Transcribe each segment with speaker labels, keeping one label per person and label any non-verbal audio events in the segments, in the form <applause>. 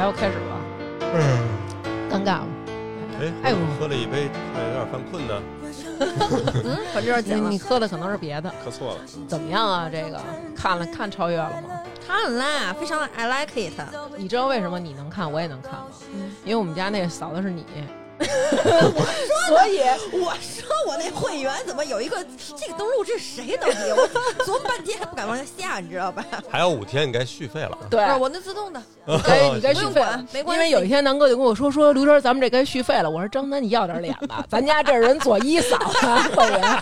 Speaker 1: 要开始了，
Speaker 2: 嗯，
Speaker 1: 尴尬吗？
Speaker 3: 哎，
Speaker 1: 哎呦
Speaker 3: 喝了一杯，突然有点犯困呢，
Speaker 4: 嗯，把这段
Speaker 1: 你
Speaker 4: 剪了
Speaker 1: 你。喝的可能是别的，
Speaker 3: 喝错了。
Speaker 1: 怎么样啊？这个看了看超越了吗？
Speaker 4: 看啦，非常 I like it。嗯
Speaker 1: 你知道为什么你能看，我也能看吗？因为我们家那嫂子是你，
Speaker 4: 所以 <laughs> 我说我那会员怎么有一个这个登录这是谁登记？ <laughs> 我琢磨半天还不敢往下下，你知道吧？
Speaker 3: 还有五天，你该续费了。啊
Speaker 1: 对
Speaker 4: 不是我那自动的，
Speaker 1: 该哎你该
Speaker 4: 不
Speaker 1: 续
Speaker 4: 用
Speaker 1: 费
Speaker 4: 管
Speaker 1: 了，
Speaker 4: 没关
Speaker 1: 因为
Speaker 4: 系
Speaker 1: 有一天南哥就跟我说说刘娟，咱们这该续费了。我说张楠，你要点脸吧，咱家这人左一嫂
Speaker 4: <laughs>
Speaker 1: 啊，会员。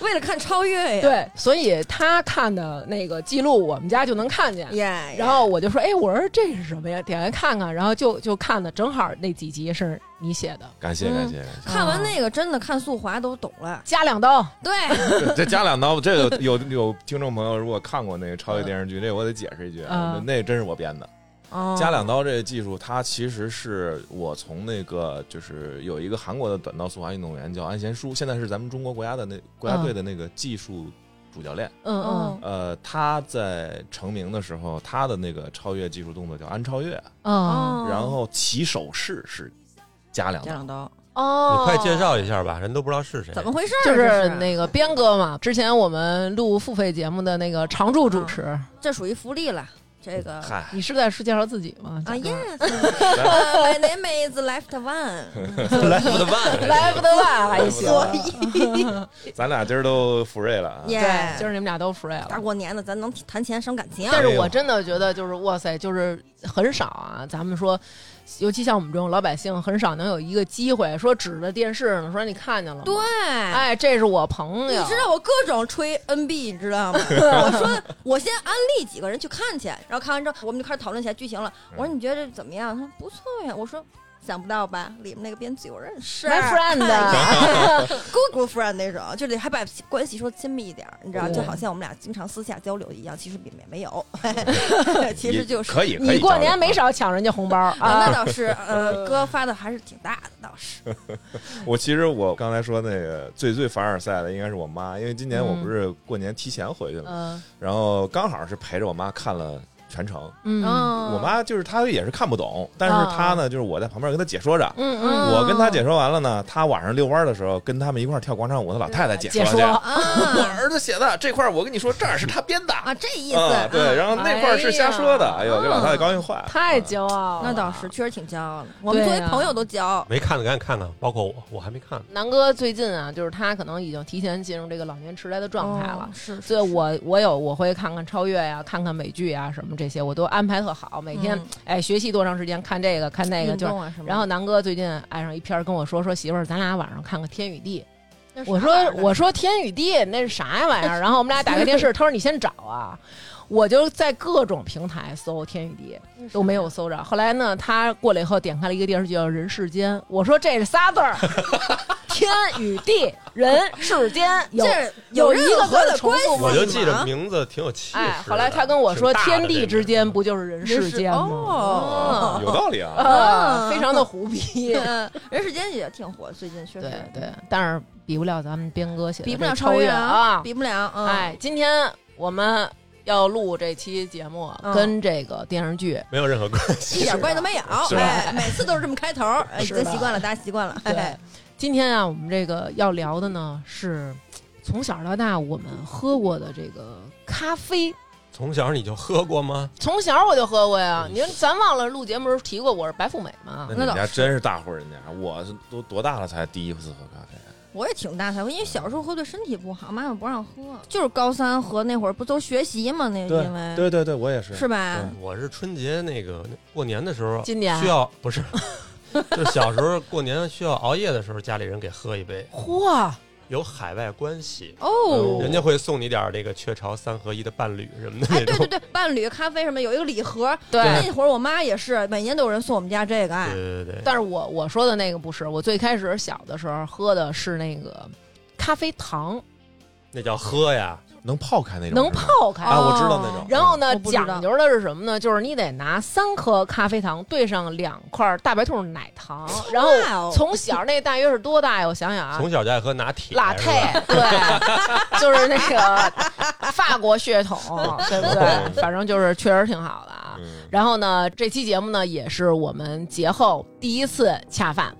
Speaker 4: 为了看超越呀。
Speaker 1: 对，所以他看的那个记录，我们家就能看见。
Speaker 4: 呀，
Speaker 1: 然后我就说，哎，我说这是什么呀？点开看看，然后就就看的，正好那几集是你写的，
Speaker 5: 感谢
Speaker 4: 嗯
Speaker 5: 感谢 <laughs> 感谢。
Speaker 4: 看完那个真的看速滑都懂了。
Speaker 1: 加两刀，
Speaker 4: 对，
Speaker 5: 这这加两刀，这个有有听众朋友如果看过那个超越电视剧，这我得解释一句，
Speaker 1: 啊
Speaker 5: 那真是我编的。
Speaker 1: 嗯
Speaker 4: 哦
Speaker 5: 加两刀这个技术，它其实是我从那个就是有一个韩国的短道速滑运动员叫安贤洙，现在是咱们中国国家的那国家队的那个技术主教练。
Speaker 1: 嗯嗯
Speaker 4: 哦
Speaker 5: 呃，他在成名的时候，他的那个超越技术动作叫安超越，
Speaker 1: 嗯
Speaker 4: 哦，
Speaker 5: 然后起手式是加两
Speaker 4: 加
Speaker 5: 刀。
Speaker 4: 两刀，
Speaker 1: 哦，
Speaker 3: <laughs> 你快介绍一下吧，人都不知道是谁。
Speaker 4: 怎么回事儿？
Speaker 1: 就
Speaker 4: 这
Speaker 1: 是那个边哥嘛，之前我们录付费节目的那个常驻主持，
Speaker 4: 这属于福利了，这个
Speaker 5: 嗨，
Speaker 1: 你是在是介绍自己吗？
Speaker 4: 啊，Yes，My name is Left
Speaker 5: <laughs>
Speaker 4: One。
Speaker 3: <laughs> Left
Speaker 1: <laughs>
Speaker 3: One？
Speaker 1: 来不得吧，还行。
Speaker 5: 咱俩今儿都福瑞了啊！
Speaker 4: 耶
Speaker 1: 对，，今儿你们俩都 free
Speaker 4: 大
Speaker 1: 了。
Speaker 4: 过年的，咱能谈钱伤感情。
Speaker 1: 但是我真的觉得，就是哇塞，就是很少啊。咱们说，尤其像我们这种老百姓，很少能有一个机会说指着电视呢，说你看见了吗？
Speaker 4: 对，，
Speaker 1: 哎，这是我朋
Speaker 4: 你
Speaker 1: 友。
Speaker 4: 知道我各种吹 NB，你知
Speaker 1: <laughs>
Speaker 4: 道吗？我说我先安利几个人去看去，然后看完之后我们就开始讨论起来剧情了。
Speaker 5: 嗯
Speaker 4: 我说你觉得这怎么样？他说不错呀。我说想不到吧，里面那个编剧我认识
Speaker 1: My 啊 friend，
Speaker 4: ，good good friend 那种，就得还把关系说亲密一点儿，你知道，
Speaker 1: 对
Speaker 4: 就好像我们俩经常私下交流一样，其实也没
Speaker 5: <laughs>
Speaker 4: 有，其
Speaker 5: 也
Speaker 4: 实就是
Speaker 5: 可以。哎可
Speaker 1: 你
Speaker 5: 以
Speaker 1: 过
Speaker 5: 加
Speaker 1: 年
Speaker 5: 两刀
Speaker 1: 没少抢人家红包
Speaker 4: 啊，那
Speaker 1: 啊。
Speaker 4: 倒是，呃，哥发的还是挺大的，倒是。
Speaker 5: <laughs> 我其实我刚才说那个最最凡尔赛的应该是我妈，因为今年我不是过年提前回去了，
Speaker 1: 嗯
Speaker 5: 然后刚好是陪着我妈看了全程。
Speaker 1: 嗯
Speaker 4: 嗯
Speaker 5: 我妈就是她也是看不懂，但是她呢，就是我在旁边跟她解说着。
Speaker 1: 嗯嗯，
Speaker 4: 嗯
Speaker 5: 我跟她解说完了呢，她晚上遛弯的时候跟他们一块儿跳广场舞的老太太解
Speaker 1: 解
Speaker 5: 去。
Speaker 1: 说
Speaker 5: 我
Speaker 4: 啊
Speaker 5: 儿子写的这块，我跟你说，这儿是他编的
Speaker 4: 啊，这意思
Speaker 5: 啊，对，然后那块儿是瞎说的，
Speaker 1: 哎
Speaker 5: 哎
Speaker 1: 呀
Speaker 5: 呦，给老太太高兴坏了，
Speaker 1: 太骄傲了。
Speaker 4: 啊那倒是，确实挺骄傲的。我们
Speaker 1: 对
Speaker 4: 作为
Speaker 1: 呀
Speaker 4: 朋友都骄傲。
Speaker 3: 没看的赶紧看看，包括我，我还没看呢。
Speaker 1: 南哥最近啊，就是他可能已经提前进入这个老年痴呆的状态了
Speaker 4: 哦。是
Speaker 1: 所以我我有我会看看超越呀、看看美剧呀、什么这些，我都安排特好。每天、
Speaker 4: 嗯
Speaker 1: 哎学习多长时间，看这个看那个，就是。
Speaker 4: 啊什么的。
Speaker 1: 然后南哥最近爱上一片儿，跟我说说媳妇儿，咱俩晚上看个《天与地》。
Speaker 4: 那
Speaker 1: 我
Speaker 4: 啥
Speaker 1: 说
Speaker 4: 玩意儿
Speaker 1: 我说天与地那是啥呀玩意儿？然后我们俩打开电
Speaker 4: <laughs>
Speaker 1: 视，他说你先找啊，我就在各种平台搜天与地都没有搜着。后来呢，他过来以后点开了一个电视剧叫《人世间》，我说这是仨字儿， <laughs> 天与地人世间有
Speaker 4: 这
Speaker 1: 有
Speaker 4: <laughs> 有
Speaker 1: 一个
Speaker 4: 任
Speaker 1: 字
Speaker 4: 何
Speaker 1: 儿
Speaker 4: 的
Speaker 1: 重
Speaker 4: 关系
Speaker 1: 复吗
Speaker 3: 我就记着
Speaker 4: 吗
Speaker 3: 名字挺有气势的。
Speaker 1: 啊哎，后来他跟我说
Speaker 3: 挺大的
Speaker 1: 天地之间不就是人世间吗？
Speaker 4: 哦，
Speaker 5: 有道理啊。
Speaker 1: 啊，
Speaker 4: 哦
Speaker 1: 非常的胡
Speaker 4: <laughs>
Speaker 1: 逼。
Speaker 4: 嗯人世间也挺火，最近确
Speaker 1: 对
Speaker 4: 实
Speaker 1: 对，但是比不了咱们边哥写的
Speaker 4: 比不
Speaker 1: 这
Speaker 4: 了
Speaker 1: 超
Speaker 4: 越
Speaker 1: 啊，
Speaker 4: 比不了。嗯，
Speaker 1: 哎，今天我们要录这期节目，
Speaker 4: 嗯
Speaker 1: 跟这个电视剧，
Speaker 3: 没有任何关系。
Speaker 4: 一点关系都没有。
Speaker 5: 是吧
Speaker 4: 哎，每次都是这么开头，哎
Speaker 1: <laughs>
Speaker 4: 已
Speaker 1: 是
Speaker 4: 经
Speaker 1: 吧
Speaker 4: 习惯了，大家习惯了。
Speaker 1: 对
Speaker 4: 哎，，
Speaker 1: 今天啊，我们这个要聊的呢是从小到大我们喝过的这个咖啡。
Speaker 3: 从小你就喝过吗？
Speaker 1: 从小我就喝过呀，你说咱忘了录节目时候提过我是白富美吗？
Speaker 5: <laughs> 那你们家真是大户人家，我是都多大了才第一次喝咖啡？
Speaker 4: 我也挺大才会，因为小时候喝对身体不好，妈妈不让喝。就是高三喝那会儿，不都学习吗？那因为
Speaker 5: 对对对对，我也是。
Speaker 4: 是吧？
Speaker 3: 我是春节那个过年的时候，
Speaker 1: 今年啊
Speaker 3: 需要不是， <laughs> 就小时候过年需要熬夜的时候，家里人给喝一杯，
Speaker 1: 嚯，
Speaker 3: 有海外关系。
Speaker 4: 哦，
Speaker 3: 人家会送你点儿这个雀巢三合一的伴侣什么的
Speaker 4: 哎，
Speaker 3: 那
Speaker 4: 对对
Speaker 3: 种，
Speaker 4: 对，伴侣咖啡什么有一个礼盒，
Speaker 1: 对
Speaker 4: 那会儿我妈也是，每年都有人送我们家这个，
Speaker 3: <laughs>
Speaker 4: 哎，
Speaker 3: 对对对，
Speaker 1: 但是我我说的那个不是，我最开始小的时候喝的是那个咖啡糖，
Speaker 3: 那叫喝呀，
Speaker 5: 能泡开那种，
Speaker 1: 能
Speaker 5: 是吗
Speaker 1: 泡开
Speaker 5: 啊，我知道那
Speaker 4: 哦
Speaker 5: 种。
Speaker 1: 然后呢
Speaker 4: 我，不知道
Speaker 1: 讲究的是什么呢？就是你得拿三颗咖啡糖兑上两块大白兔奶糖，然
Speaker 4: 哇
Speaker 1: 后
Speaker 4: 哦
Speaker 1: 从小那大约是多大呀？我想想啊
Speaker 3: 从。小就爱喝拿铁，
Speaker 1: 拉
Speaker 3: 是
Speaker 1: 泰
Speaker 3: 吧，
Speaker 1: 对， <laughs> 就是那个法国血统，对不对？反正就是确实挺好的啊。
Speaker 5: 哦嗯
Speaker 1: 然后呢，这期节目呢也是我们节后第一次恰饭。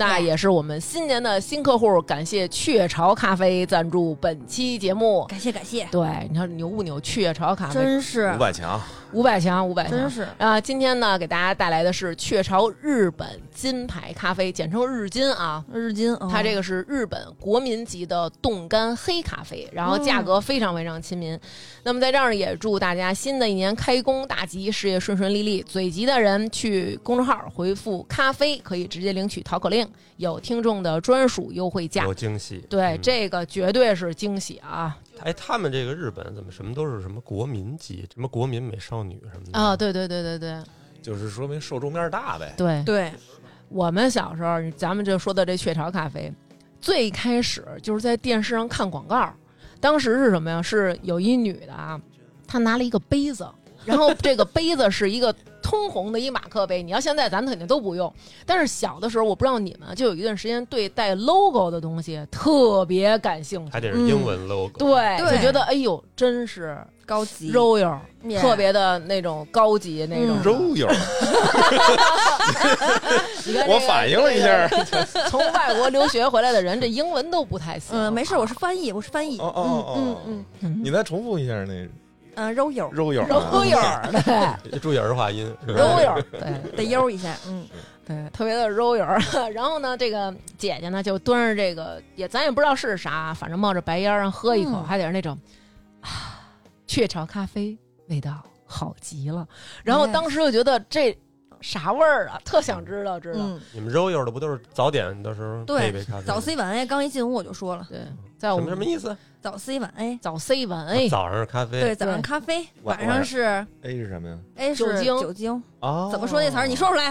Speaker 1: 那也是我们新年的新客户，感谢雀巢咖啡赞助本期节目。
Speaker 4: 感谢感谢，
Speaker 1: 对，你看牛不牛？雀巢咖啡
Speaker 4: 真是
Speaker 5: 五百强，
Speaker 1: 五百强，五百强
Speaker 4: 真。是
Speaker 1: 啊、今天呢，给大家带来的是雀巢日本金牌咖啡，简称日金啊。
Speaker 4: 日金，嗯
Speaker 1: 它这
Speaker 4: 个
Speaker 1: 个是日本国民级的冻干黑咖啡，然
Speaker 4: 哦
Speaker 1: 后价格非常非常亲民。那么在这儿也祝大家新的一年开工大吉，事业顺顺利利。嘴急的人去公众号回复“咖啡”，可以直接领取淘口令，有听众的专属优惠价
Speaker 3: 有。惊喜。
Speaker 1: 对，
Speaker 3: 嗯
Speaker 1: 这个绝对是惊喜啊！
Speaker 3: 哎，他们这个日本怎么什么都是什么国民级，什么国民美少女什么的
Speaker 1: 啊、对对对对对
Speaker 5: 就是说明受众面大呗。
Speaker 1: 对
Speaker 4: 对，
Speaker 1: 我们小时候，咱们就说到这雀巢咖啡，最开始就是在电视上看广告，当时是什么呀？是有一女的啊，她拿了一个杯子，然后这个杯子是一个通红的一马克杯。你要现在咱们肯定都不用，但是小的时候我不知道你们，就有一段时间对带 logo 的东西特别感兴趣，
Speaker 3: 还得是英文 logo。
Speaker 1: 对，
Speaker 4: 对
Speaker 1: 就觉得哎呦，真是
Speaker 4: 高级
Speaker 1: royal，
Speaker 4: Yeah
Speaker 1: 特别的那种高级那种
Speaker 4: 嗯。
Speaker 5: 肉友，
Speaker 1: 你看这个
Speaker 5: 我反应了一下，
Speaker 1: 从外国留学回来的人，这英文都不太行。
Speaker 4: 嗯，没事，我是翻译，我是翻译，
Speaker 5: 哦哦哦
Speaker 4: 嗯
Speaker 5: 哦
Speaker 4: 嗯
Speaker 1: <laughs>
Speaker 5: 你再重复一下那
Speaker 4: 嗯嗯，揉友
Speaker 5: 肉友啊，
Speaker 1: 柔友儿，对，
Speaker 3: 注意儿化音，是吧
Speaker 1: 柔友儿，
Speaker 3: <laughs>
Speaker 1: 对
Speaker 4: 得悠一下，嗯，
Speaker 1: 对，特别的柔友儿。 <laughs> 然后呢，这个姐姐呢就端着这个，也咱也不知道是啥，反正冒着白烟儿啊喝一口，
Speaker 4: 嗯
Speaker 1: 还得是那种啊，雀巢咖啡味道好极
Speaker 4: 嗯
Speaker 1: 了。然后
Speaker 4: Yes
Speaker 1: 当时就觉得这啥味儿啊，特想知道知道。
Speaker 4: 嗯，
Speaker 3: 你们揉友的不都是早点的时候
Speaker 4: 对
Speaker 3: 配一杯咖啡？
Speaker 4: 早
Speaker 3: 什
Speaker 4: C 晚 A，刚一进屋我就说了，
Speaker 1: 对，在我
Speaker 3: 么
Speaker 1: 们
Speaker 3: 什么意思？啊
Speaker 4: 早 C 晚 A，
Speaker 1: 早 C 哎晚 A，
Speaker 3: 早上是咖啡，
Speaker 4: 对，早上咖啡，
Speaker 5: 晚
Speaker 4: 晚上是
Speaker 5: A 是什么呀？
Speaker 4: A
Speaker 1: 酒
Speaker 4: 是
Speaker 1: 精哦
Speaker 4: 酒精，
Speaker 5: 啊，
Speaker 4: 怎么说那词儿？你说出来，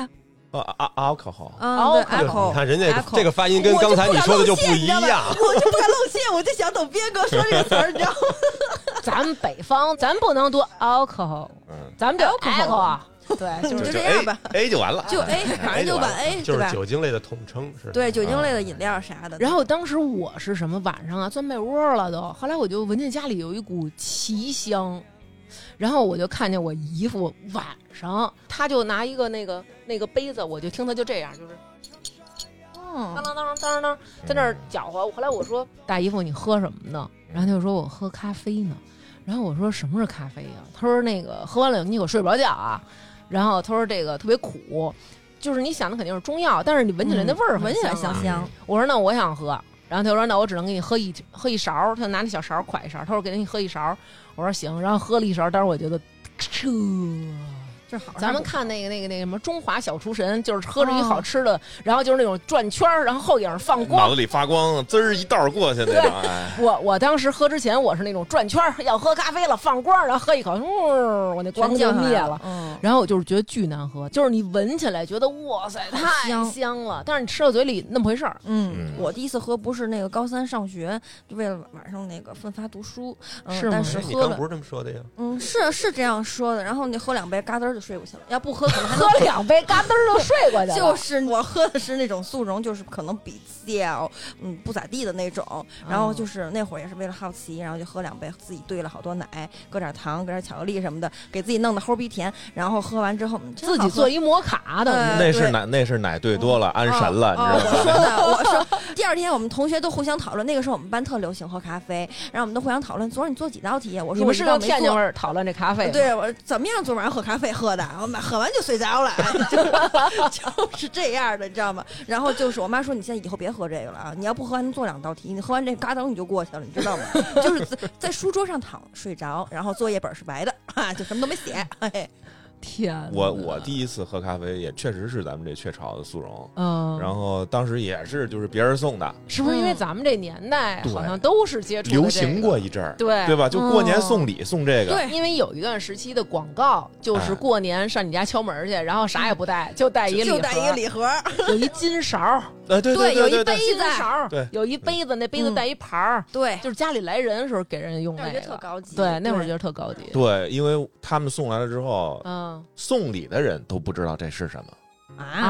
Speaker 5: 啊啊啊，alcohol，
Speaker 4: 嗯，
Speaker 1: Alcohol
Speaker 4: 对
Speaker 3: 对
Speaker 4: Apple，
Speaker 3: 你看人家
Speaker 4: Apple
Speaker 3: 这个发音跟刚才你说的就不一样。
Speaker 4: 我就不敢露怯，我就想等边哥说这个词儿，你知道吗？
Speaker 1: <laughs> 咱们北方咱不能读 alcohol，
Speaker 5: 嗯，
Speaker 1: 咱们就
Speaker 4: Alcohol
Speaker 1: alcohol，对，就
Speaker 4: 就是这
Speaker 5: A
Speaker 4: 样吧
Speaker 5: A 就完了，哎
Speaker 4: 就 A，反正就晚 A，
Speaker 3: 就
Speaker 4: 对
Speaker 3: 是
Speaker 4: 吧？
Speaker 3: 酒精类的统称是吧，
Speaker 4: 对酒精类的饮料啥的，
Speaker 1: 然后当时我是什么晚上啊，钻被窝了都，后来我就闻见家里有一股奇香，然后我就看见我姨夫晚上，他就拿一个那个那个杯子，我就听他就这样，就是当
Speaker 4: 嗯，
Speaker 1: 当当当当，在那儿搅和。后来我说大姨夫你喝什么呢？然后他就说我喝咖啡呢。然后我说什么是咖啡呀、他说那个喝完了你可睡不着觉啊。然后他说这个特别苦，就是你想的肯定是中药，但是你闻起来那味儿、
Speaker 4: 嗯
Speaker 1: 啊
Speaker 4: 闻起来
Speaker 5: 嗯
Speaker 4: 香香，
Speaker 1: 我说那我想喝，然后他说那我只能给你喝一喝一勺儿，他就拿那小勺儿㧟一勺儿，他说给你喝一勺儿，我说行，然后喝了一勺儿，但是我觉得这。
Speaker 4: 就是好。
Speaker 1: 咱们看那个那个那个什么《中华小厨神》，就是喝着
Speaker 4: 哦
Speaker 1: 一好吃的，然后就是那种转圈儿，然后后影儿放
Speaker 5: 脑
Speaker 1: 光。
Speaker 5: 子里发光，滋儿一道儿过去那种，哎，
Speaker 1: 我我当时喝之前，我是那种转圈儿，要喝咖啡了，放光，然后喝一口，嗯，我那光就灭了。
Speaker 4: 嗯，
Speaker 1: 然后我就是觉得巨难喝，就是你闻起来觉得哇塞太
Speaker 4: 香
Speaker 1: 香了，但是你吃到嘴里那么回事儿。
Speaker 4: 嗯
Speaker 5: 嗯，
Speaker 4: 我第一次喝不是那个高三上学，就为了晚上那个奋发读书，嗯
Speaker 1: 是吗，
Speaker 4: 但
Speaker 3: 哎
Speaker 4: 是
Speaker 3: 你
Speaker 4: 喝
Speaker 3: 刚
Speaker 4: 了
Speaker 3: 不，是这么说的呀？
Speaker 4: 嗯，是是这样说的。然后你喝两杯，嘎噔儿就睡过去了。要不喝可能还
Speaker 1: 喝
Speaker 4: 能。
Speaker 1: 两杯，嘎噔儿就睡过去了。
Speaker 4: 就是我喝的是那种速溶，就是可能比较嗯不咋地的那种。
Speaker 1: 嗯
Speaker 4: 然后就是那会儿也是为了好奇，然后就喝两杯，自己兑了好多奶，搁点糖，搁点巧克力什么的，给自己弄的齁逼甜。然后喝完之后，嗯真
Speaker 1: 自
Speaker 4: 好
Speaker 1: 己
Speaker 4: 喝
Speaker 1: 做一摩卡等于。
Speaker 4: 哎
Speaker 5: 那是
Speaker 4: 对
Speaker 5: 奶，那是奶兑多了，安神了，
Speaker 4: 哦
Speaker 5: 你知道
Speaker 4: 哦
Speaker 5: 吧？
Speaker 4: 我说的，我说第二天我们同学都互相讨论，那个时候我们班特流行喝咖啡，然后我们都互相讨论，昨儿你做几道题？我
Speaker 1: 嗯你
Speaker 4: 说我
Speaker 1: 们
Speaker 4: 一
Speaker 1: 是
Speaker 4: 道
Speaker 1: 用
Speaker 4: 没
Speaker 1: 天津味
Speaker 4: 做。
Speaker 1: 儿讨论这咖啡？，
Speaker 4: 对，我说怎么样？昨晚上喝咖啡喝的，我们喝完就睡
Speaker 1: <laughs>
Speaker 4: 着了，就 <laughs> 就是这样的，你知道吗？然后就是我妈说，你现在以后别喝这个了啊！你要不喝，还能做两道题，你喝完这嘎噔你就过去了，你知道吗？ <laughs> 就是在在书桌上躺睡着，然后作业本是白的， <laughs> 啊，就什么都没写。哎，
Speaker 1: 天哪，
Speaker 5: 我我第一次喝咖啡也确实是咱们这雀巢的速溶，
Speaker 1: 嗯，
Speaker 5: 然后当时也是就是别人送的，
Speaker 1: 是不是因为
Speaker 4: 嗯
Speaker 1: 咱们这年代
Speaker 5: 对
Speaker 1: 好像都是接触的
Speaker 5: 流
Speaker 1: 这个
Speaker 5: 行过一阵儿，
Speaker 1: 对
Speaker 5: 对吧？就过年
Speaker 4: 哦
Speaker 5: 送礼送这个，
Speaker 4: 对
Speaker 1: 因为有一段时期的广告就是过年上你家敲门去，然后啥也不带，就带一
Speaker 4: 就带一个礼盒，
Speaker 1: 盒，有一金勺儿，
Speaker 5: 呃对对
Speaker 4: 有一
Speaker 5: 对
Speaker 4: 杯
Speaker 5: 对，
Speaker 1: 金
Speaker 4: 子
Speaker 1: 勺儿，
Speaker 5: 对
Speaker 1: 有一杯子，那杯子
Speaker 4: 嗯
Speaker 1: 带一盘儿，
Speaker 4: 对，
Speaker 1: 就是家里来人的时候给人用那
Speaker 4: 感觉特
Speaker 1: 个。
Speaker 4: 高级。
Speaker 1: 对，那会儿觉得特高级。
Speaker 5: 对，因为他们送来了之后，
Speaker 1: 嗯
Speaker 5: 送礼的人都不知道这是什么，
Speaker 4: 啊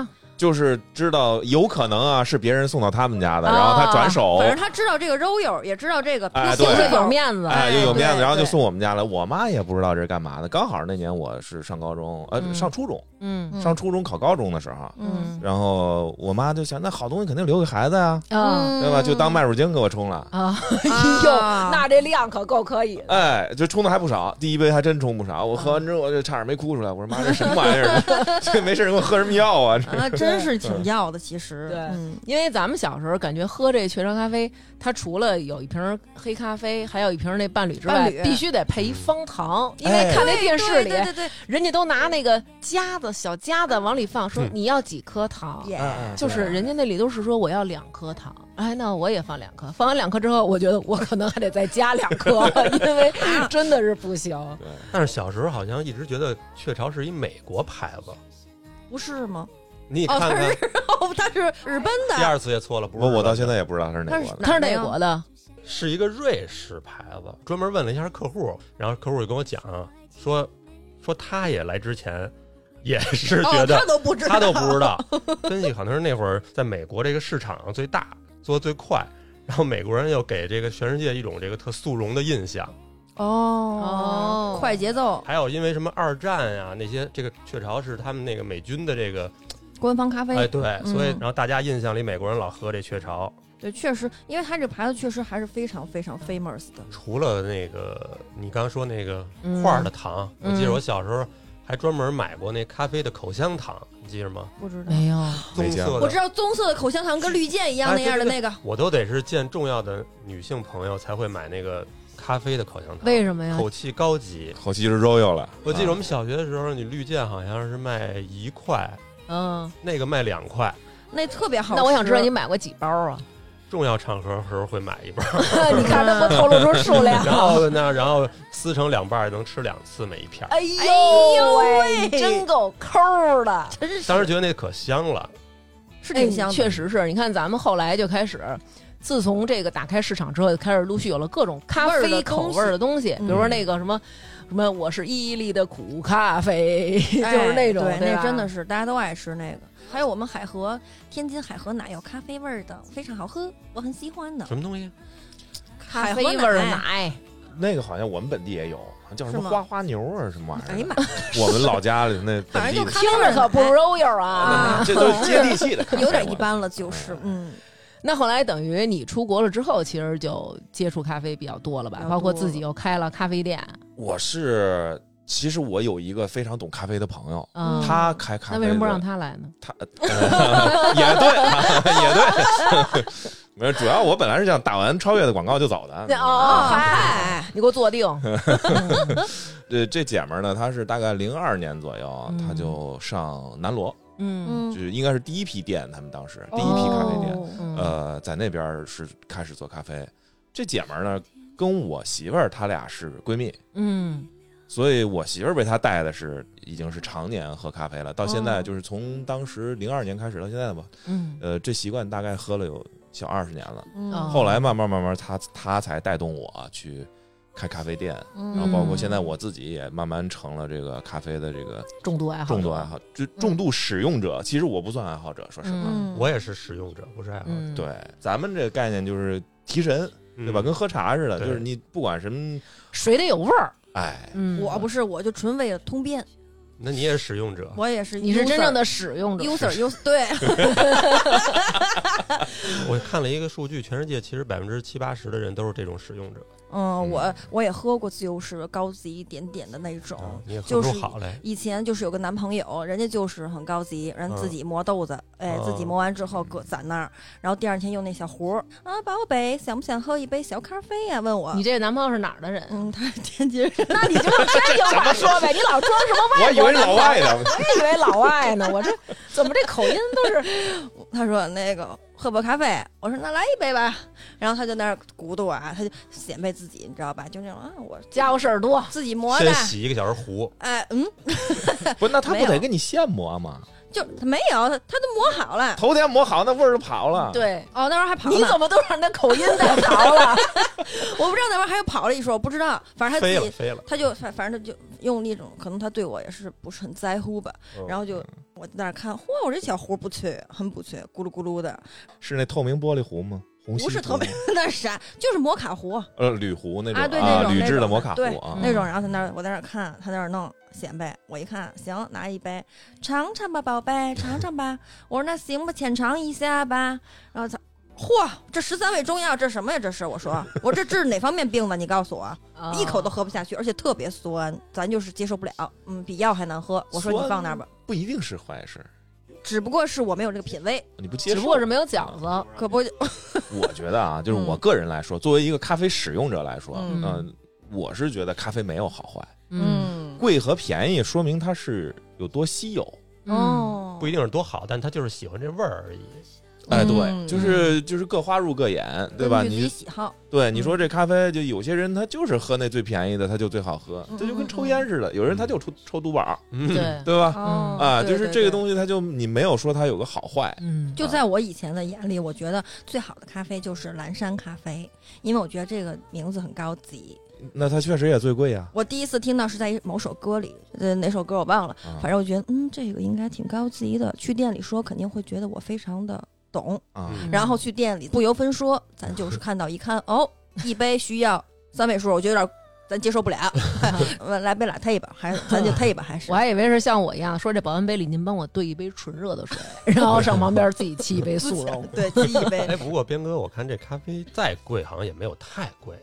Speaker 1: 啊，
Speaker 5: 就是知道有可能啊是别人送到他们家的，
Speaker 1: 啊
Speaker 5: 然后他转手
Speaker 4: 反，正他知道这个肉友，也知道这个拼
Speaker 5: 哎对
Speaker 1: 心
Speaker 4: 凑
Speaker 1: 里
Speaker 4: 这
Speaker 1: 有
Speaker 4: 个，
Speaker 1: 面子，
Speaker 5: 哎，又有面子，
Speaker 4: 对
Speaker 5: 然后就
Speaker 4: 对
Speaker 5: 送我们家来。我妈也不知道这是干嘛的，刚好那年我是上高中，呃，
Speaker 1: 嗯
Speaker 5: 上初中，
Speaker 1: 嗯
Speaker 4: 嗯
Speaker 5: 上初中考高中的时候，
Speaker 4: 嗯，
Speaker 5: 然后我妈就想，那好东西肯定留给孩子呀，
Speaker 1: 啊
Speaker 5: 对
Speaker 4: 嗯
Speaker 5: 吧？就当麦乳精给我冲了。
Speaker 1: 啊，
Speaker 4: 啊
Speaker 1: <laughs> 哎呦，那这量可够可以的，
Speaker 5: 哎，就冲的还不少，第一杯还真冲不少。我喝完之后，我就差点没哭出来。我说妈，这什么玩意 <laughs> 儿？这没事儿给我喝什么药啊？这
Speaker 4: 啊，真是挺要的，其实，
Speaker 1: 对
Speaker 4: 嗯
Speaker 1: 因为咱们小时候感觉喝这雀巢咖啡，它除了有一瓶黑咖啡，还有一瓶那伴侣之外
Speaker 4: 伴，侣
Speaker 1: 必须得配一方糖，因
Speaker 5: 哎
Speaker 1: 为看那电视里，
Speaker 4: 对对对
Speaker 1: 人家都拿那个夹子小夹子往里放，说
Speaker 3: 嗯
Speaker 1: 你要几颗糖。
Speaker 4: 对，耶，
Speaker 5: 哎
Speaker 1: 啊就是人家那里都是说我要两颗糖，哎，那我也放两颗。放完两颗之后，我觉得我可能还得再加两 <laughs> 颗，因为真的是不行。
Speaker 3: 但是小时候好像一直觉得雀巢是一美国牌子，
Speaker 4: 不是吗？
Speaker 3: 你
Speaker 4: 哦，
Speaker 3: 看
Speaker 4: 他
Speaker 3: 看
Speaker 4: 是啊哦，他是日本
Speaker 3: 第
Speaker 4: 的，
Speaker 3: 二次也错了，不是
Speaker 5: 我我到
Speaker 3: 日
Speaker 5: 现
Speaker 3: 本的
Speaker 5: 在也不知道它是哪国的。
Speaker 1: 它是哪国的？
Speaker 3: 是一个瑞士牌子，专门问了一下客户，然后客户就跟我讲啊，说说他也来之前也是觉
Speaker 4: 哦，
Speaker 3: 得、
Speaker 4: 他都不知道，
Speaker 3: 他都不知道，分析可能是那会儿在美国这个市场最大，做得最快。然后美国人又给这个全世界一种这个特速溶的印象，
Speaker 4: 哦
Speaker 1: 哦
Speaker 4: 快节奏
Speaker 3: 还有因为什么二战呀、那些，这个雀巢是他们那个美军的这个，
Speaker 4: 官方咖
Speaker 3: 哎
Speaker 4: 啡，
Speaker 3: 对，所以
Speaker 4: 嗯
Speaker 3: 然后大家印象里美国人老喝这雀巢，
Speaker 4: 对，确实，因为他这牌子确实还是非常非常 famous 的，
Speaker 3: 除了那个你刚刚说那个
Speaker 1: 嗯
Speaker 3: 块儿的糖，
Speaker 1: 嗯
Speaker 3: 我记得我小时候还专门买过那咖啡的口香糖，你记着吗？
Speaker 4: 不知道。
Speaker 1: 没有，
Speaker 5: 没
Speaker 3: 棕
Speaker 5: 见过
Speaker 3: 色
Speaker 4: 我知
Speaker 3: 的，
Speaker 4: 道棕色的口香糖跟绿箭一样
Speaker 3: 哎
Speaker 4: 那样的
Speaker 3: 对
Speaker 4: 那个，
Speaker 3: 我都得是见重要的女性朋友才会买那个咖啡的口香糖，
Speaker 1: 为什么呀？
Speaker 3: 口气高级。
Speaker 5: 后期是 Royal 了，
Speaker 3: 我记得
Speaker 5: 啊
Speaker 3: 我们小学的时候，你绿箭好像是卖一块，
Speaker 1: 嗯，
Speaker 3: 那个卖两块。
Speaker 4: 那特别好吃。
Speaker 1: 那我想知道你买过几包啊？
Speaker 3: 重要场合的时候会买一包，
Speaker 1: <laughs> 你看他不透露出数
Speaker 3: <laughs>
Speaker 1: 量
Speaker 3: 然后呢，然后撕成两半儿能吃两次每一片儿。
Speaker 1: 哎呦
Speaker 4: 哎呦喂
Speaker 1: 真够抠儿的。
Speaker 4: 真是
Speaker 3: 当时觉得那可香了，
Speaker 4: 是挺香
Speaker 1: 哎
Speaker 4: 的，
Speaker 1: 确实是你看咱们后来就开始。自从这个打开市场之后，就开始陆续有了各种咖
Speaker 4: 味儿
Speaker 1: 啡
Speaker 4: 的
Speaker 1: 口
Speaker 4: 东西
Speaker 1: 味儿的东西，比如说那个什么、什么，我是伊利的苦咖啡，就是那种，
Speaker 4: 哎对，
Speaker 1: 对吧
Speaker 4: 那真的是大家都爱吃那个。还有我们海河天津海河奶有咖啡味儿的，非常好喝，我很喜欢的。
Speaker 3: 什么东西？
Speaker 1: 咖 <laughs>
Speaker 4: 咖
Speaker 1: 啡味儿，奶，
Speaker 5: 那个好像我们本地也有，好像叫什
Speaker 4: 是
Speaker 5: 么
Speaker 4: 吗
Speaker 5: 花花牛啊，什么玩意儿？
Speaker 4: 哎呀妈，
Speaker 5: 我们老家里那本
Speaker 4: 反
Speaker 5: 地
Speaker 4: 正
Speaker 5: 的嗯
Speaker 4: 就
Speaker 1: 听着可不 royal 啊
Speaker 4: 啊。
Speaker 5: <laughs> 这都是接地
Speaker 4: <laughs>
Speaker 5: 气的，
Speaker 4: 有点一。般
Speaker 5: <laughs>
Speaker 4: 了，就是嗯，
Speaker 1: 那后来等于你出国了之后，其实就接触咖啡比较多了吧
Speaker 4: 比，较
Speaker 1: 包括
Speaker 4: 多
Speaker 1: 自己又开了咖啡店
Speaker 5: 我是，其实我有一个非常懂咖啡的朋
Speaker 4: 哦
Speaker 5: 友，
Speaker 1: 啊。
Speaker 5: 他开咖啡
Speaker 1: 那
Speaker 5: 的，
Speaker 1: 为什么不让他来呢？
Speaker 5: 他？ <laughs> 呃也对， <laughs> 也对。 <laughs> 没有，主要我本来是想打完超越的广告就走的。
Speaker 1: 哦
Speaker 4: 嗨，
Speaker 1: 你给我坐定，
Speaker 5: 这这姐们儿呢，她是大概零二年左右
Speaker 1: 嗯，
Speaker 5: 她就上南锣，
Speaker 1: 嗯
Speaker 5: 就
Speaker 4: 嗯，
Speaker 5: 是应该是第一批店，他们当时第一批咖啡店。
Speaker 4: 哦
Speaker 1: 嗯
Speaker 5: 呃，在那边儿是开始做咖啡。这姐们儿呢，跟我媳妇儿她俩是闺蜜，
Speaker 1: 嗯
Speaker 5: 所以我媳妇儿被她带的是已经是常年喝咖啡了，到现
Speaker 1: 哦
Speaker 5: 在就是从当时零二年开始到现在吧，
Speaker 1: 嗯
Speaker 5: 呃，这习惯大概喝了有小二十年了。
Speaker 1: 哦
Speaker 4: 嗯
Speaker 5: 后来慢慢慢慢，她她才带动我去开咖啡店，然后
Speaker 4: 嗯
Speaker 5: 包括现在我自己也慢慢成了这个咖啡的这个
Speaker 1: 重度爱好者，
Speaker 5: 重度爱好，就重度使用者。其实我不算爱好者，说实话。
Speaker 1: 嗯
Speaker 3: 我也是使用者，不是爱好者。
Speaker 1: 嗯，
Speaker 5: 对，咱们这个概念就是提神，对吧？
Speaker 3: 嗯
Speaker 5: 跟喝茶似的，
Speaker 3: 对
Speaker 5: 就是你不管什么，
Speaker 1: 水得有味儿。
Speaker 5: 哎，
Speaker 1: 嗯，
Speaker 4: 我不是，我就纯为了通便，
Speaker 3: 那你也是使用者，
Speaker 4: 我也是 user，
Speaker 1: 你是真正的使用者，
Speaker 4: user user，对，
Speaker 3: 我看了一个数据，全世界其实百分之七八十的人都是这种使用者，
Speaker 4: <laughs> 嗯，我我也喝过自由式高级一点点的那种，
Speaker 3: 啊、你也喝
Speaker 4: 哦就
Speaker 3: 不
Speaker 4: 是
Speaker 3: 出好来。
Speaker 4: 以前就是有个男朋友，人家就是很高级，人自己磨豆子，哎，
Speaker 3: 嗯
Speaker 4: 自己磨完之后搁攒那儿，然后第二天用那小壶儿啊，宝贝，想不想喝一杯小咖啡呀、问我
Speaker 1: 你，这男朋友是哪儿的人？
Speaker 4: 嗯，他是天津人，
Speaker 1: 那 <laughs> 你就真有话说
Speaker 5: <laughs>
Speaker 1: 呗，你老装什么
Speaker 5: 我以为老外的，
Speaker 1: 我也以为老外呢，我这 <laughs> 怎么这口音都是
Speaker 4: 他说那个喝杯咖啡，我说那来一杯吧，然后他就那儿咕嘟啊，他就显摆自己，你知道吧？就那种啊，我
Speaker 1: 家伙事儿
Speaker 5: 啊
Speaker 1: 多，
Speaker 4: 自己磨的
Speaker 3: 先，洗一个小时壶，
Speaker 4: 哎，嗯，
Speaker 5: 不，那他
Speaker 4: 没
Speaker 5: 不得
Speaker 4: 有
Speaker 5: 跟你现磨吗？
Speaker 4: 就他没有，他他都磨好了。
Speaker 5: 头天磨好，那味儿就跑了。，
Speaker 1: 对，
Speaker 4: 哦，那时候还跑呢，
Speaker 1: 你怎么都让他口音带跑 <laughs> 了？
Speaker 4: 我不知道那玩意儿还有跑了一说，我不知道，反正他
Speaker 3: 飞
Speaker 4: 自
Speaker 3: 了
Speaker 4: 己，
Speaker 3: 飞了，
Speaker 4: 他就反反正他就用那种，可能他对我也是不是很在乎吧。然后就我在那儿看，嚯，我这小壶不脆，很不脆，咕噜咕噜的， <laughs>
Speaker 5: 是那透明玻璃壶吗？红
Speaker 4: 不
Speaker 5: 西
Speaker 4: 是
Speaker 5: 湖
Speaker 4: 透明，那是啥，就是摩卡壶
Speaker 5: 呃，铝壶那种
Speaker 4: 啊对那
Speaker 5: 啊，
Speaker 4: 种
Speaker 5: 铝
Speaker 4: 那
Speaker 5: 制的
Speaker 4: 种
Speaker 5: 摩卡
Speaker 4: 对
Speaker 5: 壶啊，
Speaker 4: 那种。然后他那儿我在那儿看，他在那儿弄显摆，我一看行，拿一杯尝尝吧，宝贝，尝尝吧。我说那行吧，浅尝一下吧。然后他。嚯，这十三味中药，这什么呀？这是我说，我这治哪方面病的？你告诉我。
Speaker 1: 啊哦
Speaker 4: 一口都喝不下去，而且特别酸，咱就是接受不了。嗯，比药还难喝。我说你
Speaker 5: 酸
Speaker 4: 放那儿吧，
Speaker 5: 不一定是坏事，
Speaker 4: 只不过是我没有这个品味，
Speaker 5: 你不接
Speaker 1: 只
Speaker 5: 受。
Speaker 1: 不过是没有饺子。
Speaker 4: 可不
Speaker 5: 我觉得啊，就是我
Speaker 1: 嗯
Speaker 5: 个人来说，作为一个咖啡使用者来说，
Speaker 4: 嗯
Speaker 5: 嗯，我是觉得咖啡没有好坏，
Speaker 1: 嗯
Speaker 5: 贵和便宜说明它是有多稀有。
Speaker 1: 哦，
Speaker 5: 嗯
Speaker 4: 哦，
Speaker 3: 不一定是多好，但他就是喜欢这味儿而已。
Speaker 5: 哎，对，
Speaker 4: 嗯
Speaker 5: 就是就是各花入各眼，对吧？
Speaker 4: 根据自己嗯
Speaker 5: 你
Speaker 4: 喜好，
Speaker 5: 对你说这咖啡，就有些人他就是喝那最便宜的，他就最好喝，
Speaker 4: 嗯
Speaker 5: 这就跟
Speaker 4: 嗯
Speaker 5: 抽烟似的，有人他就抽抽毒宝，
Speaker 3: 嗯，
Speaker 1: 对，
Speaker 5: <laughs> 对吧？
Speaker 4: 哦
Speaker 5: 啊，
Speaker 4: 对
Speaker 5: 就是
Speaker 4: 对
Speaker 5: 这
Speaker 4: 对
Speaker 5: 个东西，它啊就你没有说它有个好坏，
Speaker 1: 嗯，
Speaker 4: 就在我以前的眼里，我觉得最好的咖啡就是蓝山咖啡，因为我觉得这个名字很高级。
Speaker 5: 那它确实也最贵呀、
Speaker 4: 我第一次听到是在一某首歌里，呃，哪首歌我忘了，
Speaker 5: 啊。
Speaker 4: 反正我觉得，嗯，这个应该挺高级的。去店里说，肯定会觉得我非常的懂。
Speaker 5: 啊，
Speaker 3: 嗯
Speaker 4: 然后去店里不由分说，咱就是看到一看哦，一杯需要三位数，我觉得有点咱接受不了，呃来杯 latte 吧，还是咱就 t 吧，还是。
Speaker 1: 我还以为是像我一样，说这保温杯里您帮我兑一杯纯热的水，然后上旁边自己沏一杯速溶
Speaker 5: 哦
Speaker 4: <laughs> 对，这一
Speaker 3: <laughs>
Speaker 4: 杯
Speaker 3: 哎，不过边哥，我看这咖啡再贵，好像也没有太贵的。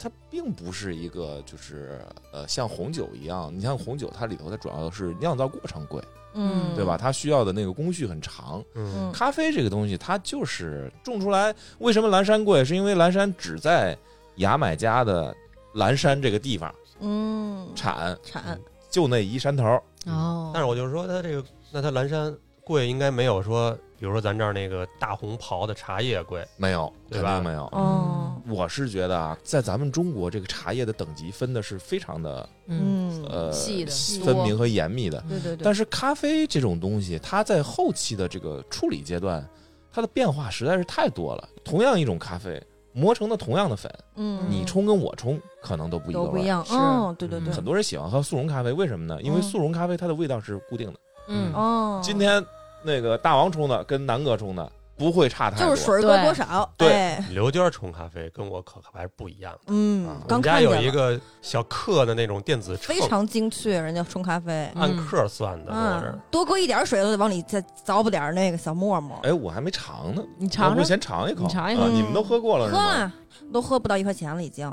Speaker 5: 它并不是一个就是呃像红酒一样，你像红酒它里头它主要是酿造过程贵，
Speaker 4: 嗯，
Speaker 5: 对吧？？它需要的那个工序很长。
Speaker 3: 嗯
Speaker 4: 嗯，
Speaker 5: 咖啡这个东西它就是种出来，为什么蓝山贵？是因为蓝山只在牙买加的蓝山这个地方
Speaker 4: 嗯，
Speaker 5: 产，
Speaker 4: 产
Speaker 5: 就那一山头儿。
Speaker 1: 哦，
Speaker 3: 但是我就说他这个，那他蓝山贵应该没有说，比如说咱这儿那个大红袍的茶叶贵。
Speaker 5: 没有，
Speaker 3: 对
Speaker 5: 肯
Speaker 3: 吧
Speaker 5: 定没有。
Speaker 4: 哦，
Speaker 5: 我是觉得啊，在咱们中国这个茶叶的等级分的是非常的
Speaker 1: 嗯，
Speaker 4: 嗯，
Speaker 5: 呃
Speaker 1: 细的
Speaker 5: 分明和严密的，
Speaker 4: 对对对，
Speaker 5: 但是咖啡这种东西，它在后期的这个处理阶段，它的变化实在是太多了。同样一种咖啡磨成的同样的粉，
Speaker 4: 嗯，
Speaker 5: 你冲跟我冲可能都不一个
Speaker 4: 都不
Speaker 5: 味
Speaker 4: 一
Speaker 5: 儿。嗯
Speaker 4: 样，
Speaker 1: 是
Speaker 4: 哦，对对对，
Speaker 5: 很多人喜欢喝速溶咖啡，为什么呢？因为
Speaker 4: 嗯
Speaker 5: 速溶咖啡它的味道是固定的。
Speaker 1: 嗯，
Speaker 4: 哦，
Speaker 5: 今天那个大王冲的跟南哥冲的不会差太多。
Speaker 4: 就是水儿搁
Speaker 1: 对
Speaker 4: 多少，
Speaker 5: 对
Speaker 4: 哎，
Speaker 3: 刘娟冲咖啡跟我可还是不一样的。
Speaker 4: 嗯，
Speaker 3: 我
Speaker 4: 刚
Speaker 3: 们家
Speaker 4: 看见
Speaker 3: 有一
Speaker 4: 了，
Speaker 3: 个小克的那种电子秤
Speaker 4: 非，常精确，人家冲咖啡。
Speaker 3: 按
Speaker 1: 嗯
Speaker 3: 克算的。我这
Speaker 4: 嗯
Speaker 3: 儿，
Speaker 4: 多搁一点水都得往里再凿吧点儿那个小沫沫。
Speaker 5: 哎，我还没尝呢，
Speaker 1: 你
Speaker 5: 我
Speaker 1: 尝
Speaker 5: 不
Speaker 1: 尝
Speaker 5: 先尝一口。
Speaker 1: 你尝一口
Speaker 5: 啊你们都喝过了
Speaker 4: 嗯
Speaker 5: 是
Speaker 4: 喝啊
Speaker 5: 吗？
Speaker 4: 了都喝不到一块钱了，已经。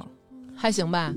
Speaker 1: 还行 <laughs> 吧？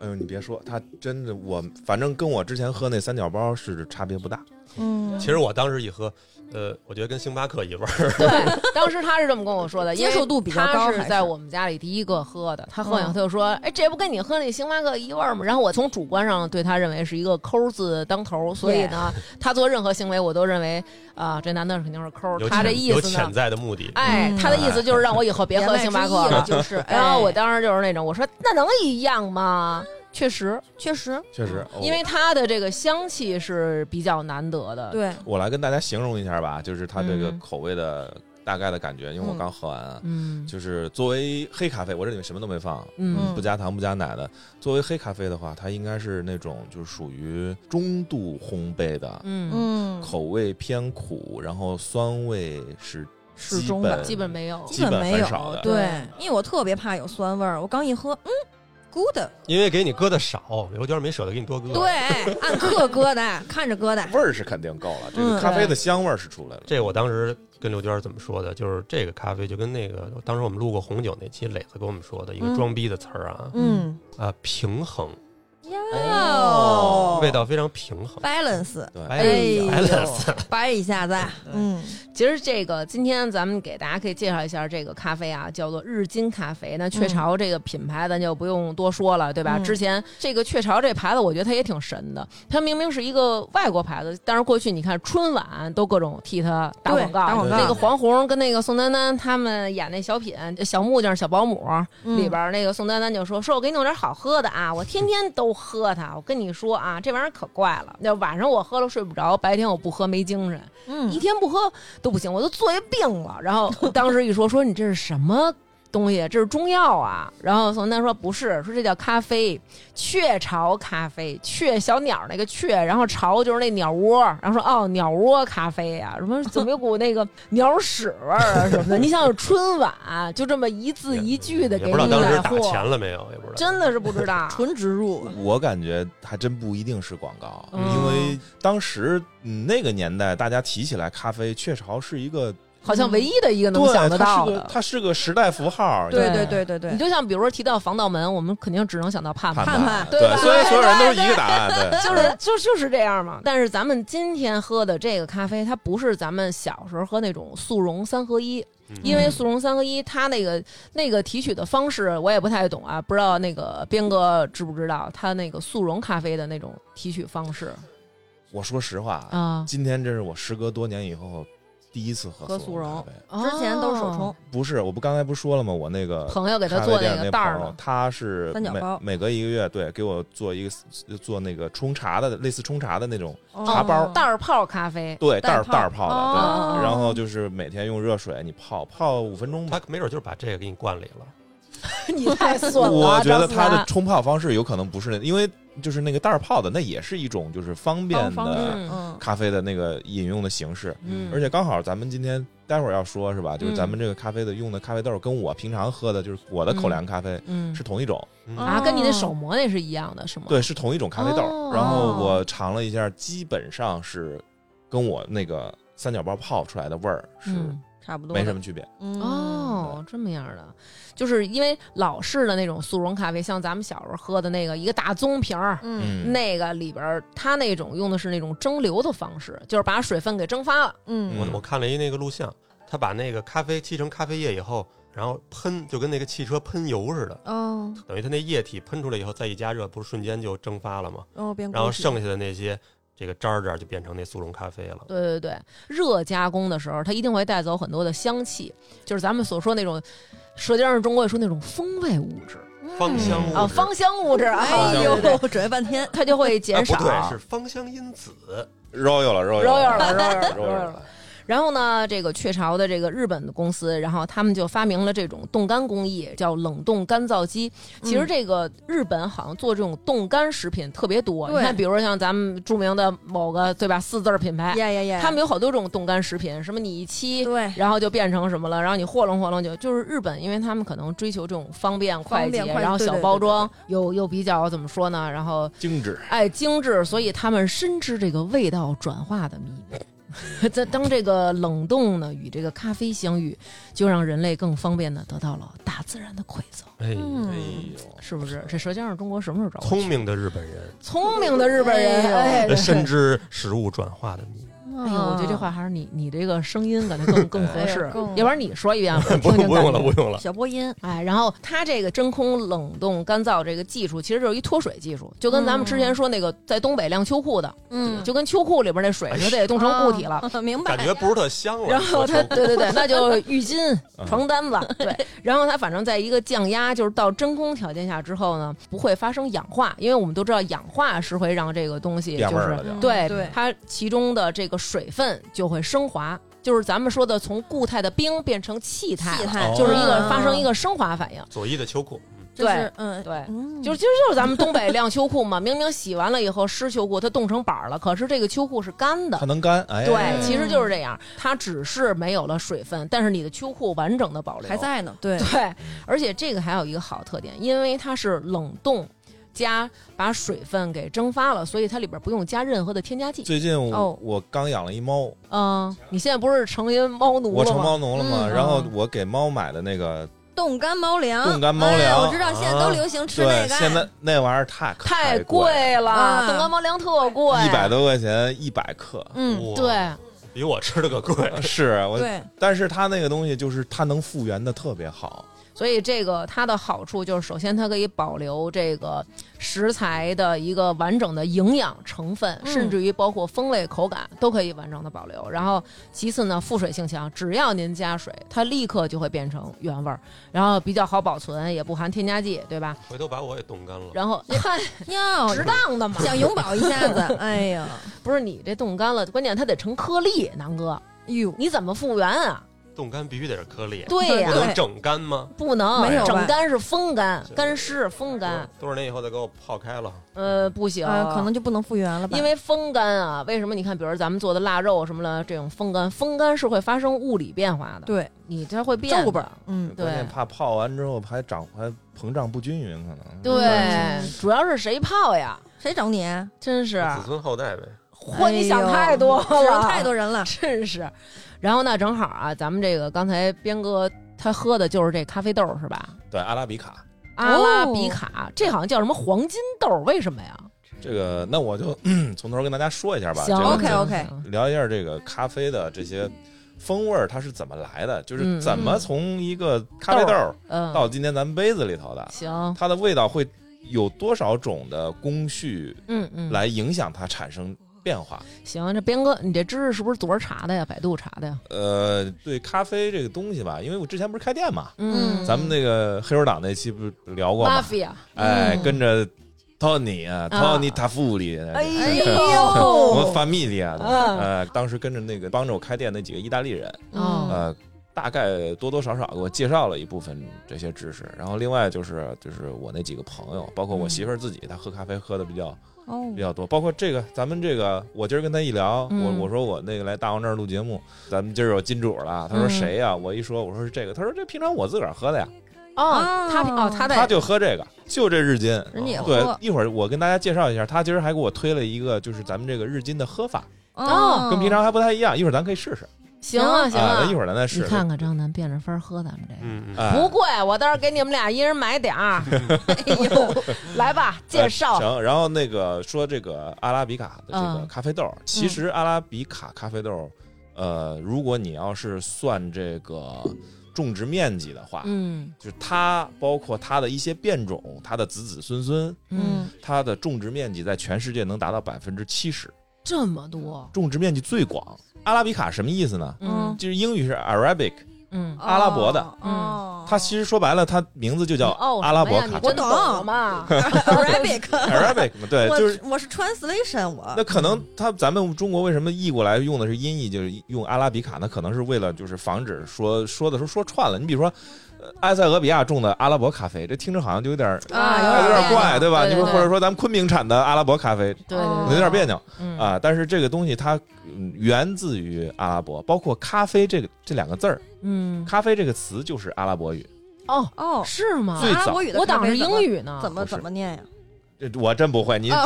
Speaker 5: 哎呦，你别说，它真的，我反正跟我之前喝那三角包是差别不大。
Speaker 4: 嗯，
Speaker 3: 其实我当时一喝，呃，我觉得跟星巴克一
Speaker 1: <laughs>
Speaker 3: 味儿。
Speaker 1: 对，当时他是这么跟我说的，
Speaker 4: 接受度比较高
Speaker 1: 因为
Speaker 4: 还
Speaker 1: 他
Speaker 4: 是
Speaker 1: 是在我们家里第一个喝的，他喝完以后他就说：“哎，这不跟你喝那星巴克一味儿吗？”然后我从主观上对他认为是一个抠字当头，所以呢，他做任何行为我都认为啊、这男的肯定是抠。
Speaker 3: 有
Speaker 1: 他这
Speaker 3: 潜
Speaker 1: 意
Speaker 3: 有
Speaker 1: 思
Speaker 3: 潜
Speaker 1: 呢？
Speaker 3: 在的目的。
Speaker 1: 哎
Speaker 4: 嗯，
Speaker 1: 他的意思就是让我以后别
Speaker 4: 言
Speaker 1: 喝
Speaker 4: 外
Speaker 1: 星巴
Speaker 4: 之
Speaker 1: 克
Speaker 4: 意了，
Speaker 1: 了。哎
Speaker 4: 就是。
Speaker 1: <laughs> 然后我
Speaker 4: 的
Speaker 1: 当时就是那种，我说那能一样吗？确实，
Speaker 4: 确实
Speaker 5: 确实，
Speaker 4: 嗯
Speaker 5: 哦
Speaker 1: 因为它的这个香气是比较难得的。
Speaker 4: 对，
Speaker 5: 我来跟大家形容一下吧，就是它这个
Speaker 1: 嗯
Speaker 5: 口味的大概的感觉，因为我
Speaker 4: 嗯
Speaker 5: 刚喝完啊，
Speaker 1: 嗯
Speaker 5: 就是作为黑咖啡，我这里面什么都没放，
Speaker 1: 嗯
Speaker 5: 不加糖不加奶的。作为黑咖啡的话，它应该是那种就是属于中度烘焙的，
Speaker 1: 嗯，
Speaker 4: 嗯，
Speaker 5: 口味偏苦，然后酸味是
Speaker 4: 适
Speaker 5: 基
Speaker 4: 中
Speaker 5: 本
Speaker 4: 的
Speaker 1: 基本没有。
Speaker 4: 基本
Speaker 5: 基本
Speaker 4: 没
Speaker 5: 很
Speaker 4: 有
Speaker 5: 少的。
Speaker 4: 对，因为我特别怕有酸味儿，我刚一喝，嗯，good，
Speaker 3: 因为给你搁的少，刘娟没舍得给你多搁。
Speaker 4: 对，，按克搁的，看着搁的，
Speaker 5: 味儿是肯定够了，这个
Speaker 4: 嗯
Speaker 5: 咖啡的香味儿是出来了。
Speaker 3: 这我当时跟刘娟怎么说的？就是这个咖啡就跟那个当时我们录过红酒那期，磊子跟我们说的一个
Speaker 4: 嗯
Speaker 3: 装逼的词儿啊，
Speaker 4: <laughs> 嗯，
Speaker 3: 啊，平衡，
Speaker 1: 哦
Speaker 4: 哟
Speaker 3: 哦味道非常平衡。
Speaker 4: balance，
Speaker 5: 对，
Speaker 3: 哎
Speaker 4: 哎呦
Speaker 3: 白了，
Speaker 1: <laughs>
Speaker 4: 掰一下子，嗯
Speaker 1: 其实这个今天咱们给大家可以介绍一下这个咖啡啊，叫做日金咖啡。那雀巢这个品牌咱就不用多说了，对吧？
Speaker 4: 嗯
Speaker 1: 之前这个雀巢这牌子，我觉得它也挺神的。它明明是一个外国牌子，但是过去你看春晚都各种替它打
Speaker 4: 对
Speaker 1: 广告，
Speaker 4: 打
Speaker 5: 广告
Speaker 1: 那个黄宏跟那个宋丹丹他们演那小品小木匠小保姆，
Speaker 4: 嗯
Speaker 1: 里边儿那个宋丹丹就说：“说我给你弄点好喝的啊，我天天都喝喝它。我跟你说啊，这玩意儿可怪了。那晚上我喝了睡不着，白天我不喝没精神，一
Speaker 4: 嗯，
Speaker 1: 天不喝都不行，我都作为病了。然
Speaker 5: <laughs>
Speaker 1: 后当时一说说你这是什么东西？这是中药啊？然后宋丹说不是，说这叫咖啡，雀巢咖啡，雀小鸟那个雀，然后巢就是那鸟窝，然后说哦鸟窝咖啡啊，什么怎么有股那个 <laughs> 鸟屎味儿啊什么的。你想想春晚就这么一字一句的
Speaker 3: 也
Speaker 1: 给
Speaker 3: 不知道
Speaker 1: 你
Speaker 3: 当时
Speaker 1: 带
Speaker 3: 打
Speaker 1: 货，
Speaker 3: 钱了没有，也不知道。
Speaker 1: 真的是不知
Speaker 5: <laughs>
Speaker 1: 道。
Speaker 4: 纯植入，
Speaker 5: 我感觉还真不一定是广告，
Speaker 1: 嗯
Speaker 5: 因为当时嗯那个年代，大家提起来咖啡，雀巢是一个
Speaker 1: 好像唯一的一个能
Speaker 5: 对
Speaker 1: 想得到
Speaker 5: 它是个
Speaker 1: 的。
Speaker 5: 它是个时代符号，
Speaker 4: 对
Speaker 1: 对
Speaker 4: 对对对
Speaker 1: 你
Speaker 4: 对，
Speaker 1: 就像比如说提到防盗门，我们肯定只能想到盼盼
Speaker 5: 盼
Speaker 4: 盼盼
Speaker 5: 对
Speaker 1: 对吧，
Speaker 5: 所以所有人都是一个答案， <laughs> 对，
Speaker 1: <laughs> 就是就就是这样嘛。但是咱们今天喝的这个咖啡，它不是咱们小时候喝那种速溶三合一，
Speaker 3: 嗯
Speaker 1: 因为速溶三合一它那个那个提取的方式我也不太懂啊，不知道那个边哥知不知道它那个速溶咖啡的那种提取方式
Speaker 5: 我说实话啊，
Speaker 1: 啊？
Speaker 5: 今天这是我时隔多年以后第一次喝
Speaker 4: 喝
Speaker 5: 速
Speaker 4: 速溶
Speaker 5: 咖啡，
Speaker 4: 之前都是手冲
Speaker 1: 哦，，
Speaker 5: 不是，我不刚才不是说了吗？我那个
Speaker 1: 朋友给他
Speaker 5: 咖啡
Speaker 1: 做
Speaker 5: 店
Speaker 1: 那
Speaker 5: 那
Speaker 1: 个袋儿
Speaker 5: 朋友
Speaker 1: 嘛，
Speaker 5: 他是
Speaker 4: 三角
Speaker 5: 每
Speaker 4: 包
Speaker 5: 每隔一个月对给我做一个做那个冲茶的，类似冲茶的那种，
Speaker 4: 哦
Speaker 1: 茶
Speaker 5: 包
Speaker 1: 袋儿泡咖啡。
Speaker 5: 对
Speaker 4: 袋
Speaker 5: 袋
Speaker 4: 儿
Speaker 5: 儿
Speaker 4: 泡
Speaker 5: 袋儿泡的，
Speaker 1: 哦
Speaker 5: 对。
Speaker 4: <laughs>
Speaker 5: 然后就是每天用热水你泡泡五分钟吧
Speaker 3: 他，没准就是把这个给你灌里了。
Speaker 1: 你太损了，
Speaker 5: 我觉得
Speaker 1: 张思
Speaker 5: 它的
Speaker 1: 楠
Speaker 5: 冲泡方式有可能不是那，因为就是那个袋儿泡的，那也是一种就是方便
Speaker 4: 方
Speaker 5: 的
Speaker 1: 嗯
Speaker 4: 嗯，
Speaker 5: 咖啡的那个饮用的形式。
Speaker 1: 嗯
Speaker 5: 而且刚好咱们今天待会儿要说是吧，就是
Speaker 1: 嗯
Speaker 5: 咱们这个咖啡的用的咖啡豆跟我平常喝的就是我的口粮咖啡
Speaker 1: 嗯
Speaker 5: 是同一种，
Speaker 3: 嗯
Speaker 1: 啊，跟你
Speaker 4: 哦
Speaker 1: 那手磨那是一样的，是吗？
Speaker 5: 对，是同一种咖啡豆
Speaker 1: 哦。
Speaker 5: 然后我尝了一下，基本上是跟我那个三角包泡出来的味儿是
Speaker 1: 嗯，
Speaker 4: 差不多嗯
Speaker 5: 没什么区别。
Speaker 4: 么
Speaker 1: 哦，这么样的，就是因为老式的那种速溶咖啡，像咱们小时候喝的那个一个大棕瓶儿，
Speaker 4: 嗯
Speaker 1: 那个里边儿它那种用的是那种蒸馏的方式，就是把水分给蒸发了。
Speaker 4: 嗯
Speaker 3: 我我看了一那个录像，他把那个咖啡沏成咖啡液以后，然后喷就跟那个汽车喷油似的，
Speaker 4: 哦
Speaker 3: 等于它那液体喷出来以后再一加热，不是瞬间就蒸发了吗？
Speaker 4: 然后哦
Speaker 1: 嗯
Speaker 4: 变
Speaker 3: 然后
Speaker 4: 枸杞
Speaker 3: 剩下的那些这个渣儿渣儿就变成那速溶咖啡了。
Speaker 1: 对对对，热加工的时候，它一定会带走很多的香气，就是咱们所说那种《舌尖上的中国》说那种风味物质
Speaker 3: 芳哦香物
Speaker 5: 嗯
Speaker 3: 质
Speaker 1: 啊，芳香物质啊，
Speaker 4: 哎
Speaker 1: 对对
Speaker 4: 呦
Speaker 1: 对，
Speaker 4: 准备半天，
Speaker 1: 它就会
Speaker 3: 啊
Speaker 1: 减
Speaker 3: 不
Speaker 1: 少。
Speaker 3: 对，是芳香因子。
Speaker 5: royal 了 royal
Speaker 1: 揉 <laughs> 眼了，揉眼了，揉
Speaker 5: royal
Speaker 1: 眼了。然后呢，这个雀巢的这个日本的公司，然后他们就发明了这种冻干工艺，叫冷冻干燥机。
Speaker 4: 嗯
Speaker 1: 其实这个日本好像做这种冻干食品特别多，
Speaker 4: 对
Speaker 1: 你看，比如说像咱们著名的某个对吧四字儿品牌，
Speaker 4: 呀呀呀，
Speaker 1: 哎他们有好多这种冻干食品，什么你一期。
Speaker 4: 对
Speaker 1: 然后就变成什么了？然后你和弄和弄就就是日本，因为他们可能追求这种方便快捷，
Speaker 4: 方便快
Speaker 1: 然后
Speaker 4: 对
Speaker 1: 小
Speaker 4: 对
Speaker 1: 包
Speaker 4: 对对
Speaker 1: 装又又比较怎么说呢？然后
Speaker 5: 精致。
Speaker 1: 哎，精致，所以他们深知这个味道转化的秘密。 <laughs> 在当这个冷冻呢与这个咖啡相遇，就让人类更方便的得到了大自然的馈赠，
Speaker 3: 哎，
Speaker 4: 嗯
Speaker 5: 哎呦，
Speaker 1: 是不是？这《舌尖上的中国》什么时候找我去
Speaker 3: 聪明的日本人
Speaker 1: 聪明的日本人，
Speaker 4: 哎
Speaker 1: 哎，
Speaker 3: 那
Speaker 1: 对
Speaker 3: 深知食物转化的秘密。
Speaker 1: 哎呦，我觉得这话还是你你这个声音感觉更更合适
Speaker 4: 哎，更
Speaker 1: 要不然你说一遍，
Speaker 3: <laughs>
Speaker 1: 我
Speaker 3: <laughs> 不
Speaker 1: 听听
Speaker 3: 用不用
Speaker 1: 感
Speaker 3: 了，
Speaker 1: 觉。
Speaker 3: 不用了。
Speaker 4: 小波音，
Speaker 1: 哎，然后它这个真空冷冻干燥这个技术，其实就是一脱水技术，就跟咱们之前说那个在东北晾秋裤的，
Speaker 4: 嗯，
Speaker 1: 就跟秋裤里边那水似的，也冻成固体了。
Speaker 4: 哦，明白，
Speaker 3: 感觉不是特香了。
Speaker 1: 然后
Speaker 4: <laughs>
Speaker 1: 它，对对对，那就浴巾
Speaker 5: 嗯、
Speaker 1: 床单子，对。然后它反正在一个降压，就是到真空条件下之后呢，不会发生氧化，因为我们都知道氧化是会让这个东西
Speaker 5: 变味
Speaker 1: 就
Speaker 5: 儿
Speaker 1: 是
Speaker 5: 了就。
Speaker 1: 对
Speaker 4: 嗯对
Speaker 1: 它其中的这个水分就会升华，就是咱们说的从固态的冰变成气态
Speaker 4: 气
Speaker 1: 了，嗯
Speaker 4: 态
Speaker 5: 哦
Speaker 1: 就是一个发生一
Speaker 4: 个，
Speaker 1: 个升华反应。
Speaker 3: 左一的秋裤，
Speaker 4: 就是
Speaker 1: 对
Speaker 4: 嗯，
Speaker 1: 对
Speaker 4: 嗯
Speaker 1: 就是其实就是咱们东北晾秋裤嘛，明明洗完了以后湿秋裤它冻成板儿了，可是这个秋裤是干的
Speaker 5: 它，能干，哎，
Speaker 1: 对，其实就是这样，它只是没有了水分，但是你的秋裤完整的保留
Speaker 4: 还。在呢，对，
Speaker 1: 对，而且这个还有一个好特点，因为它是冷冻加把水分给蒸发了，所以它里边不用加任何的添加剂。
Speaker 5: 最近我,、
Speaker 4: 哦
Speaker 5: 我刚养了一猫，
Speaker 1: 嗯、你现在不是成为猫奴
Speaker 5: 我
Speaker 1: 了
Speaker 5: 成
Speaker 1: 吗？
Speaker 5: 猫奴了嘛，
Speaker 4: 嗯
Speaker 5: 然后
Speaker 1: 嗯
Speaker 5: 我给猫买的那个，
Speaker 4: 冻干猫粮，
Speaker 5: 冻干猫粮啊
Speaker 4: 哎我知道现在都流行吃那
Speaker 5: 对，
Speaker 4: 个，
Speaker 5: 现在那玩意儿太
Speaker 1: 太
Speaker 5: 贵，
Speaker 1: 贵了，
Speaker 4: 啊
Speaker 1: 冻干猫粮特贵，
Speaker 5: 一百多块钱一百
Speaker 1: <laughs>
Speaker 5: 克，
Speaker 4: 嗯，
Speaker 3: 哇，
Speaker 1: 对，
Speaker 3: 比
Speaker 1: <laughs>
Speaker 3: 我吃的可贵。
Speaker 5: 是我， <laughs>
Speaker 4: 对，
Speaker 5: 但是它那个东西就是它能复原的特别好，
Speaker 1: 所以这个它的好处就是，首先它可以保留这个食材的一个完整的营养成分，
Speaker 4: 嗯
Speaker 1: 甚至于包括风味、口感都可以完整的保留。然后其次呢，复水性强，只要您加水，它立刻就会变成原味儿，然后比较好保存，也不含添加剂，对吧？
Speaker 3: 回头把我也冻干了。
Speaker 1: 然后
Speaker 4: 哟，
Speaker 1: 适当的嘛，
Speaker 4: 想永保一下子，哎呀，
Speaker 1: <laughs> 不是你这冻干了，关键它得成颗粒，南哥，
Speaker 4: 哟，
Speaker 1: 你怎么复原啊？
Speaker 3: 冻干必须得是颗粒，
Speaker 1: <laughs> 对呀、
Speaker 3: 不能
Speaker 4: 对
Speaker 3: 整干吗？
Speaker 1: 不能
Speaker 4: 没有吧
Speaker 1: 整干是风干，
Speaker 3: 行
Speaker 1: 干湿风干，
Speaker 3: 多少年以后再给我泡开了，
Speaker 1: 呃，不行，
Speaker 4: 啊，可能就不能复原了吧？
Speaker 1: 因为风干啊，为什么你看，比如咱们做的腊肉啊什么的，这种风干，风干是会发生物理变化的，
Speaker 4: 对
Speaker 1: 你这会变
Speaker 4: 皱
Speaker 1: 的
Speaker 4: 巴，。嗯，
Speaker 1: 对
Speaker 5: 关键怕泡完之后还长还膨胀不均匀，可能
Speaker 1: 对，主要是谁泡呀？
Speaker 4: 谁找你？
Speaker 1: 真是，
Speaker 5: 嗯
Speaker 3: 子孙后代呗。
Speaker 1: 嚯，你
Speaker 4: 哎
Speaker 1: 想
Speaker 4: 呦
Speaker 1: 太多了，
Speaker 4: 指望太多人了，
Speaker 1: 真是。然后呢，正好啊，咱们这个刚才边哥他喝的就是这咖啡豆是吧？
Speaker 5: 对阿拉比卡
Speaker 1: 阿拉比卡，这好像叫什么黄金豆，为什么呀？
Speaker 5: 这个，那我就 <clears throat> 从头跟大家说一下吧。
Speaker 1: 行嗯
Speaker 5: 这个
Speaker 4: OK，OK
Speaker 1: 行
Speaker 5: 聊一下这个咖啡的这些风味儿，它是怎么来的？就
Speaker 1: 嗯
Speaker 5: 是怎么从一个咖啡豆儿
Speaker 1: 嗯，
Speaker 5: 到今天咱们杯子里头的，
Speaker 1: 行，
Speaker 5: 它的味道会有多少种的工序
Speaker 1: 嗯嗯，
Speaker 5: 来影响它产生变化？
Speaker 1: 行，这边哥，你这知识是不是昨儿查的呀？百度查的呀？
Speaker 5: 呃，对咖啡这个东西吧，因为我之前不是开店嘛，
Speaker 4: 嗯
Speaker 5: 咱们那个黑手党那期不是聊过吗？
Speaker 1: ，mafia，
Speaker 5: 哎，
Speaker 1: 嗯
Speaker 5: 跟着 Tony 啊
Speaker 1: 啊
Speaker 5: ，Tony 塔夫里，
Speaker 1: 哎
Speaker 4: 呦
Speaker 5: 我
Speaker 1: 呦
Speaker 5: 们，翻密里啊，
Speaker 1: 嗯
Speaker 5: 呃，当时跟着那个帮着我开店那几个意大利人，
Speaker 1: 嗯
Speaker 5: 呃，大概多多少少给我介绍了一部分这些知识，然后另外就是就是我那几个朋友，包括我
Speaker 1: 嗯
Speaker 5: 媳妇儿自己，她喝咖啡喝的比较
Speaker 4: 哦
Speaker 5: 比较多，包括这个咱们这个，我今儿跟她一聊，我
Speaker 1: 嗯
Speaker 5: 我说我那个来大王这儿录节目，咱们今儿有金主了，她说
Speaker 1: 嗯
Speaker 5: 谁呀？我一说我说是这个，她说这平常我自个儿喝的呀，
Speaker 1: 哦，他
Speaker 4: 哦
Speaker 1: 哦，他
Speaker 5: 她
Speaker 1: 在，
Speaker 5: 就喝这个，就这日金。
Speaker 1: 嗯
Speaker 4: 人家也
Speaker 5: 对
Speaker 1: 哦
Speaker 4: 喝，，
Speaker 5: 一会儿我跟大家介绍一下，她今儿还给我推了一个，就是咱们这个日金的喝法，
Speaker 1: 哦
Speaker 5: 跟平常还不太一样。一会儿咱可以试试，
Speaker 1: 行啊行
Speaker 5: 啊，
Speaker 1: 啊
Speaker 5: 咱一，会儿咱再
Speaker 1: 你
Speaker 5: 试。
Speaker 1: 看看张楠变着法儿喝咱们这个。
Speaker 3: 嗯嗯，
Speaker 5: 哎，
Speaker 1: 不贵，我到时候给你们俩一人买点儿。
Speaker 5: <laughs>
Speaker 1: 哎呦，来吧，介
Speaker 5: 呃
Speaker 1: 绍。
Speaker 5: 行，然后那个说这个阿拉比卡的这个
Speaker 1: 嗯
Speaker 5: 咖啡豆儿，其实阿拉比卡咖啡豆儿，呃，如果你要是算这个种植面积的话，
Speaker 1: 嗯
Speaker 5: 就是它包括它的一些变种，它的子子孙孙，
Speaker 1: 嗯，
Speaker 5: 它的种植面积在全世界能达到百分之七十，
Speaker 1: 这么多。
Speaker 5: 种植面积最广。阿拉比卡什么意思呢？
Speaker 1: 嗯
Speaker 5: 就是英语是 Arabic，
Speaker 1: 嗯，
Speaker 5: 阿拉伯的嗯
Speaker 4: 哦，
Speaker 5: 它其实说白了，它名字就叫
Speaker 1: 哦
Speaker 5: 阿拉伯
Speaker 1: 什么呀
Speaker 5: 卡
Speaker 1: 你真懂哦嘛？
Speaker 4: <laughs> Arabic，
Speaker 5: Arabic，嘛
Speaker 1: <laughs>
Speaker 5: 对，
Speaker 4: 我
Speaker 5: 就是
Speaker 4: 我是 translation，我
Speaker 5: 那可能他咱们中国为什么译过来用的是音译，就是用阿拉比卡呢？可能是为了就是防止说说的时候说串了。你比如说，呃埃塞俄比亚种的阿拉伯咖啡，这听着好像就有点儿
Speaker 1: 啊
Speaker 5: 有点儿怪，
Speaker 1: 对
Speaker 5: 对吧？
Speaker 1: 对
Speaker 5: 你
Speaker 1: 对
Speaker 5: 说或者说咱们昆明产的阿拉伯咖啡，
Speaker 1: 对
Speaker 4: 哦
Speaker 5: 有点别扭
Speaker 1: 嗯
Speaker 5: 啊。但是这个东西它嗯源自于阿拉伯，包括咖啡这个这两个字儿，
Speaker 1: 嗯
Speaker 5: 咖啡这个词就是阿拉伯语。
Speaker 1: 哦，
Speaker 4: 哦，
Speaker 1: 是吗？
Speaker 5: 最早
Speaker 4: 阿拉伯语的
Speaker 1: 我当
Speaker 4: 咖
Speaker 1: 是
Speaker 4: 啡怎么
Speaker 1: 英语啊呢，
Speaker 4: 怎么
Speaker 5: 不是
Speaker 4: 怎么念呀？
Speaker 5: 这我真不会，您
Speaker 4: 哦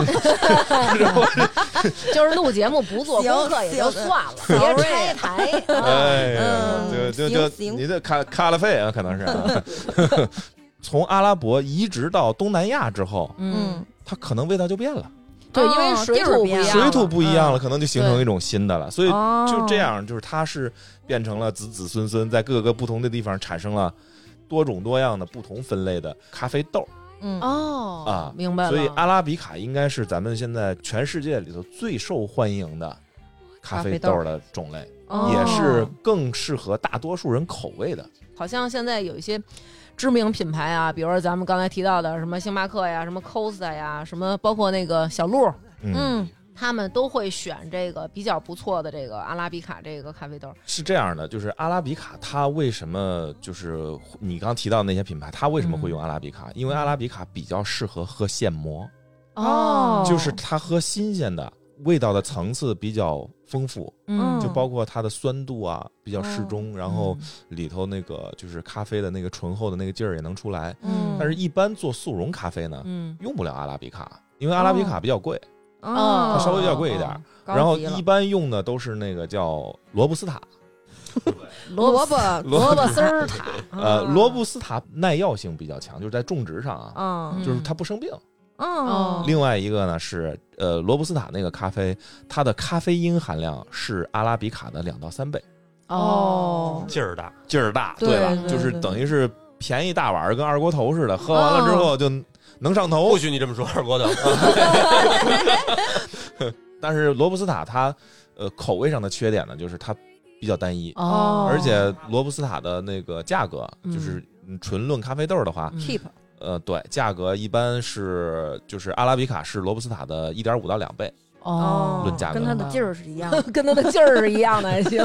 Speaker 1: 就是录节目不做功课也就算了，
Speaker 4: 行
Speaker 1: 别拆
Speaker 4: <laughs>
Speaker 1: 台。啊
Speaker 5: 哎呀，
Speaker 4: 嗯
Speaker 5: 就
Speaker 4: 行
Speaker 5: 就就
Speaker 4: 行
Speaker 5: 你这卡卡了费啊，可能是、 <laughs> 啊。从阿拉伯移植到东南亚之后，
Speaker 1: 嗯，，
Speaker 5: 它可能味道就变了，
Speaker 1: 对，因为水土不一样了，
Speaker 5: 水土不一样
Speaker 1: 了。
Speaker 5: 了，可能就形成一种新的了。所以
Speaker 4: 哦
Speaker 5: 就这，样，就是它是变成了子子孙孙在各个不同的地方产生了多种多样的不同分类的咖啡豆。
Speaker 4: 嗯，
Speaker 1: 哦
Speaker 5: 啊
Speaker 1: 明白了。
Speaker 5: 所以阿拉比卡应该是咱们现在全世界里头最受欢迎的咖啡豆的种类，
Speaker 1: 哦
Speaker 5: 也是更适合大多数人口味的。
Speaker 1: 好像现在有一些知名品牌啊，比如说咱们刚才提到的什么星巴克呀、什么 Costa 呀、什么包括那个小鹿，
Speaker 4: 嗯，
Speaker 1: 他们都会选这个比较不错的这个阿拉比卡这个咖啡豆。
Speaker 5: 是这样的，就是阿拉比卡，它为什么就是你刚提到那些品牌，它为什么
Speaker 4: 嗯
Speaker 5: 会用阿拉比卡？因为阿拉比卡比较适合喝现磨，
Speaker 4: 哦
Speaker 5: 就是它喝新鲜的，味道的层次比较丰富，
Speaker 1: 嗯，
Speaker 4: 嗯哦
Speaker 5: 就包括它的酸度啊比较适中，然后里头那个就是咖啡的那个醇厚的那个劲儿也能出来。
Speaker 1: 嗯
Speaker 5: 但是，一般做速溶咖啡呢，
Speaker 1: 嗯，
Speaker 5: 用不了阿拉比卡，因为阿拉比卡比较贵，
Speaker 1: 哦
Speaker 5: 它稍微比较贵一点
Speaker 1: 哦
Speaker 5: 儿。
Speaker 4: 高
Speaker 5: 然后
Speaker 4: 级了
Speaker 5: 一般用的都是那个叫罗布斯塔，
Speaker 1: 萝
Speaker 4: 萝
Speaker 1: 卜
Speaker 4: 卜
Speaker 1: 萝卜丝
Speaker 5: <laughs>
Speaker 1: 儿塔，嗯
Speaker 4: 啊
Speaker 5: 呃，罗布斯塔耐药性比较强，就是在种植上啊，
Speaker 4: 嗯
Speaker 5: 就是它不生病。
Speaker 1: 哦
Speaker 5: 另外一个呢是，呃，罗布斯塔那个咖啡，它的咖啡因含量是阿拉比卡的两到三倍，
Speaker 1: 哦
Speaker 4: 哦
Speaker 3: 劲儿大，
Speaker 5: 劲儿大，
Speaker 1: 对
Speaker 5: 吧？
Speaker 1: 对哦
Speaker 5: 就是
Speaker 4: 对
Speaker 5: 等于是便宜大碗儿，跟二锅头似的，喝完了之后就能上头
Speaker 3: 不。许你这么说，二锅头。
Speaker 5: 但是罗布斯塔它呃口味上的缺点呢，就是它比较单一，
Speaker 1: 哦，
Speaker 5: 而且罗布斯塔的那个价格，就是嗯纯论咖啡豆的话，
Speaker 1: 嗯
Speaker 4: cheap
Speaker 5: 呃，对，价格一般是就是阿拉比卡是罗布斯塔的一点五到两倍。
Speaker 1: 哦，
Speaker 5: 论价格
Speaker 4: 跟它的劲儿是一样的。
Speaker 1: <laughs> 跟他的劲儿是一样的，还行。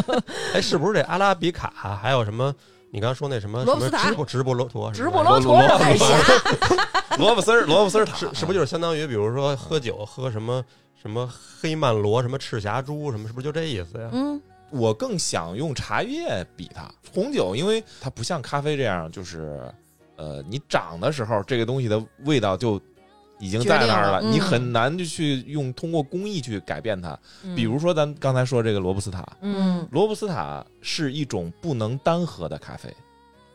Speaker 3: 哎，是不是这阿拉比卡还有什么？你刚刚说那什么什
Speaker 4: 罗布
Speaker 3: 么
Speaker 4: 斯塔
Speaker 3: 直布直布罗陀是吧，
Speaker 1: 直布罗陀是海峡，
Speaker 5: 罗布丝儿，罗布丝儿塔
Speaker 3: 是是不是就是相当于比如说喝酒喝什么什么黑曼罗什么赤霞珠什么，是不是就这意思呀？
Speaker 4: 嗯，
Speaker 5: 我更想用茶叶比它。红酒，因为它不像咖啡这样，就是呃，你长的时候这个东西的味道就已经在那儿
Speaker 4: 决
Speaker 5: 了，
Speaker 4: 定了嗯
Speaker 5: 你很难就去用通过工艺去改变它。 <laughs>
Speaker 4: 嗯
Speaker 5: 比如说咱们刚才说这个罗布斯塔，
Speaker 1: 嗯，
Speaker 5: 罗布斯塔是一种不能单喝的咖啡，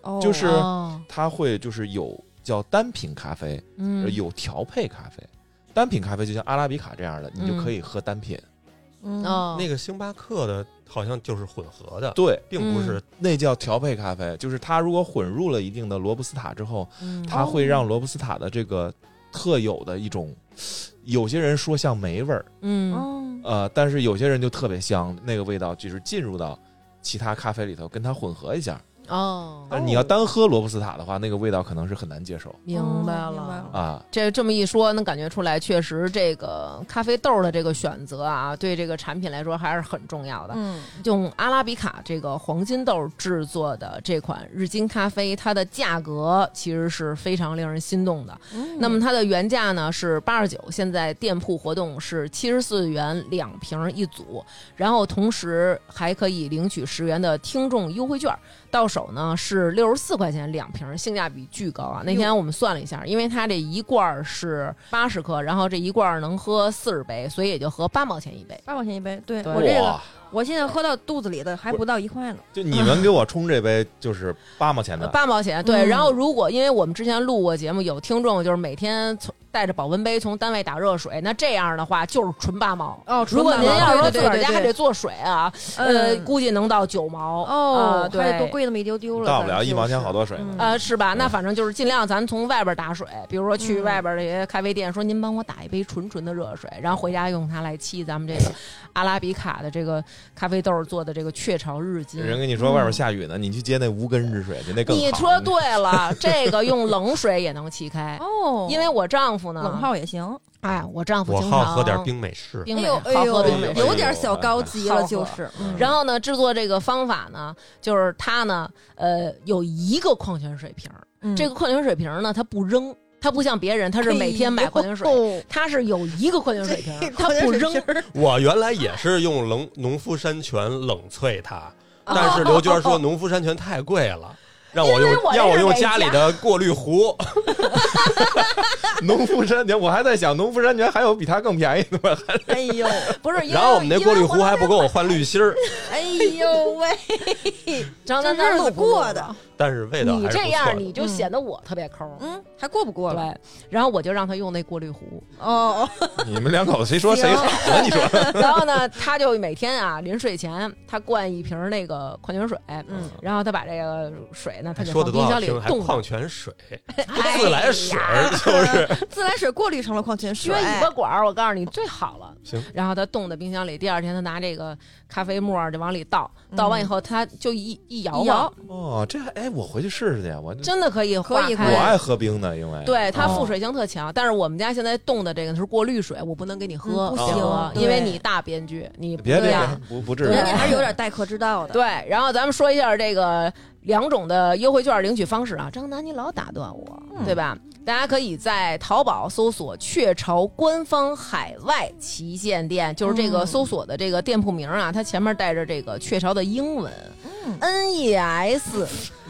Speaker 4: 哦，
Speaker 5: 就是
Speaker 1: 哦
Speaker 5: 它会就是有叫单品咖啡，
Speaker 1: 嗯，
Speaker 5: 有调配咖啡。单品咖啡就像阿拉比卡这样的，你就
Speaker 1: 嗯
Speaker 5: 可以喝单品。
Speaker 4: 嗯
Speaker 1: 哦，
Speaker 3: 那个星巴克的好像就是混合的，
Speaker 5: 对，
Speaker 3: 并不是
Speaker 5: 那叫调配咖啡，就是它如果混入了一定的罗布斯塔之后，
Speaker 1: 嗯
Speaker 5: 它会让罗布斯塔的这个特有的一种，有些人说像霉味儿，
Speaker 1: 嗯
Speaker 4: 哦，
Speaker 5: 呃，但是有些人就特别香，那个味道就是进入到其他咖啡里头跟它混合一下。
Speaker 1: 哦，
Speaker 5: 但是你要单喝罗布斯塔的话，那个味道可能是很难接受
Speaker 1: 明白
Speaker 4: 哦明白
Speaker 1: 了
Speaker 4: 了。
Speaker 5: 啊。
Speaker 1: 这这么一说，能感觉出来，确实这个咖啡豆的这个选择啊，对这个产品来说还是很重要的。
Speaker 4: 嗯，
Speaker 1: 用阿拉比卡这个黄金豆制作的这款日金咖啡，它的价格其实是非常令人心动的。
Speaker 4: 嗯
Speaker 1: 那么它的原价呢是八十九，现在店铺活动是七十四元两瓶一组，然后同时还可以领取十元的听众优惠券，到手呢是六十四块钱两瓶，性价比巨高啊！那天我们算了一下，因为它这一罐儿是八十克，然后这一罐儿能喝四十杯，所以也就合八毛钱一杯。
Speaker 4: 八毛钱一杯，对
Speaker 1: 对
Speaker 4: 我这个
Speaker 5: 哇，
Speaker 4: 我现在喝到肚子里的还不到一块呢。
Speaker 5: 就你们给我冲这杯就是八毛钱
Speaker 1: <laughs>
Speaker 5: 的，
Speaker 1: 八毛钱，对。
Speaker 4: 嗯
Speaker 1: 然后如果因为我们之前录过节目，有听众就是每天从带着保温杯从单位打热水，那这样的话就是纯八毛。
Speaker 4: 哦
Speaker 1: 如果您要是说自个儿家还
Speaker 4: 还
Speaker 1: 得做水啊，呃，估计能到九毛
Speaker 4: 嗯哦，
Speaker 1: 啊
Speaker 4: 还得多
Speaker 1: 对。
Speaker 4: 贵那么一丢丢了，
Speaker 5: 到不了一毛钱好
Speaker 4: 多。
Speaker 5: 多水呢。
Speaker 4: 嗯嗯
Speaker 1: 呃，是吧？那反正就是尽量，咱们从外边打水，比如说去外边这些咖啡店，说您帮我打一杯纯纯的热水，然后回家用它来沏咱们这
Speaker 4: <laughs>
Speaker 1: 个阿拉比卡的这个咖啡豆做的这个雀巢日金。
Speaker 5: 人跟你说外边下雨呢，你去接那无根之水去，那更好。
Speaker 1: 你说对了，这个用冷水也能沏开，
Speaker 4: 哦，
Speaker 1: 因为我丈夫呢，
Speaker 4: 冷泡也行，
Speaker 1: 哎，我丈夫
Speaker 3: 我
Speaker 1: 经
Speaker 3: 好
Speaker 1: 常
Speaker 3: 喝点冰美式，
Speaker 1: 冰美，
Speaker 4: 哎
Speaker 1: 好
Speaker 4: 呦
Speaker 1: 喝
Speaker 4: 哎
Speaker 1: 冰
Speaker 4: 呦
Speaker 1: 美
Speaker 5: 式
Speaker 4: 有点小高级
Speaker 1: 好
Speaker 4: 了，
Speaker 1: 喝
Speaker 4: 就是。嗯
Speaker 1: 然后呢，制作这个方法呢，就是他呢，呃，有一个矿泉水瓶儿，
Speaker 4: 嗯
Speaker 1: 这个矿泉水瓶儿呢，他不扔，他不像别人，他是每天买矿泉水， <laughs>
Speaker 4: 哦
Speaker 1: 他是有一个矿泉水瓶
Speaker 4: <laughs>
Speaker 1: 儿，他
Speaker 4: 矿泉
Speaker 1: 不
Speaker 4: 水
Speaker 1: 扔
Speaker 4: 瓶，儿
Speaker 3: 我原来也是用冷农夫山泉冷萃它，
Speaker 1: 哦
Speaker 3: <laughs> 但是刘娟说农夫山泉太贵了。让我用
Speaker 1: 因为我这是
Speaker 3: 让我用
Speaker 1: 美
Speaker 3: 家里的过滤壶，
Speaker 5: 农夫山泉，我还在想农夫山泉还有比它更便宜的吗？
Speaker 4: 哎呦，
Speaker 1: 不 <laughs> 是，因为
Speaker 3: 然后我们那过滤壶还不够我换滤芯儿，
Speaker 4: 哎呦喂，
Speaker 1: 张丹
Speaker 4: 这
Speaker 1: 丹
Speaker 4: 日子
Speaker 1: 录不录
Speaker 4: 过的
Speaker 1: 啊
Speaker 3: 但是味道
Speaker 1: 你
Speaker 3: 还是不
Speaker 1: 这
Speaker 3: 错
Speaker 1: 样
Speaker 3: 的。
Speaker 1: 你就显得我特别抠儿。
Speaker 4: 嗯，还过不过了？
Speaker 1: 对，然后我就让他用那过滤
Speaker 4: <laughs>
Speaker 1: 壶，
Speaker 4: 哦，
Speaker 5: 你们两口子谁说谁好呢？你说，
Speaker 1: 然后呢，他就每天啊临睡前，他灌一瓶那个矿泉水，
Speaker 4: 嗯，
Speaker 1: 然后他把这个水呢，他就
Speaker 3: 哎说
Speaker 1: 放
Speaker 3: 的多
Speaker 1: 冰
Speaker 3: 好
Speaker 1: 箱里
Speaker 3: 听，还
Speaker 1: 冻
Speaker 3: 矿泉水，
Speaker 1: 哎
Speaker 3: 自来水
Speaker 1: 呀
Speaker 3: 儿就是
Speaker 4: 自来水过滤成了矿泉水
Speaker 1: 撅，尾巴管儿，我告诉你最好了。
Speaker 3: 行，
Speaker 1: 然后他冻在冰箱里，第二天他拿这个咖啡沫儿就往里倒，倒完以后他就一一摇
Speaker 4: 一
Speaker 1: 晃
Speaker 4: 摇，
Speaker 5: 哦，这还哎，我回去试试去。我
Speaker 1: 真的可以化
Speaker 4: 可以
Speaker 1: 开
Speaker 4: 可以
Speaker 5: 我爱喝冰的，因为
Speaker 1: 对它
Speaker 5: 哦
Speaker 1: 附水性特强，但是我们家现在冻的这个是过滤水，我不能给你喝，
Speaker 4: 嗯不
Speaker 5: 行
Speaker 1: 喝
Speaker 4: 对
Speaker 1: 因为你大编剧，你不
Speaker 5: 别别
Speaker 1: 对
Speaker 5: 别
Speaker 1: 呀，
Speaker 5: 不不至于
Speaker 1: 对
Speaker 4: 啊人。家还是有点待客之道的。
Speaker 1: 对，然后咱们说一下这个两种的优惠券领取方式啊，张楠你老打断我，
Speaker 4: 嗯
Speaker 1: 对吧？大家可以在淘宝搜索“雀巢官方海外旗舰店”，就是这个
Speaker 4: 嗯
Speaker 1: 搜索的这个店铺名啊，它前面带着这个雀巢的英文、
Speaker 4: 嗯
Speaker 1: N E S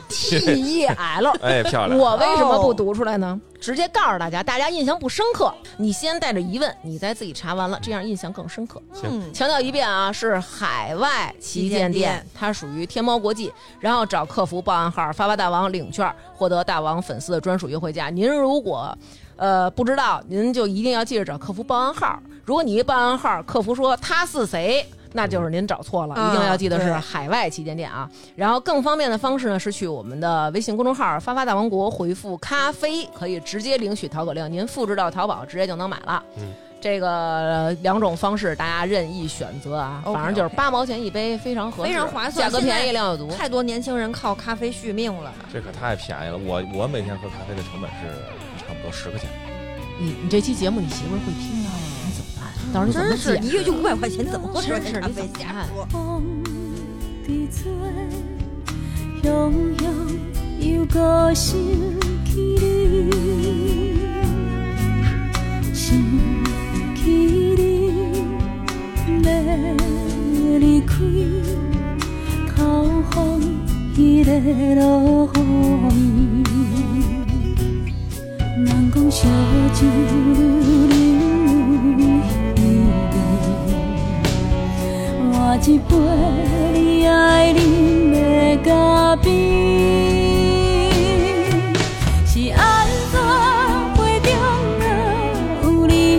Speaker 1: T E
Speaker 4: <laughs>
Speaker 1: L。
Speaker 5: 哎，漂亮！
Speaker 1: 我为什么
Speaker 4: 哦
Speaker 1: 不读出来呢？直接告诉大家，大家印象不深刻。你先带着疑问，你再自己查完了，这样印象更深刻。
Speaker 4: 嗯，
Speaker 1: 强调一遍啊，是海外旗舰
Speaker 4: 旗
Speaker 1: 店
Speaker 4: 舰店，
Speaker 1: 它属于天猫国际。然后找客服报暗号“发发大王”领券，获得大王粉丝的专属优惠价。您如果呃不知道，您就一定要记着找客服报暗号。如果你一报暗号，客服说他是谁，那就是您找错了，
Speaker 4: 嗯
Speaker 1: 一定要记得是
Speaker 4: 对
Speaker 1: 海外旗舰店啊。然后更方便的方式呢是去我们的微信公众号“发发大王国”回复“咖啡”，可以直接领取淘口令，您复制到淘宝直接就能买了。
Speaker 3: 嗯。
Speaker 1: 这个呃两种方式大家任意选择啊，
Speaker 4: OK，
Speaker 1: 反正就是
Speaker 4: OK
Speaker 1: 八毛钱一杯，非常合适，
Speaker 4: 非常划算
Speaker 1: 价格
Speaker 4: 现在
Speaker 1: 便宜，量又足。
Speaker 4: 太多年轻人靠咖啡续命了。
Speaker 5: 这可太便宜了。我我每天喝咖啡的成本是差不多十块钱。
Speaker 1: 你你这期节目你媳妇儿会听到，你怎么办？到时候怎么
Speaker 4: 真是，
Speaker 1: 解
Speaker 4: 一月就五百块钱，怎么喝十块钱的咖啡
Speaker 1: 真是你？怎么
Speaker 4: 瞎
Speaker 1: 看
Speaker 4: 说。
Speaker 2: 风闭嘴，容容又搁想起你，想起你要离开，口风迄个落雨。人讲烧酒流流换一杯你爱饮的咖啡，是安怎杯中若有你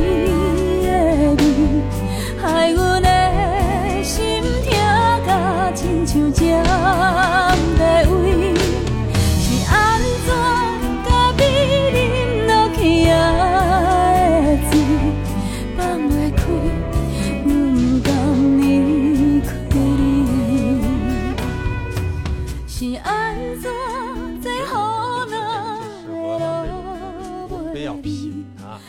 Speaker 2: 的味，害阮的心痛甲亲像针在位。是安怎甲你饮落去的醉，放袂开。不甘离开你，
Speaker 1: 嗯
Speaker 2: 是安怎在好难的
Speaker 3: 非要比 <laughs> 啊，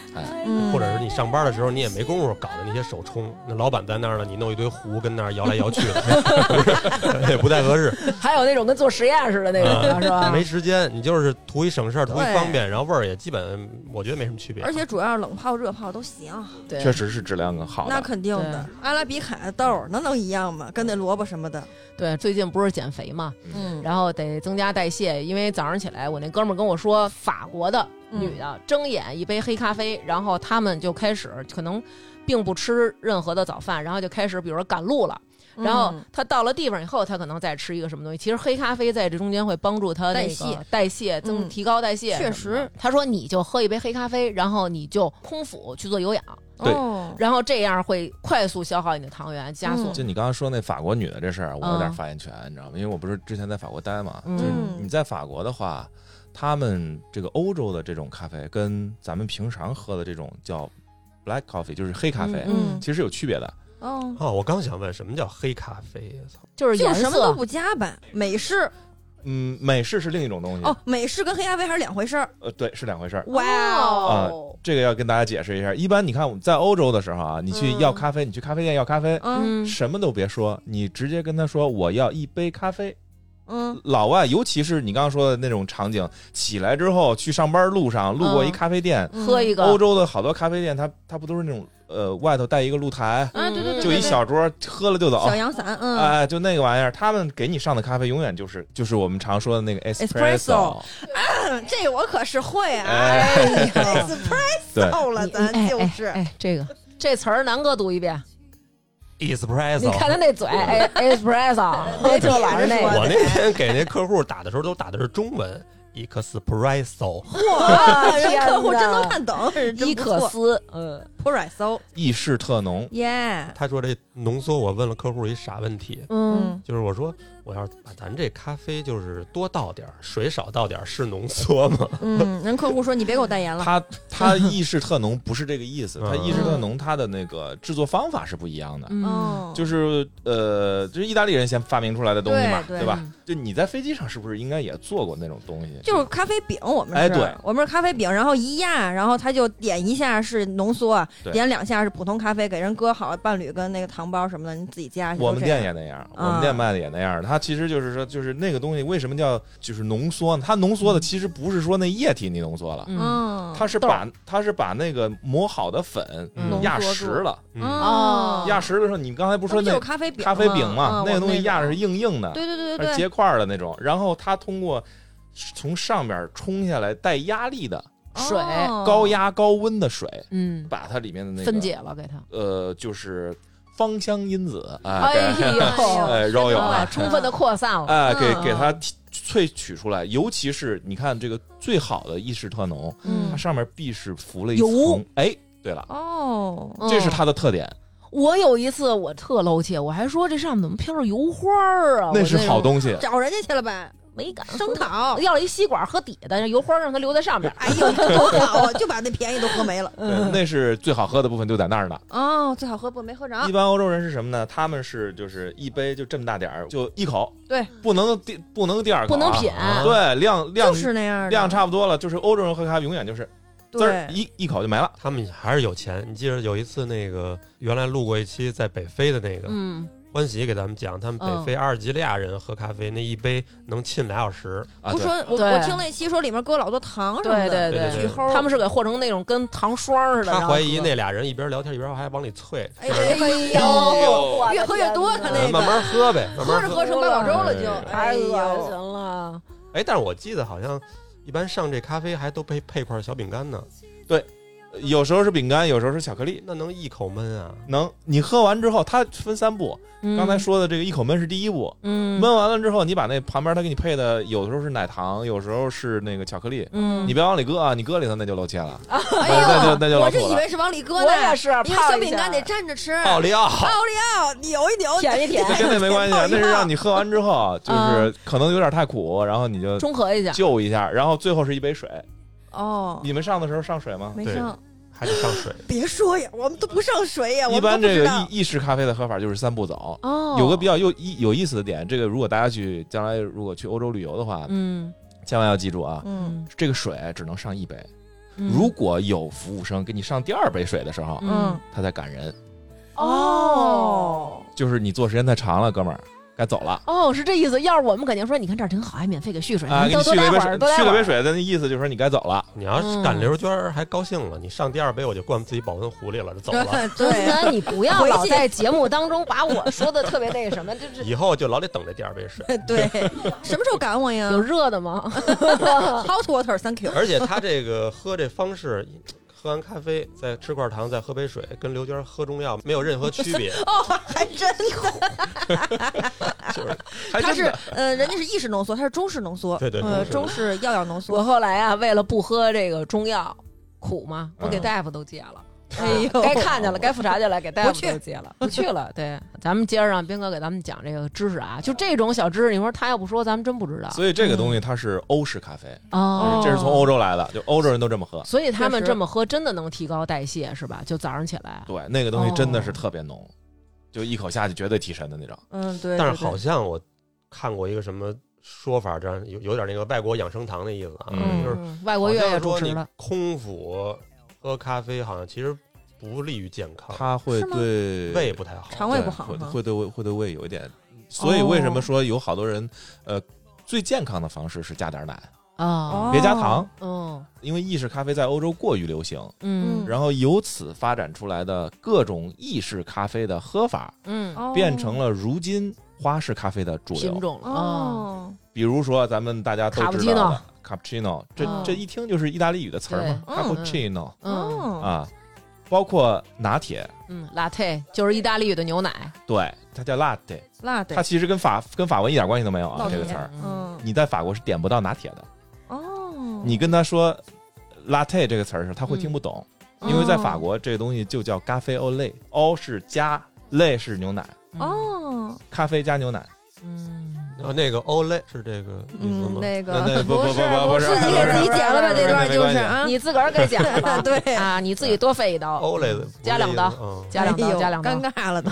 Speaker 4: 嗯
Speaker 3: 或者是你上班的时候你也没工夫搞的那些手冲，那老板在那儿呢，你弄一堆壶跟那儿摇来摇去
Speaker 1: <laughs>
Speaker 3: 的， <laughs> 也不太合适。
Speaker 1: <laughs>
Speaker 3: 啊
Speaker 1: 还有那种跟做实验似的那种，是吧？
Speaker 3: 没时间，你就是图一省事儿，图一
Speaker 4: 对
Speaker 3: 方便，然后味儿也基本我觉得没什么区别。
Speaker 4: 而且主要是冷泡、热泡都行，
Speaker 1: 对
Speaker 5: 确实是质量更好
Speaker 4: 那
Speaker 5: 的。
Speaker 4: 肯定的。阿拉比卡豆儿那能一样吗？跟那萝卜什么的，
Speaker 1: 对，最近不是减肥嘛，
Speaker 4: 嗯，
Speaker 1: 然后得增加代谢，因为早上起来我那哥们儿跟我说，法国的
Speaker 4: 嗯
Speaker 1: 女的睁眼一杯黑咖啡，然后他们就开始可能并不吃任何的早饭，然后就开始比如说赶路了。然后
Speaker 4: 嗯
Speaker 1: 他到了地方以后，他可能再吃一个什么东西。其实黑咖啡在这中间会帮助他那
Speaker 4: 代
Speaker 1: 个
Speaker 4: 谢
Speaker 1: 代谢增
Speaker 4: 嗯
Speaker 1: 提高代谢。
Speaker 4: 确实，
Speaker 1: 他说你就喝一杯黑咖啡，然后你就空腹去做有氧，
Speaker 5: 对
Speaker 4: 哦
Speaker 1: 然后这样会快速消耗你的糖原，加速
Speaker 4: 嗯。
Speaker 5: 就你刚刚说那法国女的这事儿，我有
Speaker 1: 嗯
Speaker 5: 点发言权，你知道吗？因为我不是之前在法国待嘛，
Speaker 1: 嗯
Speaker 5: 就是
Speaker 4: 嗯
Speaker 5: 你在法国的话，他们这个欧洲的这种咖啡跟咱们平常喝的这种叫 black coffee，就是黑咖啡，
Speaker 4: 嗯
Speaker 5: 其实有区别的。
Speaker 4: 哦，
Speaker 3: 哦，我刚想问什么叫黑咖啡？操
Speaker 1: 就是
Speaker 4: 就
Speaker 1: 颜
Speaker 4: 什么都
Speaker 1: 色，
Speaker 4: 不加呗。美式
Speaker 5: 嗯，美式是另一种东西，
Speaker 4: 哦，美式跟黑咖啡还是两回事儿。
Speaker 5: 呃，对，是两回事儿。
Speaker 4: 哇哦，
Speaker 5: 啊
Speaker 1: 哦，
Speaker 5: 这个要跟大家解释一下。一般你看我们在欧洲的时候啊，你去
Speaker 4: 嗯
Speaker 5: 要咖啡，你去咖啡店要咖啡，
Speaker 4: 嗯
Speaker 1: 嗯，
Speaker 5: 什么都别说，你直接跟他说我要一杯咖啡。
Speaker 4: 嗯
Speaker 5: 老外，尤其是你刚刚说的那种场景，起来之后去上班路上路过一
Speaker 1: 嗯
Speaker 5: 咖啡店，
Speaker 4: 嗯，
Speaker 1: 喝一个
Speaker 5: 欧洲的好多咖啡店，它它不都是那种呃外头带一个露台，
Speaker 4: 啊，对对对，
Speaker 5: 嗯就一
Speaker 4: 对
Speaker 5: 小啊桌，喝了就走
Speaker 4: 小。阳伞，嗯，
Speaker 5: 哎，就那个玩意儿，他们给你上的咖啡永远就是就是我们常说的那个 espresso，
Speaker 4: 这我可是会啊
Speaker 5: 哎， <laughs> 对，
Speaker 4: ，espresso 了，咱
Speaker 1: 哎
Speaker 4: 就
Speaker 1: 哎
Speaker 4: 是
Speaker 1: 哎，这个这词儿，南哥读一遍。你看
Speaker 3: espresso。
Speaker 1: 他那嘴 <laughs> 哎 <laughs> ，espresso，就老是那
Speaker 3: 我
Speaker 1: 个。
Speaker 3: 那天给那客户打的时候都打的是中文，espresso。
Speaker 1: 哇 <laughs>
Speaker 4: 啊人
Speaker 1: 天
Speaker 4: 客户真
Speaker 1: 哪
Speaker 4: 能看 <laughs> 懂，是真
Speaker 1: 伊
Speaker 4: 不
Speaker 1: 可
Speaker 4: 错
Speaker 1: 思，嗯，
Speaker 4: 普瑞搜，
Speaker 5: 意式特浓，
Speaker 4: 耶，
Speaker 3: 他说这浓缩，我问了客户一啥问题，
Speaker 1: 嗯，
Speaker 3: 就是我说我要是把咱这咖啡就是多倒点儿，水少倒点儿是浓缩吗？ <laughs>
Speaker 4: 嗯，人客户说你别给我代言了，
Speaker 5: 它
Speaker 4: <laughs>
Speaker 5: 它意式特浓不是这个意思，它
Speaker 3: 嗯
Speaker 5: 意式特浓它的那个制作方法是不一样的，
Speaker 1: 嗯，
Speaker 4: 哦，
Speaker 5: 就是呃，就是意大利人先发明出来的东西嘛，
Speaker 4: 对对
Speaker 5: 对吧？就你在飞机上是不是应该也做过那种东西？
Speaker 4: 就是咖啡饼，我们是，
Speaker 5: 哎对
Speaker 4: 我们是咖啡饼，然后一压，然后他就点一下是浓缩，
Speaker 5: 对
Speaker 4: 点两下是普通咖啡，给人搁好伴侣跟那个糖包什么的，你自己加。
Speaker 5: 我
Speaker 4: 就
Speaker 5: 们
Speaker 4: 这
Speaker 5: 店
Speaker 4: 样嗯
Speaker 5: 也那样，我们店卖的也那样。它其实就是说，就是那个东西为什么叫就是浓缩呢？它浓缩的其实不是说那液体你浓缩了，
Speaker 1: 嗯，
Speaker 4: 嗯，
Speaker 5: 它是把它是把那个磨好的粉
Speaker 3: 嗯
Speaker 5: 压
Speaker 4: 浓缩
Speaker 5: 实
Speaker 4: 住
Speaker 5: 了。
Speaker 3: 嗯，
Speaker 1: 哦
Speaker 5: 压实的时候，你刚才不是
Speaker 4: 它
Speaker 5: 说
Speaker 4: 不就
Speaker 5: 那
Speaker 4: 是咖啡饼嗯
Speaker 5: 咖啡饼
Speaker 4: 嘛
Speaker 5: 嘛，，那个东西压着是
Speaker 4: 硬，
Speaker 5: 硬硬的，
Speaker 4: 对对对
Speaker 5: 而
Speaker 4: 对
Speaker 5: 结
Speaker 4: 对，
Speaker 5: 呃块儿的那种。然后它通过从上面冲下来带压力的
Speaker 1: 水
Speaker 4: 哦
Speaker 5: 高，压高温的水，
Speaker 1: 嗯，
Speaker 5: 把它里面的那个
Speaker 1: 分解了给他，
Speaker 5: 呃，就是芳香因子啊， <laughs>
Speaker 1: 哎
Speaker 5: 给
Speaker 1: 呦，
Speaker 5: 哎揉有
Speaker 1: 哇
Speaker 5: 了，
Speaker 1: 充分的扩散了，
Speaker 5: 哎，给
Speaker 4: 嗯
Speaker 5: 给它提萃取出来，尤其是你看这个最好的意式特浓，
Speaker 1: 嗯
Speaker 5: 它上面必是浮了一
Speaker 1: 油
Speaker 5: 层，哎，对了，
Speaker 4: 哦，
Speaker 1: 嗯
Speaker 5: 这是它的特点，
Speaker 1: 我有一次我特露怯，我还说这上面怎么飘着油花儿啊？
Speaker 5: 那
Speaker 1: 我
Speaker 5: 是
Speaker 1: 种
Speaker 5: 好东西，
Speaker 4: 找人家去了呗，
Speaker 1: 没敢
Speaker 4: 声讨。
Speaker 1: 要了一吸管喝底的，让油花让它留在上边。
Speaker 4: 哎呦，多好啊！就把那便宜都喝没了。
Speaker 5: 对那是最好喝的部分就在那儿呢。
Speaker 4: 哦，最好喝不没喝着
Speaker 5: 一。般欧洲人是什么呢？他们是就是一杯就这么大点儿，就一口，
Speaker 4: 对，
Speaker 5: 不能第不能第二口
Speaker 1: 不
Speaker 5: 啊，
Speaker 1: 能品
Speaker 5: 啊对，量量
Speaker 4: 就是那样的，
Speaker 5: 量差不多了，就是欧洲人喝咖啡永远就是滋儿
Speaker 4: 对，
Speaker 5: 一一口就没了。
Speaker 3: 他们还是有钱。你记得有一次那个原来录过一期在北非的那个、
Speaker 1: 嗯，
Speaker 3: 欢喜给咱们讲，他们北非阿尔及利亚人喝咖啡、那一杯能沁俩小时，
Speaker 5: 啊
Speaker 4: 不
Speaker 5: 对
Speaker 4: 说，我
Speaker 1: 对
Speaker 4: 我听那期说里面搁老多糖什么
Speaker 1: 对
Speaker 4: 的，
Speaker 1: 对
Speaker 3: 对
Speaker 4: 举齁，
Speaker 1: 他们是给和成那种跟糖霜似的。然
Speaker 3: 他
Speaker 1: 后
Speaker 3: 怀疑
Speaker 1: 喝
Speaker 3: 那俩人一边聊天一边还往里啐，
Speaker 4: 哎
Speaker 3: 就是
Speaker 4: 哎
Speaker 1: 哎
Speaker 4: 呦，
Speaker 1: 呦我的
Speaker 4: 越喝越多他
Speaker 1: 天哪 <laughs>
Speaker 4: 那个
Speaker 3: 呃慢慢喝呗，慢
Speaker 4: 喝
Speaker 3: 慢
Speaker 4: 着
Speaker 3: 喝。
Speaker 4: 喝成八宝粥了就，
Speaker 1: 太
Speaker 4: 哎
Speaker 1: 恶
Speaker 4: 呦
Speaker 1: 心了。
Speaker 3: 哎，但是我记得好像一般上这咖啡还都配配块小饼干呢，
Speaker 5: 有时候是饼干，有时候是巧克力。
Speaker 3: 那能一口闷啊？
Speaker 5: 能，你喝完之后，它分三步。
Speaker 1: 嗯
Speaker 5: 刚才说的这个一口闷是第一步，
Speaker 1: 嗯
Speaker 5: 闷完了之后，你把那旁边它给你配的，有时候是奶糖，有时候是那个巧克力。
Speaker 1: 嗯
Speaker 5: 你别往里搁啊，你搁里头那就露怯了，
Speaker 4: 哎
Speaker 5: 那
Speaker 4: 呦
Speaker 5: 就，那就老
Speaker 4: 我是
Speaker 5: 土
Speaker 4: 以
Speaker 5: 了。
Speaker 4: 为是往里搁
Speaker 1: 我也
Speaker 4: 的，
Speaker 1: 是，
Speaker 4: 因为
Speaker 1: 泡
Speaker 4: 小
Speaker 1: 一
Speaker 4: 饼
Speaker 1: 下
Speaker 4: 干得蘸着吃。
Speaker 3: 奥利奥，
Speaker 4: 奥利奥，扭一扭，
Speaker 1: 舔一舔
Speaker 5: 这 <laughs> 跟那没关系，啊，那是让
Speaker 4: 你
Speaker 5: 你喝完之后，啊就是可能有点太苦，然后你就
Speaker 1: 中和一下。
Speaker 5: 救一下，然后最后是一杯水。
Speaker 4: 哦，
Speaker 5: 你们上的时候上水吗？
Speaker 4: 没
Speaker 3: 对
Speaker 4: 上。
Speaker 3: 还得上水。
Speaker 4: 别说呀，我们都不上水呀，我
Speaker 5: 一
Speaker 4: 们都
Speaker 5: 般
Speaker 4: 不
Speaker 5: 这
Speaker 4: 知
Speaker 5: 个
Speaker 4: 道。
Speaker 5: 意意式咖啡的喝法就是三步走。
Speaker 1: 哦
Speaker 5: 有个比较有意有意思的点，这个如果大家去将来如果去欧洲旅游的话，
Speaker 1: 嗯
Speaker 5: 千万要记住啊，
Speaker 4: 嗯
Speaker 5: 这个水只能上一杯。
Speaker 1: 嗯
Speaker 5: 如果有服务生给你上第二杯水的时候，
Speaker 1: 嗯
Speaker 5: 他才感人，
Speaker 1: 哦
Speaker 5: 就是你坐时间太长了，哥们儿该走了。
Speaker 1: 哦是这意思。要是我们肯定说，你看这儿挺好，还免费给蓄水，
Speaker 5: 啊，
Speaker 1: 您
Speaker 5: 给你
Speaker 1: 多
Speaker 5: 续
Speaker 1: 多待
Speaker 5: 了一杯
Speaker 1: 会
Speaker 5: 水，
Speaker 1: 儿，多待
Speaker 5: 续
Speaker 1: 会
Speaker 5: 了
Speaker 1: 儿。
Speaker 5: 杯水的那意思就是说你该走了。
Speaker 3: 你要是赶溜圈儿还高兴了，你上第二杯我就灌自己保温壶里了，就走
Speaker 4: <laughs>
Speaker 3: 了。
Speaker 1: 孙 <laughs>
Speaker 4: 对，
Speaker 1: 楠，你不要
Speaker 4: 回去
Speaker 1: 老在节目当中把我说的特别那什么，就是
Speaker 3: 以后就老得等这第二杯水。
Speaker 4: 对，什么时候赶我呀
Speaker 1: 有热的吗？ <laughs>
Speaker 4: ？Hot water，thank you。
Speaker 3: 而且他这个喝这方式，喝完咖啡再吃块糖，再喝杯水，跟刘娟喝中药没有任何区别，
Speaker 4: 哦，还真的，
Speaker 3: 就是
Speaker 4: 它
Speaker 5: 还真
Speaker 4: 是
Speaker 5: 的
Speaker 4: 呃，人家是意式浓缩，它是中式浓缩，
Speaker 3: 对对
Speaker 4: 呃，
Speaker 3: 中
Speaker 4: 中式药药浓
Speaker 1: 我
Speaker 4: 缩。
Speaker 1: 后来啊，为了不喝这个中药苦嘛，我给
Speaker 5: 嗯
Speaker 1: 大夫都戒了。
Speaker 4: 哎呦
Speaker 1: 该看见了，该复查去了，给大夫
Speaker 4: 不去
Speaker 1: 都戒了，不去了。对，咱们接着让斌哥给咱们讲这个知识啊，就这种小知识，你说他要不说，咱们真不知道。
Speaker 5: 所以这个东西它是欧式咖啡，
Speaker 1: 哦，
Speaker 5: 这是从欧洲来的，就欧洲人都这么喝。
Speaker 1: 所以他们
Speaker 4: 确实
Speaker 1: 这么喝真的能提高代谢是吧？就早上起来，
Speaker 5: 对，那个东西
Speaker 1: 哦
Speaker 5: 真的是特别浓，就一口下去绝对提神的那种。
Speaker 4: 嗯，对。
Speaker 3: 但是
Speaker 4: 对
Speaker 3: 好像我看过一个什么说法，这样有有点那个外国养生堂的意思啊，
Speaker 5: 嗯
Speaker 3: 就是
Speaker 1: 嗯，外国
Speaker 3: 好
Speaker 1: 月
Speaker 3: 像
Speaker 1: 也主
Speaker 3: 说
Speaker 1: 持
Speaker 3: 你
Speaker 1: 了，
Speaker 3: 空腹喝咖啡好像其实不利于健康，
Speaker 5: 它会
Speaker 4: 是吗
Speaker 5: 对
Speaker 3: 胃不太好。
Speaker 4: 肠胃
Speaker 5: 对
Speaker 4: 不好哦
Speaker 5: 会
Speaker 4: 哈
Speaker 5: 会对胃会对胃有一点。所以为什么说有好多人，呃，最健康的方式是加点奶，
Speaker 1: 哦，
Speaker 5: 别加糖，
Speaker 1: 嗯
Speaker 5: 因为意式咖啡在欧洲过于流行，
Speaker 1: 嗯
Speaker 5: 然后由此发展出来的各种意式咖啡的喝法，
Speaker 1: 嗯，
Speaker 4: 哦
Speaker 5: 变成了如今花式咖啡的主
Speaker 1: 品
Speaker 5: 流。
Speaker 1: 种了啊，
Speaker 4: 哦，
Speaker 5: 比如说咱们大家都知道的 cappuccino，这
Speaker 1: 嗯
Speaker 5: 这一听就是意大利语的词儿嘛
Speaker 4: 对
Speaker 5: ，cappuccino
Speaker 1: 嗯
Speaker 4: 哦，
Speaker 5: 啊，包括拿铁，
Speaker 1: 嗯，latte 就是意大利语的牛奶，
Speaker 5: 对，它叫 latte，
Speaker 4: 辣的
Speaker 5: 它，其实跟法跟法文一点关系都没有啊，
Speaker 4: 烙
Speaker 5: 这个词
Speaker 4: 铁
Speaker 5: 儿，
Speaker 4: 嗯，
Speaker 5: 你在法国是点不到拿铁的。
Speaker 4: 哦，
Speaker 5: 你跟他说 “latte” 这个词儿的时候，他会听不懂，因为在法国这个东西就叫咖啡 au lait，o 是加，lait 是牛奶，
Speaker 4: 哦，
Speaker 5: 咖啡加牛奶。
Speaker 1: 嗯，
Speaker 3: 然后呃那个 Olay 是这个意思
Speaker 4: 嗯
Speaker 3: 吗，？
Speaker 4: 那
Speaker 5: 那那
Speaker 4: 个
Speaker 5: 不不
Speaker 4: 是
Speaker 5: 不不
Speaker 4: 不
Speaker 5: 是
Speaker 4: 自己给自
Speaker 1: 不
Speaker 4: 己
Speaker 1: 是
Speaker 4: 剪了吧，
Speaker 1: 不是
Speaker 4: 这段
Speaker 5: 没
Speaker 4: 就
Speaker 5: 关
Speaker 4: 是
Speaker 5: 系
Speaker 4: 啊，
Speaker 1: 你自个儿给讲
Speaker 5: <laughs>
Speaker 4: <laughs>
Speaker 1: 吧，
Speaker 4: 对，
Speaker 1: 啊，你自己多费一刀，
Speaker 3: 欧蕾的
Speaker 1: 加两刀
Speaker 3: 嗯，
Speaker 1: 加两
Speaker 4: 哎
Speaker 1: 刀，
Speaker 4: 呦
Speaker 1: 加两刀 <laughs> 哦
Speaker 4: 尴，尬了都，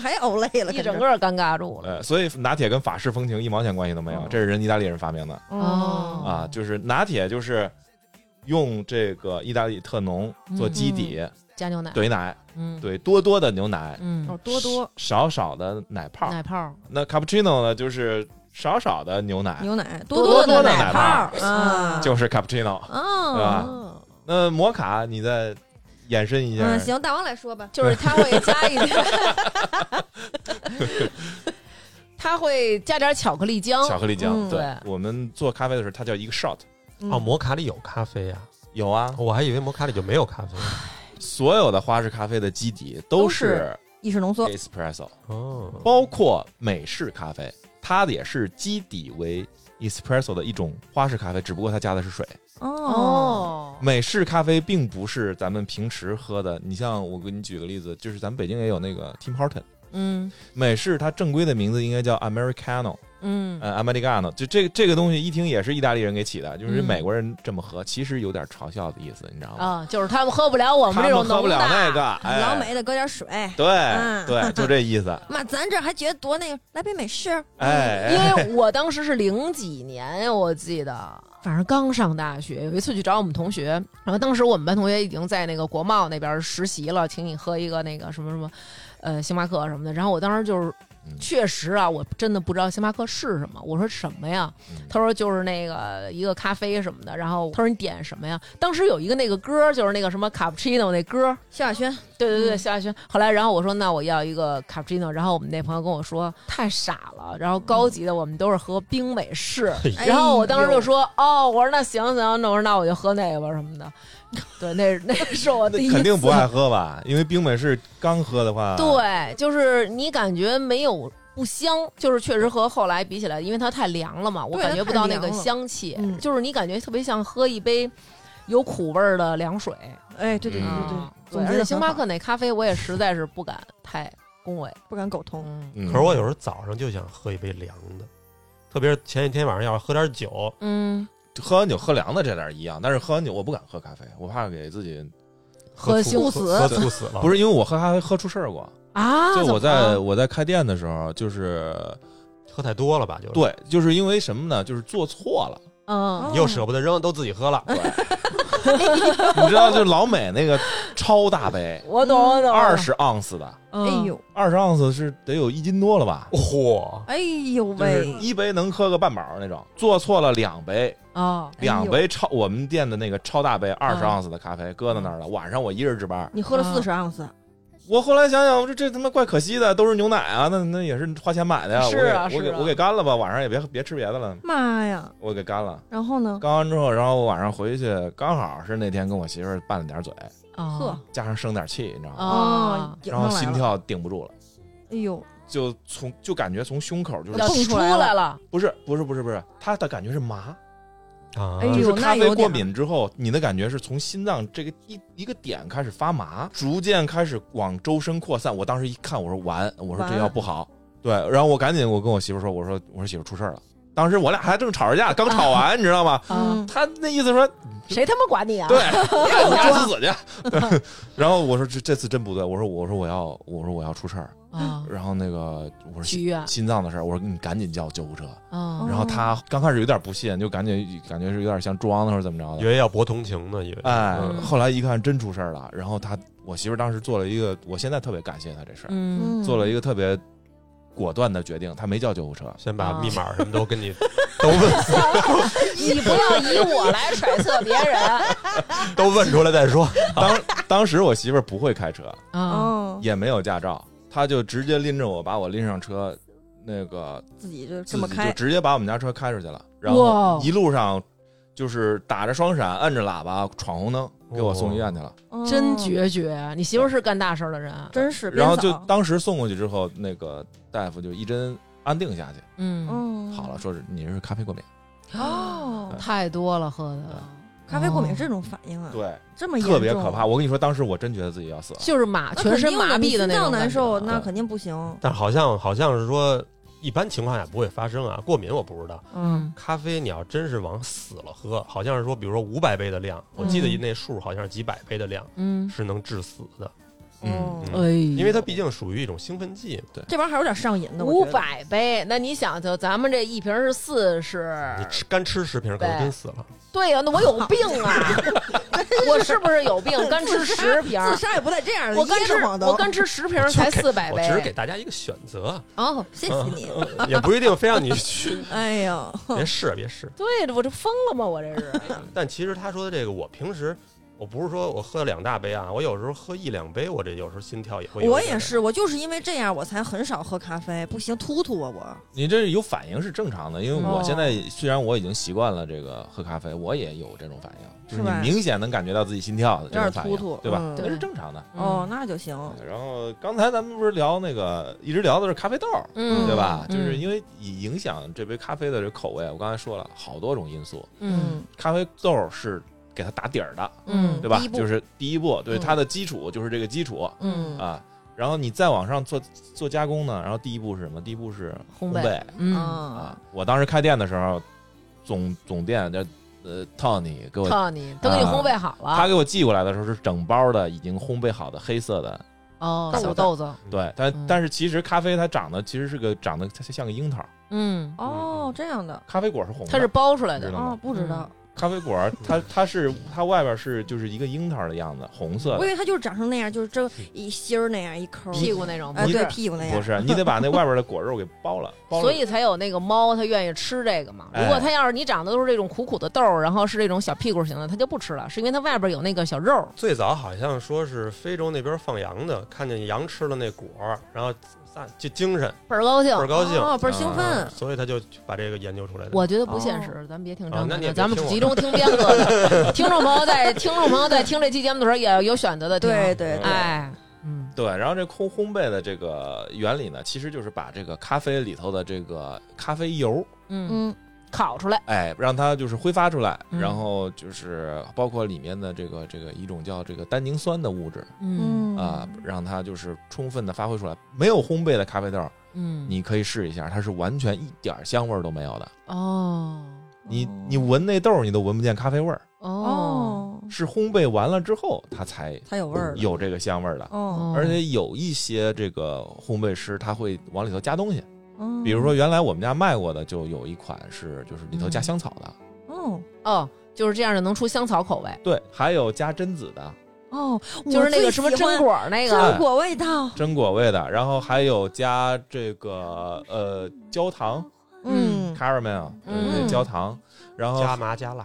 Speaker 4: 还呕累了，
Speaker 1: 一整个尴尬住了。
Speaker 5: 呃，所以拿铁跟法式风情一毛钱关系都没有，这是人意大利人发明的
Speaker 1: 哦
Speaker 4: 哦，
Speaker 5: 啊，就是拿铁就是用这个意大利特浓
Speaker 4: 嗯
Speaker 5: 做基底，
Speaker 1: 加牛奶，
Speaker 5: 怼奶，
Speaker 1: 嗯，
Speaker 5: 怼多多的牛奶，
Speaker 1: 嗯
Speaker 4: 哦，，多多
Speaker 5: 少少的奶泡。
Speaker 1: 奶泡儿，
Speaker 5: 那 cappuccino 呢，就是少少的牛奶，
Speaker 4: 牛奶，
Speaker 1: 多
Speaker 4: 多
Speaker 1: 多的
Speaker 5: 奶
Speaker 4: 奶
Speaker 5: 泡
Speaker 4: 儿
Speaker 1: 啊
Speaker 4: 啊，
Speaker 5: 就是 cappuccino。对
Speaker 4: 哦
Speaker 5: 吧，那摩卡，你再延伸一下。
Speaker 4: 嗯，行，大王来说吧，
Speaker 1: 就是他会加一点， <laughs> 他会加点巧克力
Speaker 5: 巧
Speaker 1: 浆，
Speaker 5: 克力浆，
Speaker 4: 嗯
Speaker 5: 对
Speaker 1: 对，
Speaker 5: 我们做咖啡的时候，它叫一个 shot。
Speaker 3: 哦，摩卡里有咖啡呀，
Speaker 5: 有啊，
Speaker 3: 我还以为摩卡里就没有咖啡。
Speaker 5: 所有的花式咖啡的基底都是
Speaker 4: 意式浓缩，
Speaker 5: espresso，
Speaker 3: 哦，
Speaker 5: 包括美式咖啡，它也是基底为 espresso 的一种花式咖啡，只不过它加的是水。
Speaker 4: 哦，
Speaker 5: 美式咖啡并不是咱们平时喝的。你像我给你举个例子，就是咱们北京也有那个 Tim Horton，
Speaker 1: 嗯
Speaker 5: 美式它正规的名字应该叫 Americano，
Speaker 1: 嗯
Speaker 5: 呃，Americano，就这个这个东西一听也是意大利人给起的，就是
Speaker 1: 嗯
Speaker 5: 美国人这么喝，其实有点嘲笑的意思，你知道吗？
Speaker 1: 啊，就是他们喝不了我们
Speaker 5: 嗯他
Speaker 1: 这种
Speaker 5: 们喝
Speaker 1: 浓
Speaker 5: 不了那
Speaker 1: 的，
Speaker 5: 个，哎，
Speaker 4: 老美得搁点水。
Speaker 5: 对、
Speaker 4: 嗯
Speaker 5: 对，就这意思，
Speaker 4: 妈，咱这还觉得多那个，来杯美式。
Speaker 5: 哎，
Speaker 1: 因为我当时是零几年，我记得，反正刚上大学。有一次去找我们同学，然后当时我们班同学已经在那个国贸那边实习了，请你喝一个那个什么什么，呃，星巴克什么的。然后我当时就是
Speaker 5: 嗯。
Speaker 1: 确实啊，我真的不知道星巴克是什么。我说什么呀？
Speaker 5: 嗯
Speaker 1: 他说就是那个一个咖啡什么的。然后他说你点什么呀？当时有一个那个歌，就是那个什么卡布奇诺那歌，
Speaker 4: 萧亚轩，
Speaker 1: 对对
Speaker 4: 嗯
Speaker 1: 对，萧亚轩。后来，然后我说那我要一个卡布奇诺，然后我们那朋友跟我说太傻了，然后高级的我们都是喝冰美
Speaker 4: <laughs>
Speaker 1: 式。
Speaker 4: 哎
Speaker 1: 然后我当时就
Speaker 4: 呦，
Speaker 1: 说哦，我说那行行，那我说那我就喝那个吧什么的。对，那那是我啊第一
Speaker 5: 那
Speaker 1: 次。
Speaker 5: 肯定不爱喝吧？因为冰美式刚喝的
Speaker 4: 啊
Speaker 5: 话，，
Speaker 1: 对，就是你感觉没有不香，就是确实和后来比起来，因为它太凉了嘛，我
Speaker 4: 对
Speaker 1: 感
Speaker 4: 它
Speaker 1: 觉不
Speaker 4: 太
Speaker 1: 到那个
Speaker 4: 凉了
Speaker 1: 香气，
Speaker 4: 嗯
Speaker 1: 就是你感觉特别像喝一杯有苦味儿的凉水。
Speaker 4: 哎，
Speaker 5: 嗯
Speaker 4: 对对对对对
Speaker 1: 啊，
Speaker 4: 总
Speaker 1: 对，
Speaker 4: 结
Speaker 1: 而且
Speaker 4: 得
Speaker 1: 星
Speaker 4: 很
Speaker 1: 巴
Speaker 4: 好
Speaker 1: 克那咖啡我也实在是不敢太恭维。
Speaker 4: 不敢苟同。
Speaker 1: 嗯
Speaker 5: 嗯、
Speaker 3: 可是我有时候早上就想喝一杯凉的，特别是前一天晚上要喝点酒，
Speaker 1: 嗯，
Speaker 5: 喝完酒喝凉的这点儿一样，但是喝完酒我不敢喝咖啡，我怕给自己
Speaker 1: 喝
Speaker 3: 吐
Speaker 1: 吐
Speaker 3: 死，喝吐死了。
Speaker 5: <laughs> 不
Speaker 3: 是，
Speaker 5: 是因为我喝咖啡喝出事儿过，
Speaker 1: 啊，
Speaker 5: 就
Speaker 1: 怎
Speaker 5: 我
Speaker 1: 么
Speaker 5: 在
Speaker 1: 了
Speaker 5: 我在开店的时候，就是
Speaker 3: 喝太多了吧？就是，
Speaker 5: 对，就是因为什么呢？就是做错了，
Speaker 4: 啊
Speaker 1: 嗯，
Speaker 4: 哦
Speaker 3: 又舍不得扔，都自己喝了。
Speaker 5: 你知道，就老美那个超大杯
Speaker 1: <laughs> 我懂我懂
Speaker 5: 二十盎司的，
Speaker 1: 哎
Speaker 4: 哎呦，
Speaker 5: 二十盎司是得有一斤多了吧？
Speaker 3: 嚯！
Speaker 4: 哎呦
Speaker 5: 就是
Speaker 4: 喂，
Speaker 5: 一杯能喝个半饱那种，做错了两杯，
Speaker 1: 啊
Speaker 4: 哎呦
Speaker 5: 两杯超我们店的那个超大杯二十盎司的咖啡搁在那儿了。晚上我一人值班，
Speaker 4: 你喝了
Speaker 1: 啊
Speaker 4: 四十盎司，
Speaker 5: 我后来想想，我说这他妈怪可惜的，都是牛奶啊，那那也是花钱买的呀。
Speaker 1: 是啊
Speaker 5: 我
Speaker 1: 是
Speaker 5: 给我给
Speaker 1: 啊
Speaker 5: 我给干了吧，晚上也别别吃别的了，
Speaker 4: 妈呀！
Speaker 5: 我给干了。
Speaker 4: 然后呢？
Speaker 5: 干完之后，然后我晚上回去，刚好是那天跟我媳妇儿拌了点嘴，
Speaker 1: 呵
Speaker 4: 呵
Speaker 5: 加上生点气，你知道吗？
Speaker 1: 啊
Speaker 4: 哦，，顶
Speaker 5: 然
Speaker 4: 上
Speaker 5: 后
Speaker 4: 来
Speaker 5: 心
Speaker 4: 了，
Speaker 5: 跳顶不住了，
Speaker 4: 哎呦，
Speaker 5: 就从就感觉从胸口就是
Speaker 1: 要
Speaker 4: 蹦
Speaker 1: 出
Speaker 4: 出来
Speaker 1: 来了，
Speaker 5: 不是不是不是不是，他的感觉是麻，
Speaker 3: 啊
Speaker 4: 哎，呦
Speaker 5: 呃就是
Speaker 4: 那
Speaker 5: 咖
Speaker 4: 有
Speaker 5: 啡
Speaker 4: 点
Speaker 5: 过敏之后，你的感觉是从心脏这个一一个点开始发麻，逐渐开始往周身扩散。我当时一看，我说完，我说
Speaker 4: 完
Speaker 5: 这
Speaker 4: 了
Speaker 5: 药不好，对，然后我赶紧我跟我媳妇说，我说我说媳妇出事儿了。当时我俩还正吵着架，刚吵完，你知道吗？
Speaker 1: 啊，
Speaker 4: 嗯，
Speaker 5: 他那意思说，
Speaker 1: 谁他妈管你啊？
Speaker 4: <laughs>
Speaker 5: 对，你俩去死去。 <laughs> 然后我说这这次真不对，我说我说我要我说我要出事儿，
Speaker 1: 啊，
Speaker 4: 嗯
Speaker 5: <laughs> 然后那个我说
Speaker 1: 去医
Speaker 5: 心
Speaker 1: 院
Speaker 5: 心脏的事儿，我说你赶紧叫救护车。
Speaker 1: 啊
Speaker 4: 哦
Speaker 5: 然后他刚开始有点不信，就感觉感觉是有点像装的或者怎么着
Speaker 3: 以
Speaker 5: 的。
Speaker 3: 为要博同情呢，以为
Speaker 5: 哎
Speaker 3: 嗯，
Speaker 5: 后来一看真出事儿了，然后他我媳妇儿当时做了一个，我现在特别感谢她这事儿，
Speaker 1: 嗯，
Speaker 5: 做了一个特别果断的决定，她没叫救护车。
Speaker 3: 先把
Speaker 1: 啊
Speaker 3: 密码什么都跟你 <laughs> 都问
Speaker 1: 你不要以我来揣测别
Speaker 4: <laughs>
Speaker 1: 人
Speaker 3: 都问出来再说。
Speaker 5: <laughs> 当当时我媳妇儿不会开车，
Speaker 1: 啊，
Speaker 4: 哦，
Speaker 5: 也没有驾照，她就直接拎着我把我拎上车，那个
Speaker 4: 自己就
Speaker 5: 自
Speaker 4: 这么
Speaker 5: 己
Speaker 4: 开哦
Speaker 5: 就，直接把我们家车开出去了，然
Speaker 1: 哇
Speaker 5: 后一路上就是打着双闪，摁着喇叭，闯红灯，给我送医院去了。
Speaker 4: 哦
Speaker 1: 真，决绝！你媳妇儿是干大事儿的人，啊
Speaker 4: 真是。
Speaker 5: 然后
Speaker 4: 边
Speaker 5: 就
Speaker 4: 扫
Speaker 5: 当时送过去之后，那个大夫就一针安定下去，
Speaker 1: 嗯，
Speaker 4: 嗯，
Speaker 5: 好了，说是你是咖啡过敏，
Speaker 4: 哦，嗯
Speaker 1: 太多了喝的，
Speaker 4: 咖啡过敏
Speaker 1: 嗯
Speaker 4: 是
Speaker 1: 哦
Speaker 4: 这种反应啊，
Speaker 5: 对，
Speaker 4: 这么严重
Speaker 5: 特别可怕。，我跟你说，当时我真觉得自己要死了。
Speaker 1: 就是麻
Speaker 4: 那
Speaker 1: 全身
Speaker 4: 肯定的
Speaker 1: 麻痹的
Speaker 4: 你
Speaker 1: 那
Speaker 4: 心
Speaker 1: 种
Speaker 4: 脏
Speaker 1: 感
Speaker 4: 难
Speaker 1: 觉啊
Speaker 4: 受，
Speaker 5: 对
Speaker 4: 那肯定不行。
Speaker 3: 但是好像好像是说，一般情况下不会发生啊。过敏我不知道，
Speaker 1: 嗯
Speaker 3: 咖啡你要真是往死了喝，好像是说，比如说五百倍的量，我记得那数好像是几百倍的量
Speaker 1: 嗯，
Speaker 3: 是能致死的，
Speaker 5: 嗯
Speaker 4: 哦，
Speaker 3: 嗯
Speaker 1: 哎，
Speaker 3: 因为它毕竟属于一种兴奋剂嘛。
Speaker 4: 这玩意儿还有点上瘾的，
Speaker 1: 五
Speaker 4: 我觉得。
Speaker 1: 百杯，那你想，就咱们这一瓶是四十，
Speaker 3: 你吃干吃十瓶可能真死了，
Speaker 1: 对呀、那我有病啊！我是不是有病？干吃十瓶儿
Speaker 4: 自，杀也不带这样的，
Speaker 1: 我干
Speaker 4: 噎
Speaker 1: 吃
Speaker 4: 得慌都
Speaker 1: 我干吃十瓶儿才四百
Speaker 3: 我只是
Speaker 1: 杯
Speaker 3: 给大家一个选择， <laughs>
Speaker 1: 哦，
Speaker 4: 谢谢你。
Speaker 3: 也不一定非让你
Speaker 1: <laughs>
Speaker 3: 去，
Speaker 4: 哎呀，
Speaker 3: 别试别试。
Speaker 1: 对，我这疯了吗？我这是
Speaker 3: 但其实他说的这个，我平时我不是说我喝两大杯啊，我有时候喝一两杯，我这有时候心跳也会有点。
Speaker 4: 我也是，我就是因为这样，我才很少喝咖啡，不行，突突啊我。
Speaker 5: 你这有反应是正常的，因为我
Speaker 1: 哦
Speaker 5: 现在虽然我已经习惯了这个喝咖啡，我也有这种反应，就是
Speaker 4: 是吧
Speaker 5: 你明显能感觉到自己心跳的这
Speaker 4: 有点
Speaker 5: 种反
Speaker 4: 突
Speaker 5: 应
Speaker 4: 突，
Speaker 5: 对嗯吧？
Speaker 4: 嗯
Speaker 5: 那是正常的。
Speaker 4: 哦，，那就行。
Speaker 5: 然后刚才咱们不是聊那个，一直聊的是咖啡豆，
Speaker 1: 嗯，
Speaker 5: 对吧？
Speaker 1: 嗯
Speaker 5: 就是因为以影啊
Speaker 4: 嗯
Speaker 5: 响这杯咖啡的这口味，我刚才说了好多种因素，
Speaker 1: 嗯，
Speaker 5: 咖啡豆是给它打底儿的，
Speaker 1: 嗯
Speaker 5: 对吧
Speaker 4: 第一？步
Speaker 5: 就是第一步，对
Speaker 1: 嗯
Speaker 5: 它的基础就是这个基础
Speaker 1: 嗯，
Speaker 5: 啊。然后你再往上做做加工呢，然后第一步是什么？第一步是
Speaker 1: 烘
Speaker 5: 烘
Speaker 1: 焙
Speaker 5: 焙，
Speaker 1: 嗯
Speaker 5: 啊
Speaker 4: 啊，。
Speaker 5: 我当时开店的时候，总总店的呃 Tony 给我
Speaker 1: 靠你都给你烘焙好
Speaker 5: 他
Speaker 1: 了，
Speaker 5: 给我寄过来的时候是整包的，已经烘焙好的黑色的。
Speaker 1: 哦，
Speaker 5: 大
Speaker 1: 小
Speaker 5: 小
Speaker 1: 豆子，
Speaker 5: 对，但、
Speaker 1: 嗯
Speaker 5: 但是其实咖啡它长得其实是个长得它像个樱桃，
Speaker 1: 嗯，
Speaker 4: 哦，这样的
Speaker 5: 咖啡果是红的，
Speaker 1: 它是包出来的
Speaker 5: 知，
Speaker 4: 哦
Speaker 5: 道吗，
Speaker 4: 不知道，
Speaker 5: 咖啡果
Speaker 1: <laughs>
Speaker 5: 它它是它外边是就是一个樱桃的样子，红色
Speaker 4: 我以
Speaker 5: 的。
Speaker 4: 为它就是长成那样，就是这一芯儿那样一抠儿，
Speaker 1: 屁股那种，
Speaker 4: 哎，
Speaker 5: 你
Speaker 4: 对，
Speaker 5: 是
Speaker 4: 屁股那样
Speaker 5: 不。是，你得把那外边的果肉给剥了，剥了
Speaker 1: 所以才有那个猫，它愿意吃这个嘛。
Speaker 5: 哎
Speaker 1: 如果它要是你长得都是这种苦苦的豆儿，然后是这种小屁股型的，它就不吃了，是因为它外边有那个小肉儿。
Speaker 3: 最早好像说是非洲那边放羊的，看见羊吃了那果儿，然后撒就精神
Speaker 1: 倍儿高兴
Speaker 3: 倍。儿高兴，
Speaker 4: 哦，倍儿兴
Speaker 3: 啊
Speaker 4: 奋。
Speaker 3: 所以他就把这个研究出来的。
Speaker 1: 我觉得不现实，咱别听张
Speaker 3: 啊那
Speaker 1: 楠
Speaker 3: 你也
Speaker 1: 的，
Speaker 3: 别
Speaker 1: 咱们
Speaker 3: 听我
Speaker 1: 集中听边哥的。听众朋友在听众朋友在听这期节目的时候，也要有选择的听。
Speaker 4: 对，对对，
Speaker 1: 哎，嗯，
Speaker 5: 对，然后这烘烘焙的这个原理呢，其实就是把这个咖啡里头的这个咖啡油，
Speaker 1: 嗯，
Speaker 4: 嗯，
Speaker 1: 烤出来，
Speaker 5: 哎，让它就是挥发出来，
Speaker 1: 嗯
Speaker 5: 然后就是包括里面的这个这个一种叫这个单宁酸的物质
Speaker 1: 嗯
Speaker 4: 嗯
Speaker 5: 啊、让它就是充分的发挥出来。没有烘焙的咖啡豆，
Speaker 1: 嗯，
Speaker 5: 你可以试一下，它是完全一点儿香味儿都没有的。
Speaker 1: 哦
Speaker 5: 你你闻那豆儿，你都闻不见咖啡味儿，
Speaker 1: 哦
Speaker 4: 哦，
Speaker 5: 是烘焙完了之后它才
Speaker 4: 它有味儿了。
Speaker 5: 有这个香味儿的。
Speaker 4: 哦，
Speaker 5: 而且有一些这个烘焙师他会往里头加东西，
Speaker 4: 嗯
Speaker 5: 比如说，原来我们家卖过的就有一款是就是里头加香草的，
Speaker 4: 哦
Speaker 1: 哦，就是这样的，能出香草口味，
Speaker 5: 嗯对，还有加榛子的、
Speaker 4: 哦，
Speaker 1: 就是那个什么榛果儿那
Speaker 4: 那
Speaker 1: 个，
Speaker 4: 榛果味道，
Speaker 5: 榛果味的，然后还有加这个呃焦糖
Speaker 1: 嗯
Speaker 4: 嗯
Speaker 5: caramel，
Speaker 1: 嗯
Speaker 5: 对，焦糖，然后
Speaker 3: 加麻加辣，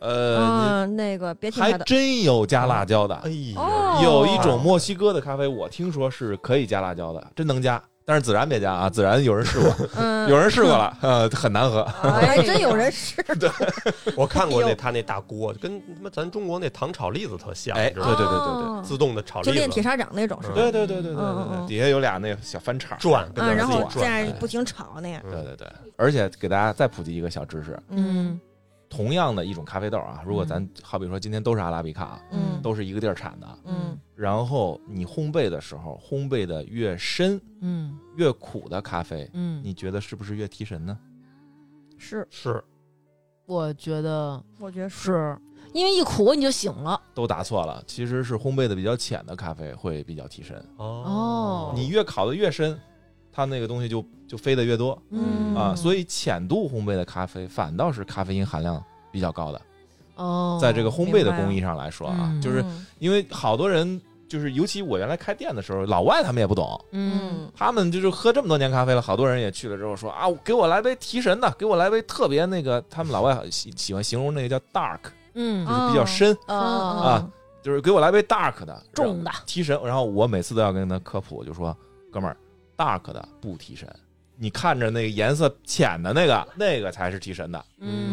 Speaker 5: 呃
Speaker 4: 啊，那个别听
Speaker 5: 还
Speaker 4: 他的，
Speaker 5: 真有加辣椒的
Speaker 3: 哎，呀，
Speaker 4: 哦
Speaker 5: 有一种墨西哥的咖啡，我听说是可以加辣椒的，真能加。但是孜然别加啊，孜然有人试 <laughs> 过，
Speaker 4: 嗯，
Speaker 5: 有人试过了，呃，很难喝。 <laughs>
Speaker 4: 还真有人吃，
Speaker 3: 我看过
Speaker 4: 哎
Speaker 3: 那
Speaker 4: 呦
Speaker 3: 他那大锅，跟他妈咱中国那糖炒栗子特像，
Speaker 5: 哎
Speaker 3: 你知
Speaker 5: 对
Speaker 3: 道吗
Speaker 5: 对对对对
Speaker 4: 哦
Speaker 3: 自动的炒
Speaker 4: 就
Speaker 3: 栗
Speaker 4: 练铁
Speaker 3: 子，
Speaker 4: 砂掌那种是吧？
Speaker 5: 对对对对对对
Speaker 4: 嗯嗯
Speaker 5: 对，
Speaker 4: 嗯
Speaker 5: 底下有俩那小翻铲儿。
Speaker 3: 转，跟
Speaker 4: 嗯，然
Speaker 3: 着自
Speaker 4: 后
Speaker 3: 己
Speaker 4: 这
Speaker 3: 转，嗯
Speaker 4: 样不停炒那样，
Speaker 5: 嗯对对对，而且给大家再普及一个小知识，啊
Speaker 1: 嗯
Speaker 5: 同样的一种咖啡豆啊，如果咱好比说今天都是阿拉比卡啊，
Speaker 4: 嗯
Speaker 5: 都是一个地儿产的，
Speaker 4: 嗯
Speaker 5: 然后你烘焙的时候，烘焙的越深
Speaker 1: 嗯
Speaker 5: 越苦的咖啡，
Speaker 1: 嗯，
Speaker 5: 你觉得是不是越提神呢？嗯
Speaker 4: 是，
Speaker 3: 是
Speaker 1: 我觉得
Speaker 4: 我觉得是，
Speaker 1: 是因为一苦你就醒了，
Speaker 5: 都答错了，其实是烘焙的比较浅的咖啡会比较提神。
Speaker 1: 哦
Speaker 5: 你越烤的越深，它那个东西就就飞得越多
Speaker 1: 嗯
Speaker 5: 啊。所以浅度烘焙的咖啡反倒是咖啡因含量比较高的，
Speaker 1: 哦，
Speaker 5: 在这个烘焙的
Speaker 4: 明白
Speaker 5: 工艺上来说啊
Speaker 1: 嗯，
Speaker 5: 就是
Speaker 4: 嗯
Speaker 5: 因为好多人就是，尤其我原来开店的时候，老外他们也不懂。
Speaker 1: 嗯，
Speaker 5: 他们就是喝这么多年咖啡了，好多人也去了之后说啊，给我来杯提神的，给我来杯特别那个，他们老外喜喜欢形容那个叫 dark，
Speaker 1: 嗯
Speaker 5: 就
Speaker 4: 啊
Speaker 1: 嗯
Speaker 5: 是比较深，
Speaker 4: 嗯
Speaker 1: 哦
Speaker 5: 啊，就是给我来杯 dark 的，
Speaker 1: 重的
Speaker 5: 提神。然后我每次都要跟他科普，就说哥们儿，dark 的不提神，你看着那个颜色浅的那个，那个才是提神的，
Speaker 1: 嗯。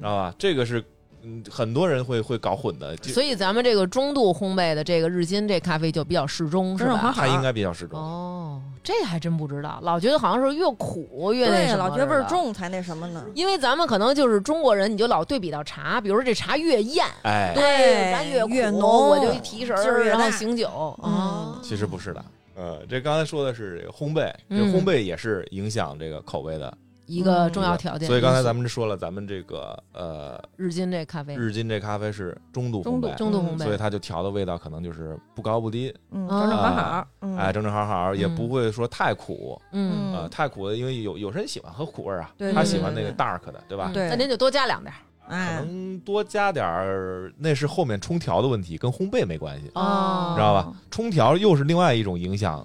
Speaker 5: 知道吧？这个是嗯，很多人会会搞混的，就
Speaker 1: 所以咱们这个中度烘焙的这个日金这咖啡就比较适中，是
Speaker 4: 这种
Speaker 1: 吧？
Speaker 4: 嗯好
Speaker 5: 它应该比较适中。
Speaker 1: 哦，这还真不知道，老觉得好像是越苦越那
Speaker 4: 对，
Speaker 1: 什么
Speaker 4: 老觉得味儿
Speaker 1: 似的。
Speaker 4: 重才那什么呢，
Speaker 1: 因为咱们可能就是中国人，你就老对比到茶，比如说这茶越艳，
Speaker 5: 哎，
Speaker 4: 对
Speaker 1: 咱越苦
Speaker 4: 越浓
Speaker 1: 我就一提神
Speaker 4: 劲儿
Speaker 1: 儿，
Speaker 4: 越
Speaker 1: 然后
Speaker 4: 大
Speaker 1: 醒酒。
Speaker 4: 嗯
Speaker 1: 哦
Speaker 5: 其实不是的。呃，这刚才说的是烘焙，这
Speaker 1: 嗯
Speaker 5: 烘焙也是影响这个口味的
Speaker 1: 一个
Speaker 4: 嗯
Speaker 1: 重要条件。
Speaker 5: 所以刚才咱们说了，咱们这个呃
Speaker 1: 日金这咖啡，
Speaker 5: 日金这咖啡是中度烘
Speaker 4: 中度
Speaker 5: 焙，
Speaker 1: 中度烘
Speaker 5: 所以
Speaker 1: 焙，
Speaker 5: 它就调的味道可能就是不高不低，
Speaker 4: 嗯，
Speaker 1: 哦
Speaker 4: 正正好好
Speaker 5: 啊，
Speaker 4: 嗯
Speaker 5: 哎，，正正好好，也
Speaker 1: 嗯
Speaker 5: 不会说太苦，
Speaker 1: 嗯，
Speaker 5: 呃，太苦的，因为有有些人喜欢喝苦味儿啊
Speaker 4: 对，
Speaker 5: 他
Speaker 1: 对
Speaker 5: 喜
Speaker 1: 对
Speaker 5: 欢那个
Speaker 4: 对
Speaker 5: dark 的，对吧？
Speaker 1: 嗯
Speaker 4: 对
Speaker 1: 那您就多加两点儿。
Speaker 5: 可
Speaker 4: 哎，
Speaker 5: 能多加点儿，那是后面冲调的问题，跟烘焙没关系，
Speaker 1: 哦
Speaker 5: 知道吧？冲调又是另外一种影响，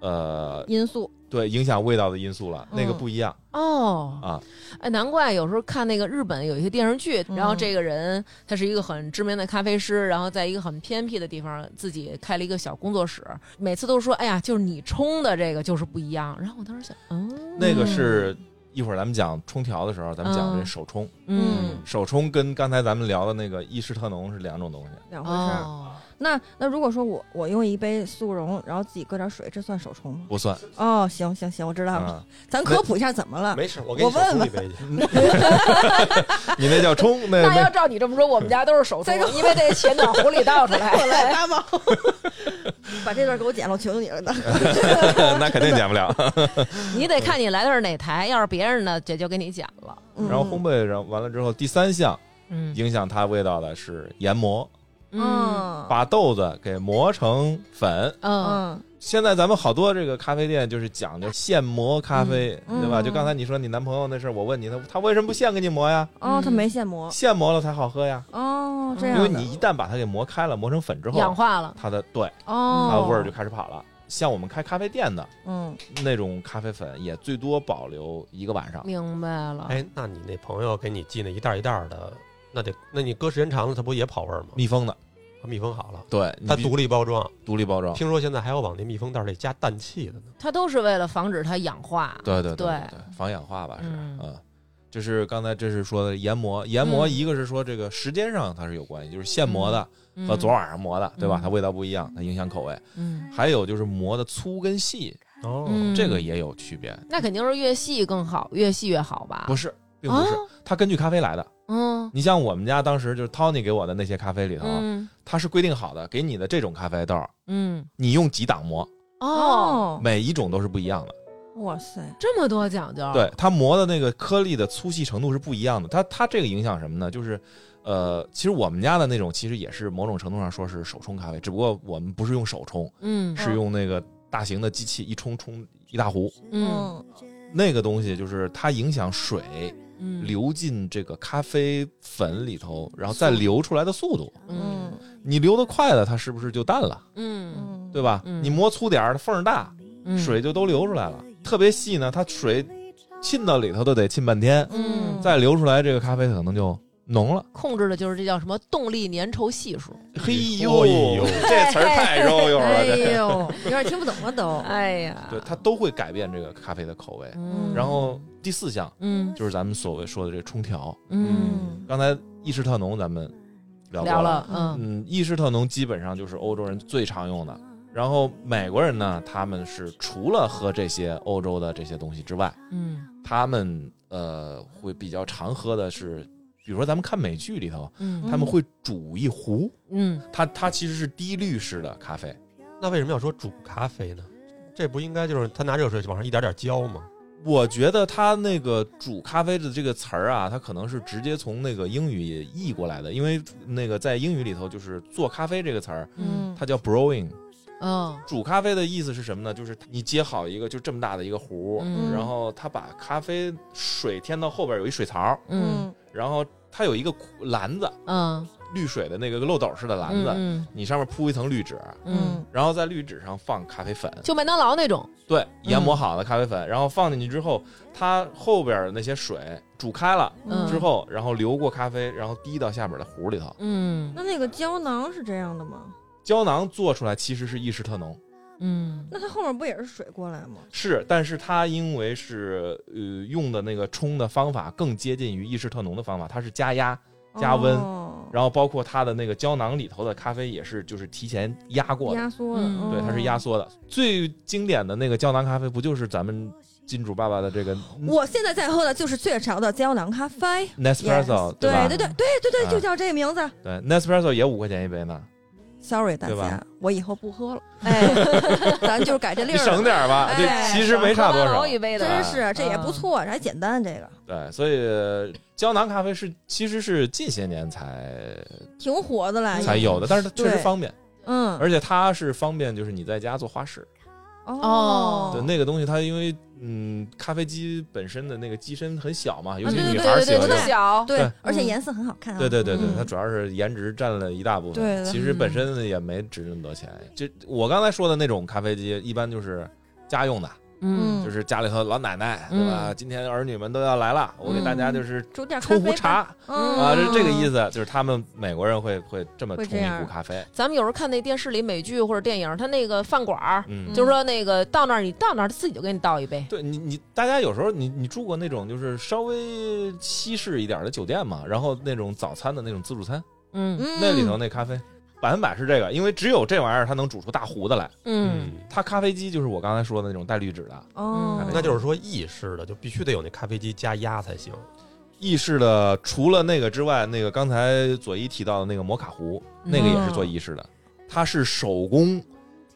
Speaker 5: 呃，
Speaker 4: 因素，
Speaker 5: 对，影响味道的因素了，那个
Speaker 4: 嗯
Speaker 5: 不一样
Speaker 1: 哦，
Speaker 5: 啊。
Speaker 1: 哎，难怪有时候看那个日本有一些电视剧，
Speaker 4: 嗯
Speaker 1: 然后这个人他是一个很知名的咖啡师，然后在一个很偏僻的地方自己开了一个小工作室，每次都说，哎呀，就是你冲的这个就是不一样。然后我当时想，嗯，
Speaker 5: 那个是一会儿咱们讲冲调的时候，咱们讲这
Speaker 1: 嗯
Speaker 5: 手冲，
Speaker 1: 嗯，
Speaker 5: 手冲跟刚才咱们聊的那个意式特浓是两种东西。
Speaker 4: 两回事儿。
Speaker 1: 哦，
Speaker 4: 那那如果说我我用一杯速溶，然后自己搁点水，这算手冲吗？
Speaker 5: 不算
Speaker 4: 哦，行行行，我知道了。
Speaker 5: 啊，
Speaker 4: 咱科普一下怎么了？
Speaker 3: 哦没事，我给你
Speaker 4: 我问
Speaker 3: 手冲
Speaker 4: 问
Speaker 3: 一杯去。
Speaker 5: <laughs> 你那
Speaker 4: <laughs>
Speaker 5: 叫冲，那
Speaker 1: 那要
Speaker 5: 那
Speaker 1: 照你这么说，我们家都是手冲
Speaker 4: 再说，
Speaker 1: 因为得前脑壶里倒出
Speaker 4: <laughs> 我
Speaker 1: <laughs>
Speaker 4: 来
Speaker 1: 来。
Speaker 4: 八毛，把这段给我剪了，我求求你了。
Speaker 5: 那肯定减不了。
Speaker 1: 你得看你来的是哪台，要是别人的，这就给你讲了。
Speaker 4: 嗯
Speaker 5: <laughs> 然后烘焙，然后完了之后，第三项
Speaker 1: 嗯
Speaker 5: 影响它味道的是研磨，
Speaker 1: 嗯
Speaker 4: 嗯
Speaker 5: 把豆子给磨成粉，
Speaker 1: 嗯
Speaker 4: 嗯
Speaker 5: 现在咱们好多这个咖啡店就是讲究现磨咖啡，
Speaker 4: 嗯
Speaker 5: 对吧？
Speaker 4: 嗯
Speaker 5: 就刚才你说你男朋友那事儿，我问你他他为什么不现给你磨呀？
Speaker 4: 哦，他没现磨
Speaker 5: 现磨了才好喝呀，
Speaker 4: 哦，这
Speaker 5: 嗯因为
Speaker 4: 样的
Speaker 5: 你一旦把它给磨开了，磨成粉之
Speaker 1: 氧
Speaker 5: 后，
Speaker 1: 化了。
Speaker 5: 它的对它的
Speaker 4: 哦，
Speaker 5: 味儿就开始跑了。像我们开咖啡店的
Speaker 4: 嗯
Speaker 5: 那种咖啡粉，也最多保留一个晚上。
Speaker 1: 明白了，
Speaker 3: 哎，那你那朋友给你寄那一袋儿一袋儿的，那得，那你搁时间长了，它不也跑味儿吗？
Speaker 5: 密封的，
Speaker 3: 密封好了，
Speaker 5: 对，
Speaker 3: 它
Speaker 5: 你
Speaker 3: 独立包装。
Speaker 5: 独立包装，
Speaker 3: 听说现在还要往那密封袋里加氮气的呢。
Speaker 1: 它都是为了防止它氧化。
Speaker 5: 对对
Speaker 1: 对
Speaker 5: 对对，防氧化吧是，
Speaker 1: 嗯
Speaker 5: 嗯，就是刚才这是说的研磨，研磨
Speaker 1: 嗯
Speaker 5: 一个是说这个时间上它是有关系，就是现磨的，
Speaker 1: 嗯
Speaker 5: 呃和昨晚上磨的，对吧
Speaker 1: 嗯？
Speaker 5: 它味道不一样，它影响口味。
Speaker 1: 嗯，
Speaker 5: 还有就是磨的粗跟细，
Speaker 3: 哦
Speaker 1: 嗯
Speaker 5: 这个也有区别。
Speaker 1: 那肯定是越细更好，越细越好吧？
Speaker 5: 不
Speaker 1: 是，
Speaker 5: 是，并不是，
Speaker 1: 哦
Speaker 5: 啊它根据咖啡来的。
Speaker 1: 嗯
Speaker 5: 你像我们家当时就是 Tony 给我的那些咖啡里头，
Speaker 1: 嗯
Speaker 5: 它是规定好的，给你的这种咖啡豆，
Speaker 1: 嗯，
Speaker 5: 你用几档磨，
Speaker 1: 哦，
Speaker 4: 哦，
Speaker 5: 每一种都是不一样的。
Speaker 4: 哇塞，
Speaker 1: 这么多讲究，
Speaker 5: 对，它磨的那个颗粒的粗细程度是不一样的。它它这个影响什么呢？就是。呃，其实我们家的那种其实也是某种程度上说是手冲咖啡，只不过我们不是用手冲，
Speaker 1: 嗯，
Speaker 4: 哎
Speaker 5: 是用那个大型的机器一冲冲一大壶，
Speaker 1: 嗯
Speaker 5: 那个东西就是它影响水
Speaker 1: 嗯
Speaker 5: 流进这个咖啡粉里头，然后再流出来的速度。
Speaker 1: 嗯
Speaker 4: 嗯
Speaker 5: 你流得快了，它是不是就淡了，
Speaker 1: 嗯
Speaker 4: 嗯，
Speaker 5: 对吧？
Speaker 1: 嗯
Speaker 5: 你磨粗点儿，它缝儿大，
Speaker 1: 嗯，
Speaker 5: 水就都流出来了。特别细呢，它水浸到里头都得浸半天，
Speaker 1: 嗯
Speaker 5: 再流出来，这个咖啡可能就浓了。
Speaker 1: 控制的就是这叫什么动力粘稠系
Speaker 5: <laughs>
Speaker 1: 数。
Speaker 5: 嘿
Speaker 3: 哎
Speaker 5: 呦
Speaker 3: 呦，
Speaker 5: 这词儿太肉用
Speaker 4: 哎
Speaker 5: 了，这
Speaker 4: 呦， <laughs> 有点听不懂了都。
Speaker 1: <laughs> 哎呀
Speaker 5: 啊对它都会改变这个咖啡的口味。
Speaker 1: 嗯
Speaker 5: 然后第四项
Speaker 1: 嗯
Speaker 5: 就是咱们所谓说的这冲调，
Speaker 1: 嗯
Speaker 5: 刚才意式特浓咱们聊过
Speaker 1: 聊了，嗯
Speaker 5: 嗯，意式特浓基本上就是欧洲人最常用的。然后美国人呢，他们是除了喝这些欧洲的这些东西之外，
Speaker 1: 嗯
Speaker 5: 他们呃会比较常喝的是，比如说咱们看美剧里头，
Speaker 1: 嗯
Speaker 5: 他们会煮一壶，
Speaker 1: 嗯
Speaker 5: 它它其实是低滤式的咖啡，
Speaker 3: 那为什么要说煮咖啡呢？这不应该就是他拿热水往上一点点浇吗？
Speaker 5: 我觉得他那个“煮咖啡”的这个词儿啊，他可能是直接从那个英语也译过来的，因为那个在英语里头就是做咖啡这个词儿，
Speaker 1: 嗯
Speaker 5: 它叫 brewing。
Speaker 1: 哦
Speaker 5: 煮咖啡的意思是什么呢？就是你接好一个就这么大的一个壶，
Speaker 1: 嗯
Speaker 5: 然后他把咖啡水添到后边有一水槽，
Speaker 1: 嗯
Speaker 5: 然后它有一个篮子，
Speaker 1: 嗯
Speaker 5: 滤水的那个漏斗式的篮子，
Speaker 1: 嗯
Speaker 5: 你上面铺一层滤纸，
Speaker 1: 嗯，
Speaker 4: 嗯
Speaker 5: 然后在滤纸上放咖啡粉，
Speaker 1: 就麦当劳那种，
Speaker 5: 对，研
Speaker 4: 嗯
Speaker 5: 磨好的咖啡粉，然后放进去之后，它后边那些水煮开了
Speaker 1: 嗯
Speaker 5: 之后，然后流过咖啡，然后滴到下边的壶里头。
Speaker 1: 嗯
Speaker 4: 那那个胶囊是这样的吗？
Speaker 5: 胶囊做出来其实是意式特浓，
Speaker 1: 嗯
Speaker 4: 那它后面不也是水过来吗？
Speaker 5: 是，但是它因为是呃用的那个冲的方法更接近于意式特浓的方法，它是加压，加温
Speaker 4: 哦
Speaker 5: 然后包括它的那个胶囊里头的咖啡也是就是提前压过的，
Speaker 4: 压哦缩的，
Speaker 1: 嗯
Speaker 5: 对，它是压
Speaker 4: 缩。
Speaker 5: 缩的。最经典的那个胶囊咖啡不就是咱们金主爸爸的这个
Speaker 4: 我现在在喝的就是雀巢的胶囊咖啡。
Speaker 5: Nespresso
Speaker 4: 对
Speaker 5: 吧？
Speaker 4: 对对对对对，
Speaker 5: 啊
Speaker 4: 就叫这个名字。
Speaker 5: 对，Nespresso 也五块钱一杯呢，
Speaker 4: Sorry，大
Speaker 5: 对
Speaker 4: 家
Speaker 5: 吧，
Speaker 4: 我以后不喝了。哎， <laughs> 咱就是改这令
Speaker 5: 你省
Speaker 4: 儿。
Speaker 5: 点儿吧，
Speaker 4: 哎
Speaker 5: 这其实没差多
Speaker 1: 麦当
Speaker 5: 少
Speaker 1: 劳。一杯的，
Speaker 4: 真是这
Speaker 1: 嗯
Speaker 4: 也不错，这还简单这个
Speaker 5: 对，所以胶囊咖啡是其实是近些年才
Speaker 4: 挺火的了。
Speaker 5: 嗯才有的，但是它确实
Speaker 4: 对
Speaker 5: 方便，
Speaker 4: 嗯
Speaker 5: 而且它是方便，就是你在家做花式。
Speaker 1: 哦
Speaker 5: 对，那个东西它因为嗯，咖啡机本身的那个机身很小嘛，尤其
Speaker 4: 对
Speaker 5: 女
Speaker 4: 对
Speaker 5: 孩儿
Speaker 1: 啊对
Speaker 5: 喜
Speaker 1: 对
Speaker 5: 欢
Speaker 1: 对，
Speaker 5: 用。
Speaker 1: 小，
Speaker 4: 对
Speaker 5: 对，嗯
Speaker 4: 而且颜色很好看啊。
Speaker 5: 对对对对
Speaker 1: 嗯，
Speaker 5: 它主要是颜值占了一大部
Speaker 4: 对
Speaker 5: 分，
Speaker 4: 的
Speaker 5: 其实本
Speaker 1: 嗯
Speaker 5: 身也没值那么多钱。这我刚才说的那种咖啡机，一般就是家用的，
Speaker 1: 嗯
Speaker 5: 就是家里头老奶奶对吧？今天儿女们都要来了，我给大家
Speaker 1: 嗯
Speaker 5: 就是
Speaker 4: 煮点
Speaker 5: 冲
Speaker 4: 咖
Speaker 5: 壶
Speaker 4: 啡
Speaker 5: 茶
Speaker 4: 吧，嗯
Speaker 5: 啊，是这个意思，就是他们美国人会会这么
Speaker 4: 会
Speaker 5: 冲
Speaker 4: 这
Speaker 5: 一
Speaker 4: 样
Speaker 5: 壶咖啡，
Speaker 1: 咱们有时候看那电视里美剧或者电影，他那个饭馆儿，
Speaker 5: 嗯，
Speaker 1: 就是说那个到那儿你到那儿自己就给你倒一杯，
Speaker 5: 对你，你大家有时候你你住过那种就是稍微西式一点的酒店嘛，然后那种早餐的那种自助餐，
Speaker 1: 嗯
Speaker 4: 嗯
Speaker 5: 那里头那咖啡百分百是这个，因为只有这玩意儿它能煮出大壶的来。
Speaker 1: 嗯，
Speaker 5: 它咖啡机就是我刚才说的那种带滤纸的，
Speaker 4: 哦
Speaker 1: 嗯，
Speaker 3: 那就是说意式的就必须得有那咖啡机加压才行。
Speaker 5: 意式的除了那个之外，那个刚才左一提到的那个摩卡壶，
Speaker 1: 嗯
Speaker 5: 那个
Speaker 1: 哦
Speaker 5: 也是做意式的，它是手工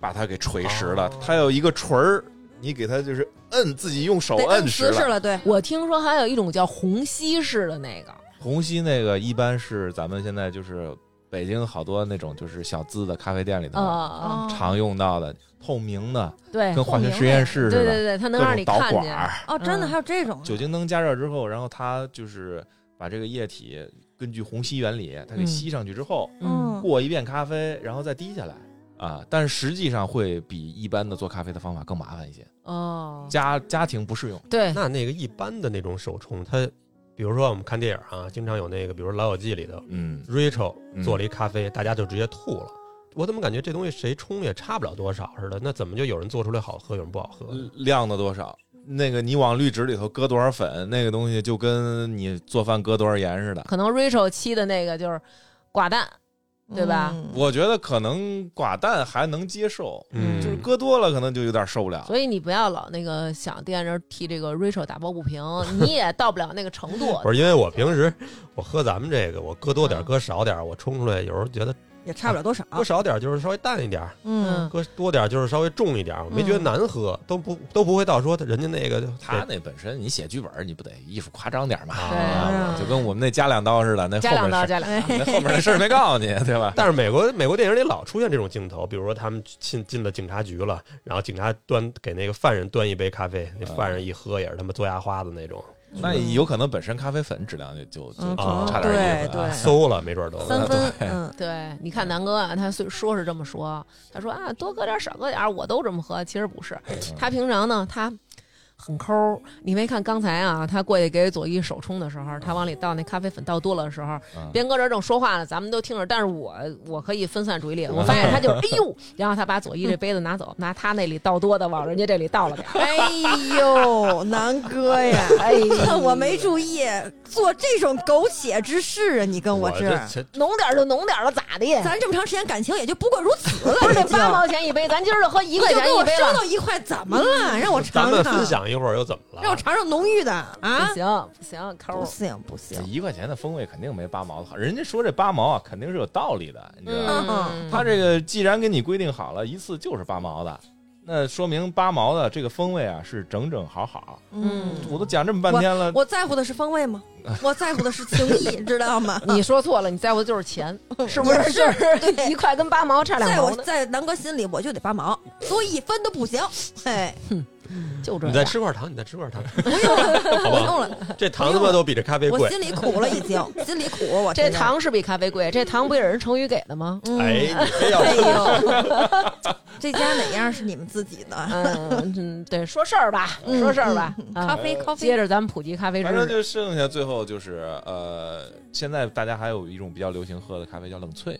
Speaker 5: 把它给锤实了
Speaker 3: 哦，
Speaker 5: 它有一个锤儿，你给它就是摁自己用手
Speaker 4: 得
Speaker 5: 摁
Speaker 4: 摁
Speaker 5: 实
Speaker 4: 姿势
Speaker 5: 了。
Speaker 4: 了，对，
Speaker 1: 我听说还有一种叫虹吸式的那个，
Speaker 5: 虹吸那个一般是咱们现在就是北京好多那种就是小资的咖啡店里头、
Speaker 1: 呃，
Speaker 5: 常用到的透明的，
Speaker 1: 对，
Speaker 5: 跟化学实验室
Speaker 1: 对
Speaker 5: 似的，
Speaker 1: 对对，它能
Speaker 5: 各
Speaker 1: 让
Speaker 5: 种
Speaker 1: 你
Speaker 5: 导
Speaker 1: 看
Speaker 5: 管
Speaker 1: 见，
Speaker 5: 儿，
Speaker 4: 哦，真的还有这种，
Speaker 5: 酒精灯加热之后，然后它就是把这个液体根据虹吸原理，它给
Speaker 1: 嗯
Speaker 5: 吸上去之后，
Speaker 1: 嗯
Speaker 4: 嗯，
Speaker 5: 过一遍咖啡，然后再滴下来。啊，但是实际上会比一般的做咖啡的方法更麻烦一些，
Speaker 1: 哦，
Speaker 5: 家家庭不适用。
Speaker 1: 对，
Speaker 3: 那那个一般的那种手冲，它比如说我们看电影啊，经常有那个，比如《老友记》里的
Speaker 5: 嗯，
Speaker 3: Rachel
Speaker 5: 嗯
Speaker 3: 做了一咖啡，大家就直接吐了。我怎么感觉这东西谁冲也差不了多少似的？那怎么就有人做出来好喝，有人不好喝？
Speaker 5: 量的多少，那个你往滤纸里头搁多少粉，那个东西就跟你做饭搁多少盐似的。
Speaker 1: 可能 Rachel 期的那个就是寡淡，对吧
Speaker 4: 嗯？
Speaker 5: 我觉得可能寡淡还能接受，
Speaker 1: 嗯
Speaker 5: 就是搁多了可能就有点受不了。
Speaker 1: 所以你不要老那个想惦着替这个 Rachel 打抱不
Speaker 5: <laughs>
Speaker 1: 平，你也到不了那个程度。
Speaker 3: 不是因为我平时我喝咱们这个，我搁多点儿
Speaker 1: 嗯
Speaker 3: 搁少点儿，我冲出来有时候觉得
Speaker 4: 也差不了多少，
Speaker 3: 搁少点儿就是稍微淡一点儿，
Speaker 1: 嗯
Speaker 4: 啊嗯，
Speaker 3: 搁多点儿就是稍微重一点儿，我没觉得难喝，都不都不会到说人家那个就
Speaker 5: 他那本身你写剧本，你不得艺术夸张点嘛？
Speaker 3: 啊
Speaker 1: 对嗯
Speaker 5: 啊，我就跟我们那加两刀似的，那
Speaker 1: 加
Speaker 5: 后
Speaker 1: 两
Speaker 5: 面
Speaker 1: 刀，
Speaker 5: 事
Speaker 1: 加两刀。
Speaker 5: 那后面的事儿没告诉你，对吧？
Speaker 3: 但是美国美国电影里老出现这种镜头，比如说他们进进了警察局了，然后警察端给那个犯人端一杯咖啡，那犯
Speaker 4: 嗯
Speaker 3: 人一喝也是他妈嘬牙花子那种，
Speaker 5: 那有可能本身咖啡粉质量就就就
Speaker 4: 嗯
Speaker 3: 可
Speaker 5: 就
Speaker 3: 能
Speaker 5: 差点意思
Speaker 4: 对
Speaker 5: 啊 <laughs>
Speaker 4: 对。
Speaker 3: 馊了没准都。
Speaker 4: 哎三分，嗯，
Speaker 1: 对，你看南哥啊，他虽说是这么说，他说啊，多搁点儿少搁点儿，我都这么喝。其实不是，
Speaker 5: 嗯
Speaker 1: 他平常呢，他很抠儿。你没看刚才啊，他过去给左一手冲的时候，他往里倒那咖啡粉倒多了的时候，
Speaker 5: 嗯
Speaker 1: 边搁这儿正说话呢，咱们都听着。但是我我可以分散注意
Speaker 5: 嗯
Speaker 1: 力，我发现他就是哎呦，然后他把左一这杯子拿走，拿他那里倒多的往人家这里倒了点儿。
Speaker 4: <laughs> 哎呦，南哥呀，
Speaker 1: 哎呦，
Speaker 4: <laughs> 我没注意做这种苟且之事啊！你跟我
Speaker 3: 这
Speaker 4: 这，
Speaker 3: 这
Speaker 1: 浓点儿就浓点儿了，咋的？
Speaker 4: 咱这么长时间感情也就不过如此 <laughs> 了。
Speaker 1: 不是
Speaker 4: 已
Speaker 1: 得
Speaker 4: 经
Speaker 1: 八毛钱一杯，咱今儿就喝一
Speaker 4: 你
Speaker 1: 块
Speaker 4: 就给
Speaker 1: 钱一
Speaker 4: 我
Speaker 1: 杯
Speaker 4: 收
Speaker 1: 了。
Speaker 4: 到一块，怎么了？让我
Speaker 3: 咱
Speaker 4: 尝
Speaker 3: 们
Speaker 4: 尝，
Speaker 3: 分享一会儿又怎么
Speaker 4: 让
Speaker 3: 了？
Speaker 4: 我尝尝浓郁的啊
Speaker 1: 不！行不行，抠
Speaker 4: 不
Speaker 1: 儿。
Speaker 4: 行不
Speaker 5: 这
Speaker 4: 行，
Speaker 5: 一块钱的风味肯定没八毛的好，人家说这八毛啊肯定是有道理的，你知道吗？
Speaker 1: 嗯，
Speaker 5: 他这个既然给你规定好了，一次就是八毛的，那说明八毛的这个风味啊是整整好好。
Speaker 1: 嗯
Speaker 5: 我都讲这么半天了，
Speaker 4: 我在乎的是风味 <laughs> 吗？我在乎的是情谊，知道 <laughs> 吗？
Speaker 1: 你说错了，你在乎的就是钱，
Speaker 4: <laughs>
Speaker 1: 是不是？就是一块跟八毛差两
Speaker 4: 在
Speaker 1: 毛
Speaker 4: 我
Speaker 1: 呢，
Speaker 4: 在南哥心里，我就得八毛，所以一分都不行。哎，
Speaker 1: 就这
Speaker 3: 你再
Speaker 1: 样。
Speaker 3: 吃块糖，你再吃块糖，
Speaker 4: 不
Speaker 3: 好吧？
Speaker 4: <laughs> 用了，
Speaker 3: 这糖他妈都比这咖啡
Speaker 4: 我
Speaker 3: 贵。
Speaker 4: 心里苦了，已 <laughs> 经心里苦。我
Speaker 1: 这
Speaker 4: 真的，
Speaker 1: 糖是比咖啡贵，这糖不也是成语给的吗？
Speaker 4: 嗯
Speaker 3: 哎，你这要
Speaker 4: 哎呦， <laughs> 这家哪样是你们自
Speaker 5: <laughs>
Speaker 4: 己的？啊
Speaker 1: 嗯嗯，对，说事儿吧，
Speaker 4: 嗯
Speaker 1: 说事儿吧。
Speaker 4: 咖
Speaker 1: 啊，
Speaker 4: 啡，咖啡，
Speaker 1: 接着咱们普及咖啡
Speaker 5: 反正
Speaker 1: 知识。
Speaker 5: 就剩下最后就是呃，现在大家还有一种比较流行喝的咖啡叫冷萃，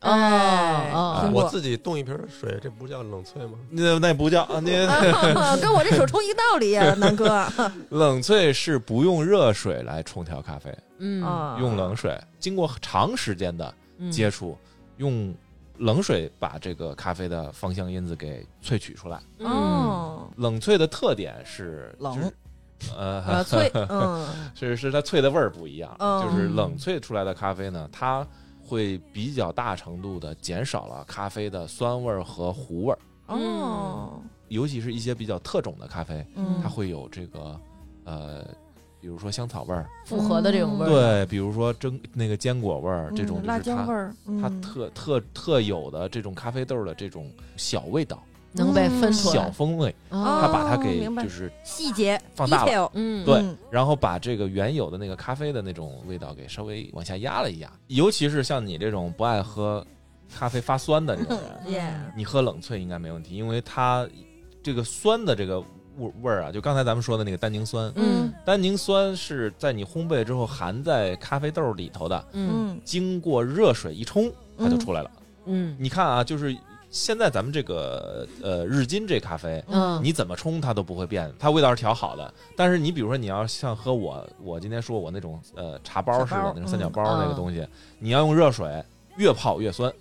Speaker 1: 哦
Speaker 4: 哎
Speaker 1: 哦，
Speaker 3: 我自己冻一瓶水，这不叫冷萃吗？
Speaker 5: 那那不叫那
Speaker 4: 啊，跟我这手冲一个道理
Speaker 5: <laughs>
Speaker 4: 呀、南哥。
Speaker 5: 冷萃是不用热水来冲调咖啡，
Speaker 1: 嗯
Speaker 4: 啊，
Speaker 5: 用冷水经过长时间的
Speaker 1: 嗯，
Speaker 5: 接触，用冷水把这个咖啡的芳香因子给萃取出来。
Speaker 1: 嗯
Speaker 4: 哦，
Speaker 5: 冷萃的特点是
Speaker 4: 冷，
Speaker 5: 就是呃 <laughs>
Speaker 4: 呃，脆，嗯，
Speaker 5: 是是它萃的味儿不一样，
Speaker 4: 嗯
Speaker 5: 就是冷萃出来的咖啡呢，它会比较大程度的减少了咖啡的酸味儿和糊味儿，
Speaker 4: 哦，
Speaker 5: 尤其是一些比较特种的咖啡，
Speaker 4: 嗯
Speaker 5: 它会有这个呃，比如说香草味儿，
Speaker 1: 复合的这种味儿。
Speaker 5: 对，比如说蒸那个坚果味儿，这种
Speaker 4: 嗯
Speaker 5: 就
Speaker 4: 辣
Speaker 5: 是
Speaker 4: 椒味
Speaker 5: 它。
Speaker 4: 儿，
Speaker 5: 它
Speaker 4: 嗯
Speaker 5: 特特特有的这种咖啡豆的这种小味道、
Speaker 1: 能被分出
Speaker 5: 小
Speaker 1: 来。
Speaker 5: 风味，它
Speaker 1: 哦，
Speaker 5: 把它
Speaker 4: 哦
Speaker 5: 给
Speaker 4: 明白
Speaker 5: 就是
Speaker 4: 细节
Speaker 5: 放大了
Speaker 4: detail，
Speaker 1: 嗯，
Speaker 5: 对
Speaker 4: 嗯
Speaker 5: 然后把这个原有的那个咖啡的那种味道给稍微往下压了一压。尤其是像你这种不爱喝咖啡
Speaker 4: 嗯
Speaker 1: 嗯
Speaker 5: 发酸的这种人，
Speaker 4: 耶，
Speaker 5: 你喝冷萃应该没问题，因为它这个酸的这个味味儿啊，就刚才咱们说的那个单宁酸，
Speaker 1: 嗯
Speaker 5: 单宁酸是在你烘焙之后含在咖啡豆里头的，
Speaker 1: 嗯
Speaker 4: 嗯
Speaker 5: 经过热水一冲，它就出来了。
Speaker 1: 嗯
Speaker 5: 你看啊，就是现在咱们这个呃日金这咖啡，
Speaker 1: 嗯，
Speaker 5: 你怎么冲它都不会变，它味道是调好的。但是你比如说你要像喝我我今天说我那种呃茶包似
Speaker 4: 茶
Speaker 5: 的
Speaker 4: 包
Speaker 5: 那种三角
Speaker 4: 嗯
Speaker 5: 包那个
Speaker 1: 嗯
Speaker 5: 东西，你要用热水越泡越酸，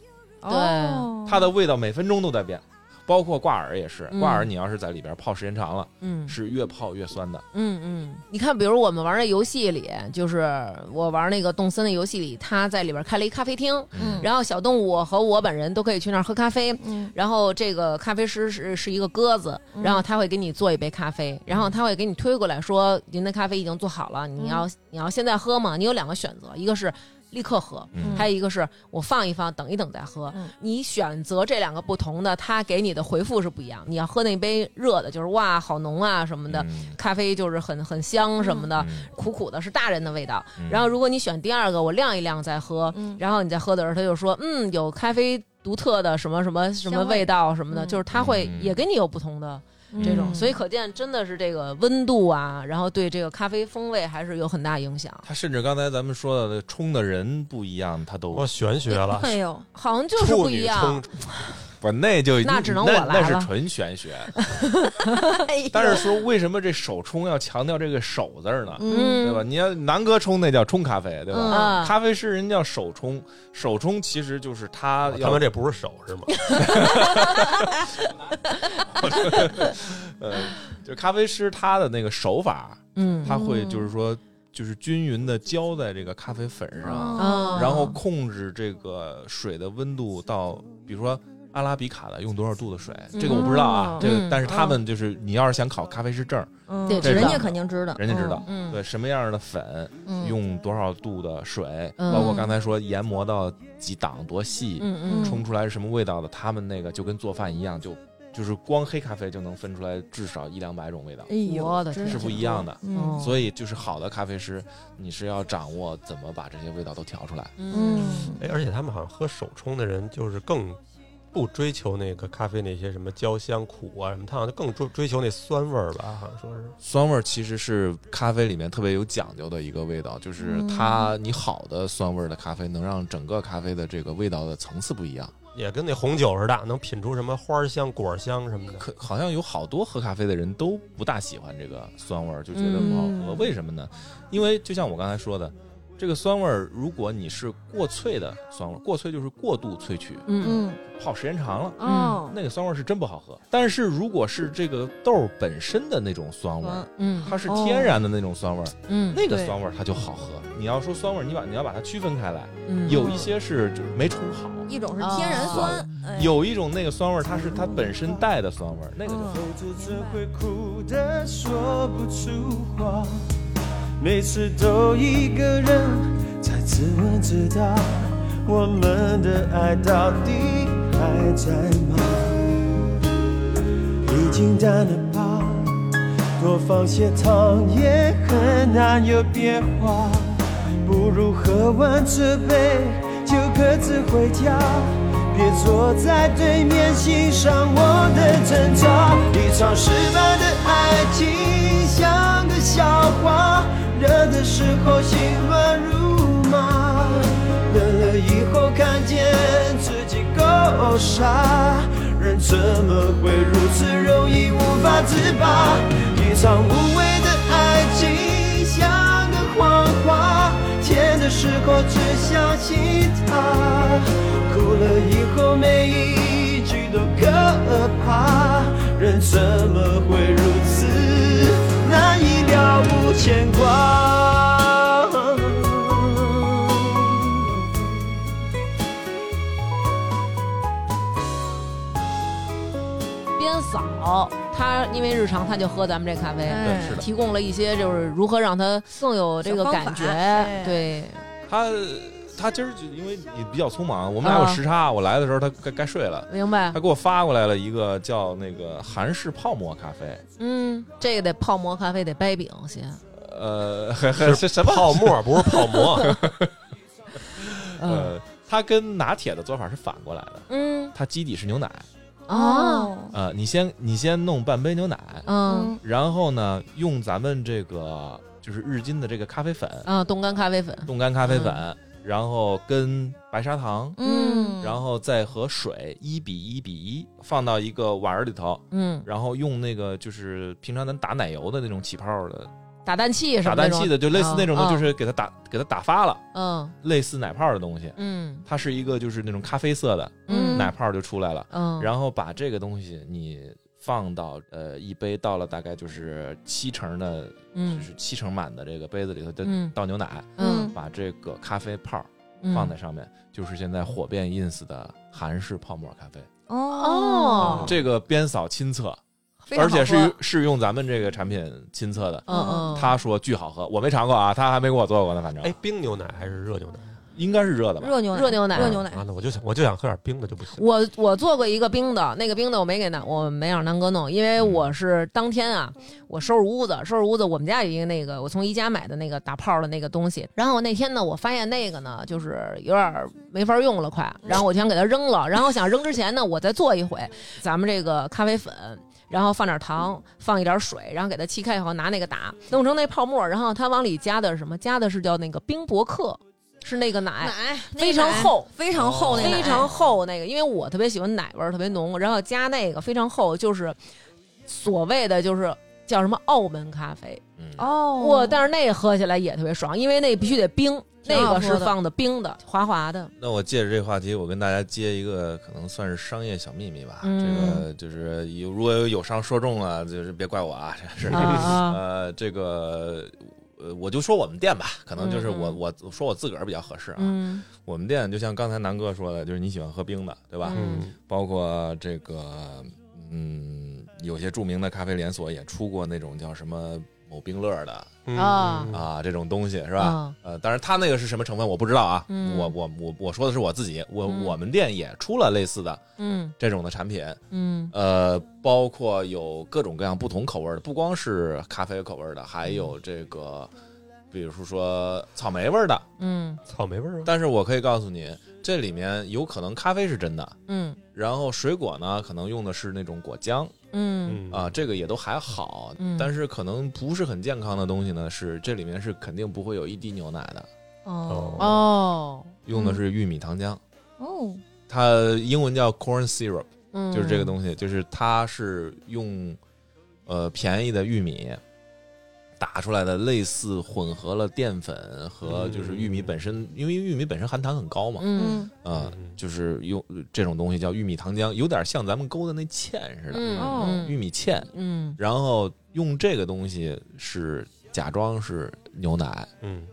Speaker 4: 哦
Speaker 5: 它的味道每分钟都在变。包括挂耳也是，
Speaker 1: 嗯
Speaker 5: 挂耳你要是在里边泡时间长了，
Speaker 1: 嗯
Speaker 5: 是越泡越酸的。
Speaker 1: 嗯嗯，你看，比如我们玩那游戏里，就是我玩那个动森的游戏里，他在里边开了一咖啡厅，
Speaker 4: 嗯
Speaker 1: 然后小动物和我本人都可以去那儿喝咖啡。
Speaker 4: 嗯
Speaker 1: 然后这个咖啡师是是一个鸽子，
Speaker 4: 嗯
Speaker 1: 然后他会给你做一杯咖啡，然后他会给你推过来说，您的咖啡已经做好了，
Speaker 4: 嗯
Speaker 1: 你要你要现在喝吗？你有两个选择，一个是立刻喝，
Speaker 5: 嗯
Speaker 1: 还有一个是我放一放，等一等再喝。
Speaker 4: 嗯
Speaker 1: 你选择这两个不同的，他给你的回复是不一样。你要喝那杯热的，就是哇好浓啊什么的，
Speaker 5: 嗯
Speaker 1: 咖啡就是很很香什么的，
Speaker 5: 嗯
Speaker 1: 苦苦的是大人的味道。
Speaker 5: 嗯
Speaker 1: 然后如果你选第二个，我晾一晾再喝，
Speaker 4: 嗯
Speaker 1: 然后你再喝的时候，他就说嗯有咖啡独特的什么什么什么
Speaker 4: 香味
Speaker 1: 味道什么的，
Speaker 4: 嗯
Speaker 1: 就是他会
Speaker 5: 嗯
Speaker 1: 也给你有不同的嗯这种，所以可见真的是这个温度啊，然后对这个咖啡风味还是有很大影响。
Speaker 5: 它甚至刚才咱们说的冲的人不一样，它都
Speaker 3: 我玄学
Speaker 4: <laughs>
Speaker 3: 了，
Speaker 4: 哎
Speaker 1: <laughs>
Speaker 4: 呦，
Speaker 1: 好像就是
Speaker 3: 处
Speaker 1: 不
Speaker 3: 女
Speaker 1: 一样
Speaker 3: 冲，
Speaker 5: 不那就
Speaker 1: 那只能我来了
Speaker 5: 那那是纯
Speaker 1: <laughs>
Speaker 5: 玄学。
Speaker 4: 哎呦
Speaker 5: 但是说为什么这手冲要强调这个手字儿呢？
Speaker 1: 嗯，
Speaker 5: 对吧？你要南哥冲那叫冲咖啡，
Speaker 3: 嗯
Speaker 5: 对吧？
Speaker 1: 啊，
Speaker 5: 咖啡师人叫手冲，手冲其实就是他
Speaker 3: 哦他
Speaker 5: 要
Speaker 3: 们这不是手是吗？
Speaker 5: 呃，就咖啡师他的那个手法，
Speaker 1: 嗯，
Speaker 5: 他会就是说就是均匀的浇在这个咖啡粉上，
Speaker 1: 啊
Speaker 5: 然后控制这个水的温度到，比如说。阿拉比卡的用多少度的水？这个我不知道
Speaker 4: 嗯，
Speaker 5: 啊这个
Speaker 1: 嗯
Speaker 5: 但是他们就是你要是想考咖啡师证，
Speaker 4: 嗯
Speaker 1: 对
Speaker 5: 知道
Speaker 4: 人家肯定知道，
Speaker 5: 人家知道，
Speaker 1: 嗯
Speaker 5: 对什么样的粉，
Speaker 4: 嗯，
Speaker 5: 用多少度的水，
Speaker 1: 嗯
Speaker 5: 包括刚才说研磨到几档多细，
Speaker 1: 嗯嗯
Speaker 5: 冲出来是什么味道的，他们那个就跟做饭一样，就就是光黑咖啡就能分出来至少一两百种味道，
Speaker 4: 哎呦，
Speaker 1: 我的
Speaker 4: 真
Speaker 1: 天
Speaker 5: 是不一样的。
Speaker 1: 嗯
Speaker 4: 嗯
Speaker 5: 所以就是好的咖啡师，你是要掌握怎么把这些味道都调出来。
Speaker 4: 嗯
Speaker 3: 哎，而且他们好像喝手冲的人就是更不追求那个咖啡那些什么焦香苦啊什么，他好像更追追求那酸味儿吧，好像说是。
Speaker 5: 酸味儿其实是咖啡里面特别有讲究的一个味道，就是它你好的酸味儿的咖啡能让整个咖啡的这个味道的层次不一样。
Speaker 3: 也跟那红酒似的，能品出什么花香、果香什么
Speaker 5: <laughs>
Speaker 3: 的。
Speaker 5: 可好像有好多喝咖啡的人都不大喜欢这个酸味儿，就觉得不好喝。
Speaker 4: 嗯
Speaker 5: 为什么呢？因为就像我刚才说的，这个酸味儿，如果你是过萃的酸味儿，过萃就是过度萃取，
Speaker 1: 嗯
Speaker 4: 嗯
Speaker 5: 泡时间长了。
Speaker 4: 哦，
Speaker 5: 那个酸味儿是真不好喝，但是如果是这个豆儿本身的那种酸味儿，
Speaker 1: 嗯
Speaker 5: 它是天然的那种酸味儿，
Speaker 1: 嗯
Speaker 5: 那个
Speaker 4: 对
Speaker 5: 酸味儿它就好喝。你要说酸味儿，你把你要把它区分开来，
Speaker 1: 嗯
Speaker 5: 有一些是就是没冲好，
Speaker 4: 一种是天
Speaker 1: 哦
Speaker 4: 然酸，哎嗯
Speaker 5: 有一种那个酸味儿它是它本身带的酸味儿，那个就好。
Speaker 6: 我就只会哭得说不出话，每次都一个人才自问自答，我们的爱到底还在吗？已经淡了吧，多放些糖也很难有变化，不如喝完这杯就各自回家，别坐在对面欣赏我的挣扎。一场失败的爱情像个笑话，热的时候心乱如麻，冷了以后看见自己够傻，人怎么会如此容易无法自拔？一场无谓的爱情像个谎话，甜的时候只相信它，哭了以后每一句都可怕，人怎么会如此难以了无牵挂？
Speaker 1: 边嫂，她因为日常她就喝咱们这咖啡，
Speaker 4: 哎
Speaker 5: 对是的
Speaker 1: 提供了一些就是如何让她更有这个感觉
Speaker 4: 小方法哎。
Speaker 1: 对，
Speaker 5: 他他今儿就因为你比较匆忙，我们俩有
Speaker 1: 啊
Speaker 5: 时差，我来的时候他该该睡了。
Speaker 1: 明白
Speaker 5: 他。给我发过来了一个叫那个韩式泡沫咖啡，
Speaker 1: 嗯，这个得泡沫咖啡得掰饼先。
Speaker 5: 呃，呵呵是什么
Speaker 3: 泡？哦
Speaker 5: <laughs>
Speaker 3: 沫嗯不是泡 <laughs> 馍，
Speaker 1: 嗯
Speaker 5: 呃呃，它跟拿铁的做法是反过来的，
Speaker 1: 嗯
Speaker 5: 它基底是牛奶，
Speaker 1: 哦，
Speaker 5: 呃，你先你先弄半杯牛奶，
Speaker 1: 嗯
Speaker 5: 然后呢，用咱们这个就是日金的这个咖啡粉，
Speaker 1: 啊，冻干咖啡粉，
Speaker 5: 冻干咖啡粉，然后跟白砂糖，
Speaker 1: 嗯
Speaker 5: 然后再和水一比一比一放到一个碗儿里头，
Speaker 1: 嗯，
Speaker 5: 然后用那个就是平常咱打奶油的那种起泡的
Speaker 1: 打蛋器什
Speaker 5: 打
Speaker 1: 么那
Speaker 5: 蛋
Speaker 1: 种
Speaker 5: 器的，就类似那种
Speaker 1: 哦
Speaker 5: 的，
Speaker 1: 哦
Speaker 5: 就是给它打给它打发了，
Speaker 1: 嗯
Speaker 5: 类似奶泡的东西，
Speaker 1: 嗯
Speaker 5: 它是一个就是那种咖啡色的
Speaker 1: 嗯
Speaker 5: 奶泡就出来了，
Speaker 1: 嗯，
Speaker 5: 然后把这个东西你。放到呃一杯到了大概就是七成的就
Speaker 1: 嗯
Speaker 5: 是七成满的这个杯子里头再
Speaker 1: 嗯
Speaker 5: 倒牛奶，
Speaker 1: 嗯
Speaker 5: 把这个咖啡泡
Speaker 1: 嗯
Speaker 5: 放在上面，就是现在火遍 ins 的韩式泡沫咖啡。
Speaker 1: 哦，
Speaker 5: 这个边嫂亲测，
Speaker 4: 非常
Speaker 5: 而
Speaker 4: 好
Speaker 5: 且是
Speaker 4: 喝
Speaker 5: 是用咱们这个产品亲测的。
Speaker 1: 嗯嗯，
Speaker 5: 他说巨好喝，我没尝过啊，他还没给我做过呢，反正
Speaker 3: 哎，冰牛奶还是热牛奶？
Speaker 5: 应该是热的吧？
Speaker 4: 热牛
Speaker 1: 热牛奶
Speaker 4: 热牛奶，
Speaker 5: 嗯
Speaker 3: 啊，那我就想我就想喝点冰的就不行。
Speaker 1: 我我做过一个冰的，那个冰的我没给南，我没让南哥弄，因为我是当天啊，我收拾屋子，收拾屋子，我们家有一个那个我从宜家买的那个打泡的那个东西，然后那天呢，我发现那个呢就是有点儿没法用了，快，然后我就想给它扔了，然后想扔之前呢，我再做一回咱们这个咖啡粉。然后放点糖，放一点水，然后给它沏开以后拿那个打，弄成那泡沫，然后它往里加的是什么？加的是叫那个冰博克，是那个奶，
Speaker 4: 奶
Speaker 1: 非常，厚，
Speaker 4: 哎那个奶非常厚，那个奶
Speaker 1: 哦非常厚那个，因为我特别喜欢奶味儿特别浓，然后加那个非常厚，就是所谓的就是。叫什么澳门咖啡？
Speaker 5: 嗯，
Speaker 4: 哦，
Speaker 1: 哇、但是那个喝起来也特别爽，因为那必须得冰，
Speaker 4: 挺
Speaker 1: 那
Speaker 4: 好
Speaker 1: 个
Speaker 4: 喝
Speaker 1: 是
Speaker 4: 的
Speaker 1: 放的冰的，滑滑的。
Speaker 5: 那我借着这个话题，我跟大家接一个可能算是商业小秘密吧。
Speaker 1: 嗯
Speaker 5: 这个就是有如果有友商说中了，就是别怪我
Speaker 1: <laughs>
Speaker 5: 啊，这是、
Speaker 1: 啊啊
Speaker 5: 呃这个。呃，我就说我们店吧，可能就是我、
Speaker 1: 嗯
Speaker 5: 我说我自个儿比较合适啊。
Speaker 1: 嗯
Speaker 5: 我们店就像刚才南哥说的，就是你喜欢喝冰的，对吧？
Speaker 1: 嗯
Speaker 3: 嗯，
Speaker 5: 包括这个，嗯，有些著名的咖啡连锁也出过那种叫什么某冰乐的
Speaker 3: 嗯
Speaker 1: 啊
Speaker 3: 嗯
Speaker 5: 啊，这种东西是
Speaker 1: 是
Speaker 5: 吧？呃，当然他那个是什么成分我不知道啊，
Speaker 1: 嗯
Speaker 5: 我我我我说的是我自己，我、
Speaker 1: 嗯
Speaker 5: 我们店也出了类似的
Speaker 1: 嗯
Speaker 5: 这种的产品，
Speaker 1: 嗯
Speaker 5: 呃，包括有各种各样不同口味儿的，不光是咖啡口味儿的，还有这个，比如说草莓味儿的。
Speaker 1: 嗯
Speaker 3: 草莓味儿啊，
Speaker 5: 但是我可以告诉你，这里面有可能咖啡是真的，
Speaker 1: 嗯
Speaker 5: 然后水果呢可能用的是那种果浆
Speaker 1: 嗯
Speaker 3: 嗯
Speaker 5: 啊、，这个也都还好
Speaker 1: 嗯。
Speaker 5: 但是可能不是很健康的东西呢，是这里面是肯定不会有一滴牛奶的，
Speaker 1: 哦
Speaker 5: 嗯
Speaker 3: 哦
Speaker 1: 哦
Speaker 5: 用的是玉米糖浆。
Speaker 4: 哦，
Speaker 5: 它英文叫 corn syrup，
Speaker 1: 嗯，
Speaker 5: 就是这个东西，就是它是用呃便宜的玉米打出来的，类似混合了淀粉和就是玉米本身，因为玉米本身含糖很高嘛，
Speaker 1: 嗯
Speaker 4: 嗯
Speaker 5: 啊、
Speaker 3: 嗯
Speaker 5: 就是用这种东西叫玉米糖浆，有点像咱们勾的那芡似的，
Speaker 1: 嗯
Speaker 4: 哦
Speaker 5: 玉
Speaker 1: 嗯
Speaker 5: 米芡，
Speaker 1: 嗯
Speaker 5: 然后用这个东西是假装是牛奶。
Speaker 3: 嗯，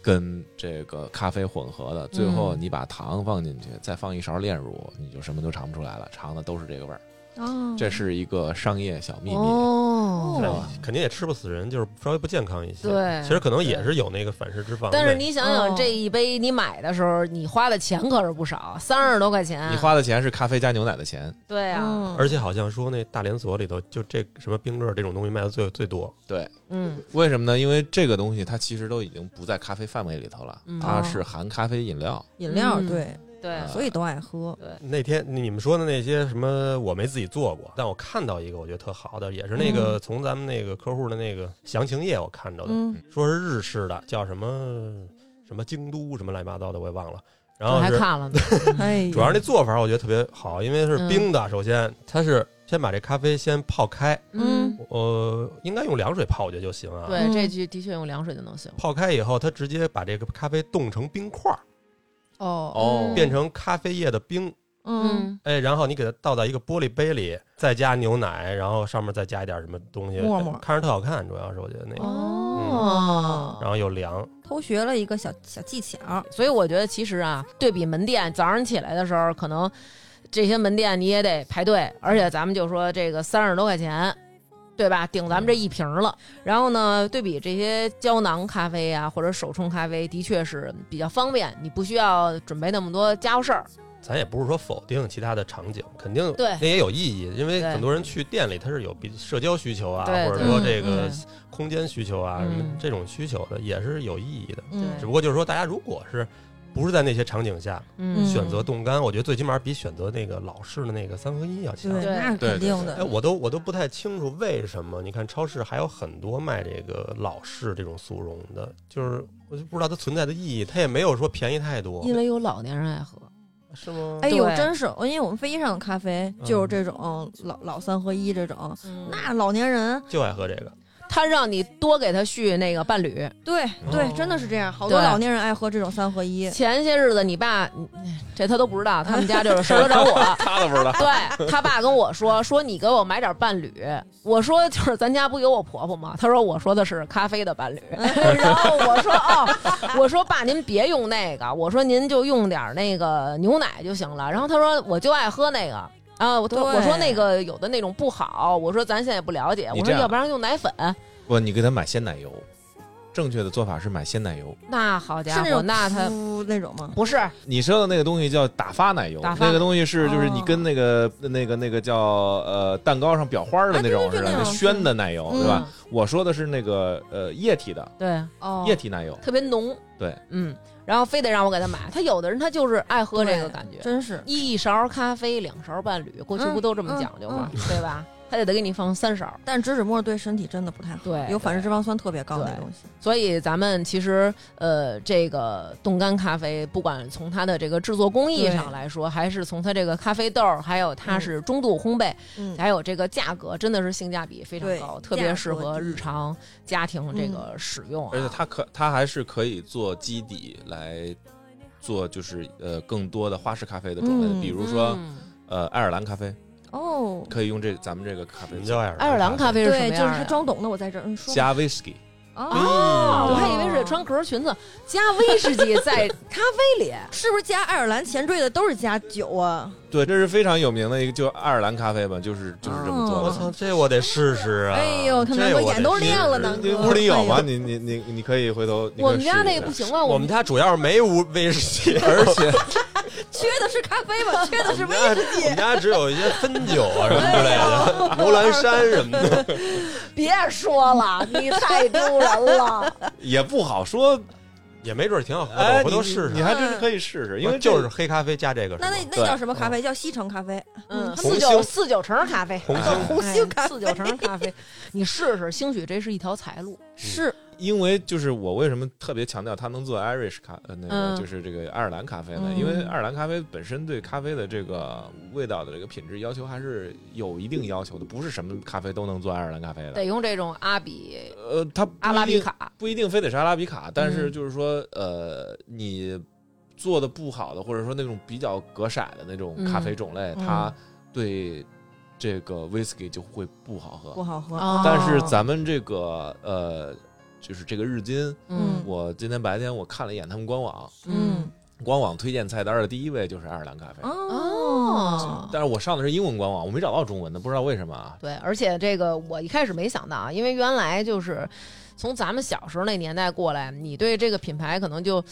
Speaker 5: 跟这个咖啡混合的，最后
Speaker 1: 嗯
Speaker 5: 你把糖放进去，再放一勺炼乳，你就什么都尝不出来了，尝的都是这个味儿。
Speaker 2: 嗯
Speaker 4: 哦
Speaker 5: 这是一个商业小秘密。
Speaker 1: 哦
Speaker 5: 是吧
Speaker 3: 哎肯定也吃不死人，就是稍微不健康一些。
Speaker 1: 对
Speaker 3: 其实可能也是有那个反式脂肪的。
Speaker 1: 但是你想想，
Speaker 4: 哦
Speaker 1: 这一杯你买的时候，你花的钱可是不少，三十多块钱。
Speaker 5: 你花的钱是咖啡加牛奶的钱，
Speaker 1: 对啊，
Speaker 4: 嗯
Speaker 3: 而且好像说那大连锁里头，就这什么冰乐这种东西卖的最最多。
Speaker 5: 对，
Speaker 1: 嗯
Speaker 5: 为什么呢？因为这个东西它其实都已经不在咖啡范围里头了，
Speaker 1: 嗯
Speaker 5: 它是含咖啡饮料。
Speaker 4: 饮料
Speaker 1: 嗯
Speaker 4: 对，
Speaker 1: 对
Speaker 5: 啊
Speaker 4: 所以都爱喝，
Speaker 1: 对，
Speaker 3: 那天你们说的那些什么，我没自己做过，但我看到一个我觉得特好的，也是那
Speaker 1: 嗯
Speaker 3: 个从咱们那个客户的那个详情页我看着的，
Speaker 4: 嗯
Speaker 3: 说是日式的，叫什么什么京都什么乱七八糟的，我也忘了。然
Speaker 1: 我
Speaker 3: 后
Speaker 1: 还
Speaker 3: 是
Speaker 1: 看了 <laughs> 呢。
Speaker 4: 哎，
Speaker 3: 主要是那做法我觉得特别好，因为是
Speaker 1: 嗯
Speaker 3: 冰的，首先它是先把这咖啡先泡开，
Speaker 1: 嗯，
Speaker 3: 呃，应该用凉水泡我觉得就行啊。
Speaker 1: 对，
Speaker 4: 嗯
Speaker 1: 这句的确用凉水就能行。
Speaker 3: 泡开以后，它直接把这个咖啡冻成冰块儿，
Speaker 1: 哦，
Speaker 5: 哦
Speaker 3: 变成咖啡液的冰。
Speaker 4: 嗯，
Speaker 3: 哎，然后你给它倒在一个玻璃杯里，再加牛奶，然后上面再加一点什么东西，
Speaker 4: 沫沫
Speaker 3: 看着特好看，主要是我觉得那个，
Speaker 1: 哦
Speaker 3: 然后又凉，
Speaker 4: 嗯偷学了一个小小技巧，
Speaker 1: 所以我觉得其实啊，对比门店，早上起来的时候，可能这些门店你也得排队，而且咱们就说这个三十多块钱。对吧？顶咱们这一瓶了。然后呢，对比这些胶囊咖啡啊，或者手冲咖啡，的确是比较方便，你不需要准备那么多家伙事儿。
Speaker 3: 咱也不是说否定其他的场景，肯定
Speaker 1: 对
Speaker 3: 那也有意义，因为
Speaker 1: 对
Speaker 3: 很多人去店里他是有比社交需求啊，
Speaker 1: 对
Speaker 3: 或者
Speaker 1: 对
Speaker 3: 说
Speaker 4: 嗯
Speaker 3: 这个
Speaker 1: 嗯
Speaker 3: 空间需求啊，
Speaker 1: 嗯
Speaker 3: 什么这种需求的也是有意义的。
Speaker 1: 对
Speaker 4: 嗯
Speaker 3: 只不过就是说，大家如果是不是在那些场景下
Speaker 1: 嗯
Speaker 3: 选择冻干，我觉得最起码比选择那个老式的那个三合一要强。
Speaker 1: 对
Speaker 4: 那是
Speaker 5: 对
Speaker 4: 肯
Speaker 5: 对
Speaker 4: 定
Speaker 3: 哎，
Speaker 4: 的。
Speaker 3: 我都我都不太清楚为什么。你看超市还有很多卖这个老式这种速溶的，就是我就不知道它存在的意义，它也没有说便宜太多，
Speaker 1: 因为有老年人爱喝，
Speaker 3: 是吗？
Speaker 4: 哎呦，
Speaker 1: 对
Speaker 4: 真是，因为我们飞机上的咖啡就是这种老老三合一这种，
Speaker 1: 嗯
Speaker 4: 那老年人，
Speaker 3: 就爱喝这个，
Speaker 1: 他让你多给他续那个伴侣。
Speaker 4: 对哦对，真的是这样，好多
Speaker 1: 对
Speaker 4: 老年人爱喝这种三合一。
Speaker 1: 前些日子你爸，嗯这他都不知道，他们家
Speaker 5: <laughs>
Speaker 1: 就是事儿都找我。
Speaker 5: 他都不知道。
Speaker 1: 对他爸跟我说，说你给我买点伴侣。我说就是咱家不有我婆婆吗？他说我说的是咖啡的伴侣。
Speaker 5: 嗯
Speaker 1: <laughs> 然后我说哦，我说爸您别用那个，我说您就用点那个牛奶就行了。然后他说我就爱喝那个。啊，我
Speaker 4: 对
Speaker 1: 我说那个有的那种不好，我说咱现在不了解，
Speaker 5: 你
Speaker 1: 我说
Speaker 5: 这样
Speaker 1: 要不然用奶粉，
Speaker 5: 不，你给他买鲜奶油，正确的做法是买鲜奶油。
Speaker 1: 那好
Speaker 4: 是
Speaker 1: 家
Speaker 4: 那
Speaker 1: 伙，
Speaker 4: 种
Speaker 1: 那他
Speaker 4: 噗那种吗？
Speaker 1: 嗯不是
Speaker 5: 你说的那个东西叫打发奶油
Speaker 1: 打，发
Speaker 5: 那个东西是就是
Speaker 4: 哦
Speaker 5: 你跟那个、那个那个叫呃蛋糕上裱花的那种
Speaker 4: 啊对对对
Speaker 5: 似的，
Speaker 4: 那
Speaker 5: 那
Speaker 4: 种
Speaker 5: 宣的奶油，
Speaker 4: 嗯
Speaker 5: 对吧？我说的是那个呃液体的
Speaker 1: 对，
Speaker 4: 哦，
Speaker 5: 液体奶油，
Speaker 1: 特别浓，
Speaker 5: 对，
Speaker 1: 嗯，然后非得让我给他买。他有的人他就是爱喝这个
Speaker 4: 对
Speaker 5: 嗯
Speaker 1: 感觉，
Speaker 4: 真是
Speaker 1: 一勺咖啡两勺伴侣，过去
Speaker 4: 嗯
Speaker 1: 不都这么讲究
Speaker 5: 嗯
Speaker 1: 吗？对吧？他得得给你放三勺。
Speaker 4: 但植脂末对身体真的不太好，
Speaker 1: 对
Speaker 4: 有反式脂肪酸特别高的
Speaker 1: 对
Speaker 4: 东西。
Speaker 1: 所以咱们其实呃，这个冻干咖啡，不管从它的这个制作工艺上
Speaker 4: 对
Speaker 1: 来说，还是从它这个咖啡豆儿，还有它
Speaker 4: 嗯
Speaker 1: 是中度烘焙，
Speaker 4: 嗯，
Speaker 1: 还有这个价格，真的是性价比非常
Speaker 4: 对
Speaker 1: 高，特别适
Speaker 4: 价格
Speaker 1: 合
Speaker 4: 低
Speaker 1: 日常家庭这个使用、啊
Speaker 5: 而且它可它还是可以做基底来做，就是呃更多的花式咖啡的种类，
Speaker 4: 嗯
Speaker 5: 比如说、
Speaker 1: 嗯
Speaker 5: 呃爱尔兰咖啡
Speaker 4: 哦，
Speaker 5: 可以用这咱们这个咖
Speaker 3: 什
Speaker 5: 啡
Speaker 3: 么
Speaker 5: 做
Speaker 3: 叫爱尔
Speaker 1: 爱尔兰咖啡是什么
Speaker 4: 对，就是
Speaker 1: 样啊的
Speaker 4: 他？装懂的，我在这儿嗯说吧。
Speaker 5: 加 whisky，
Speaker 1: 哦，
Speaker 4: 哦
Speaker 3: 嗯
Speaker 1: 我还以为是穿格儿裙子加威士忌在咖啡里。
Speaker 4: 是不是加爱尔兰前缀的都是加酒啊？
Speaker 5: 对，这是非常有名的一个，就爱尔兰咖啡嘛，就是就是这么做
Speaker 1: 哦
Speaker 3: 我
Speaker 5: 的。
Speaker 3: 操，这我得试试啊！
Speaker 4: 哎呦，他们
Speaker 3: 这
Speaker 4: 我
Speaker 3: 我得
Speaker 4: 眼都
Speaker 3: 试试
Speaker 4: 亮了呢，。
Speaker 5: 你
Speaker 4: 哥
Speaker 5: 屋里有
Speaker 4: 哎
Speaker 5: 吗？
Speaker 4: 呦
Speaker 5: 你你你你可以回头。你可以
Speaker 1: 我们家
Speaker 5: 试一
Speaker 1: 那
Speaker 5: 下
Speaker 1: 不行啊，
Speaker 3: 我
Speaker 1: 们
Speaker 3: 们家主要是没无威士忌，
Speaker 5: <laughs> 而
Speaker 3: <laughs>
Speaker 5: 且
Speaker 4: 缺的是咖啡吗？缺的是
Speaker 3: 我们
Speaker 4: 威
Speaker 3: 家
Speaker 4: 士哎
Speaker 3: 我们家只有一些汾酒啊什么之类的，牛栏山什么的。
Speaker 1: 别说了，你太丢人了。
Speaker 5: 也不好说，
Speaker 3: 也没准儿挺好喝的，
Speaker 5: 哎，
Speaker 3: 我回头
Speaker 5: 你
Speaker 3: 试
Speaker 5: 你
Speaker 3: 试。
Speaker 5: 还真是可以试试，因为这
Speaker 3: 就是黑咖啡加这个，
Speaker 4: 那那
Speaker 3: 是吗
Speaker 4: 那叫什么咖啡？叫西城咖啡，
Speaker 1: 嗯，
Speaker 5: 红
Speaker 1: 四九
Speaker 5: 星
Speaker 1: 四九成咖啡，哎
Speaker 3: 红星
Speaker 4: 红星咖
Speaker 1: 四九成咖啡，你试试，兴许这是一条财路。
Speaker 4: 是
Speaker 5: 因为就是我为什么特别强调它能做 Irish 咖呃那
Speaker 1: 嗯
Speaker 5: 个就是这个爱尔兰咖啡呢？
Speaker 1: 嗯
Speaker 5: 因为爱尔兰咖啡本身对咖啡的这个味道的这个品质要求还是有一定要求的，不是什么咖啡都能做爱尔兰咖啡的
Speaker 1: 得。用这种阿比
Speaker 5: 呃，它不
Speaker 1: 阿拉
Speaker 5: 一
Speaker 1: 比
Speaker 5: 定
Speaker 1: 卡，
Speaker 5: 不一定非得是阿拉比卡，但是
Speaker 1: 嗯
Speaker 5: 就是说，呃，你做的不好的，或者说那种比较格色的那种咖啡种类，
Speaker 4: 嗯
Speaker 5: 它对这个 whisky 就会不好喝。
Speaker 4: 不好喝啊
Speaker 1: 哦。
Speaker 5: 但是咱们这个呃，就是这个日金，
Speaker 1: 嗯
Speaker 5: 我今天白天我看了一眼他们官网，
Speaker 1: 嗯
Speaker 4: 嗯
Speaker 5: 官网推荐菜单的第一位就是爱尔兰咖啡，
Speaker 4: 哦，
Speaker 1: 哦。
Speaker 5: 但是我上的是英文官网，我没找到中文的，不知道为什么啊。
Speaker 1: 对，而且这个我一开始没想到啊，因为原来就是从咱们小时候那年代过来，你对这个品牌可能就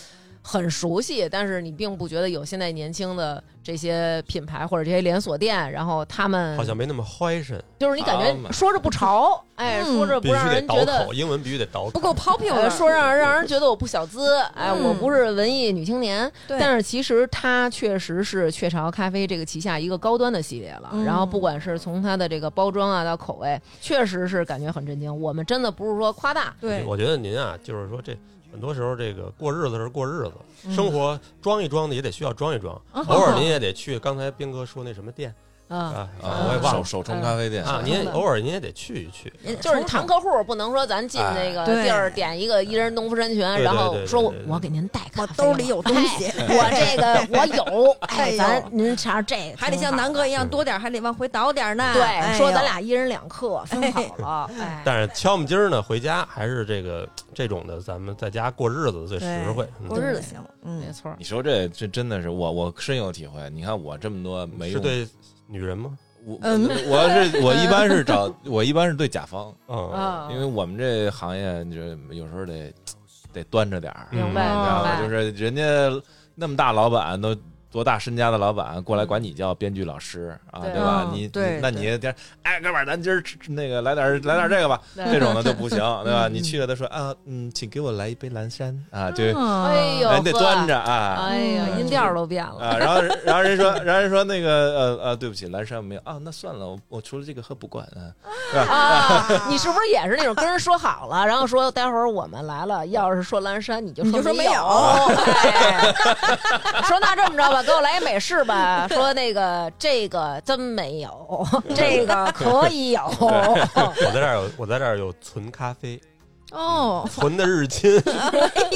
Speaker 1: 很熟悉，但是你并不觉得有现在年轻的这些品牌或者这些连锁店，然后他们
Speaker 3: 好像没那么欢神，
Speaker 1: 就是你感
Speaker 5: 他
Speaker 1: 觉
Speaker 5: 们
Speaker 1: 说着不潮，哎，
Speaker 4: 嗯
Speaker 1: 说着
Speaker 3: 必
Speaker 1: 不让
Speaker 3: 须得
Speaker 1: 人觉
Speaker 3: 倒
Speaker 1: 得
Speaker 3: 口，。英文必须得倒口。
Speaker 4: 不够 popular，
Speaker 1: 呃，说让让人觉得我不小资，哎，
Speaker 4: 嗯
Speaker 1: 我不是文艺女青年，
Speaker 4: 对
Speaker 1: 但是其实它确实是雀巢咖啡这个旗下一个高端的系列了。
Speaker 4: 嗯
Speaker 1: 然后不管是从它的这个包装啊到口味，确实是感觉很震惊。我们真的不是说夸大，
Speaker 4: 对，
Speaker 3: 我觉得您啊，就是说这很多时候这个过日子是过日子，生活装一装的也得需要装一装，
Speaker 4: 嗯
Speaker 3: 偶
Speaker 4: <laughs>
Speaker 3: 尔您也得去刚才斌哥说那什么店
Speaker 1: 啊，
Speaker 3: 啊，
Speaker 5: 啊
Speaker 3: 我也忘
Speaker 5: 手
Speaker 3: 了
Speaker 5: 手冲咖啡店
Speaker 3: 啊，您也偶尔您也得去一去。
Speaker 1: <laughs> 就是你谈客户不能说咱进那个地儿
Speaker 4: 哎
Speaker 1: 点一个一人农夫山泉，
Speaker 3: 对
Speaker 1: 然后
Speaker 3: 对对
Speaker 1: 说我
Speaker 3: 对对对
Speaker 1: 我给您带咖
Speaker 4: 我
Speaker 1: 啡了，
Speaker 4: 兜里有东西
Speaker 1: 哎。我这 <laughs> 个我有，
Speaker 4: 哎
Speaker 1: 哎，
Speaker 4: 呦
Speaker 1: 咱您尝尝这个，
Speaker 4: 还得像南哥一
Speaker 3: 嗯
Speaker 4: 样多点儿，还得往回倒点儿呢。
Speaker 1: 对，
Speaker 4: 哎呦
Speaker 1: 说咱俩一人两克，分好 <laughs> 了，哎，
Speaker 3: 但是敲木筋儿呢，回家还是这个这种的，咱们在家过日子最实惠。嗯
Speaker 4: 过日子行了。嗯
Speaker 1: 没，错儿，
Speaker 5: 你说这这真的是我我深有体会。你看我这么多没
Speaker 3: 是
Speaker 5: 用，
Speaker 3: 对女人吗？
Speaker 5: 我
Speaker 4: 嗯
Speaker 5: 我是我一般是找我一般是对甲方，
Speaker 3: 嗯，
Speaker 1: 啊，
Speaker 5: 因为我们这行业你这有时候得得端着点儿，你
Speaker 1: 明
Speaker 5: 知
Speaker 1: 白
Speaker 5: 道
Speaker 1: 明
Speaker 5: 吧？
Speaker 1: 白，
Speaker 5: 就是人家那么大老板都多大身家的老板过来管你叫编剧老师啊，
Speaker 1: 哦对
Speaker 5: 对吧
Speaker 4: 嗯？
Speaker 5: 你
Speaker 4: 对
Speaker 5: 你那
Speaker 4: 对
Speaker 5: 你也得哎，哥们儿，咱今儿吃那个来点儿来点儿这个吧，
Speaker 1: <laughs> 对
Speaker 5: 这种的就不行，对吧？你去了，他说啊，嗯，请给我来一杯蓝山啊，就
Speaker 1: 哎呦，
Speaker 5: 人得
Speaker 1: 呵
Speaker 5: 端着啊。
Speaker 1: 哎呀，
Speaker 4: 嗯
Speaker 1: 音调儿都变了。
Speaker 5: 啊，然后，然后人说，然后人说那个，呃呃，对不起，蓝山没有啊，那算了，我我除了这个喝不惯
Speaker 1: <laughs>
Speaker 5: 啊，
Speaker 1: 啊，你是不是也是那种跟人说好了，然后说待会儿我们来了，要是说蓝山，你就
Speaker 4: 你就
Speaker 1: 说
Speaker 4: 说
Speaker 1: 没
Speaker 4: 没有
Speaker 1: 哎说那这么着吧，给我来一美式吧。说那个这个真没有，这个可以
Speaker 5: <laughs>
Speaker 1: 有。 <laughs>
Speaker 3: 我在这儿有，我在这儿有存咖啡，
Speaker 4: 哦，
Speaker 3: 存的日金，
Speaker 4: <laughs> 哎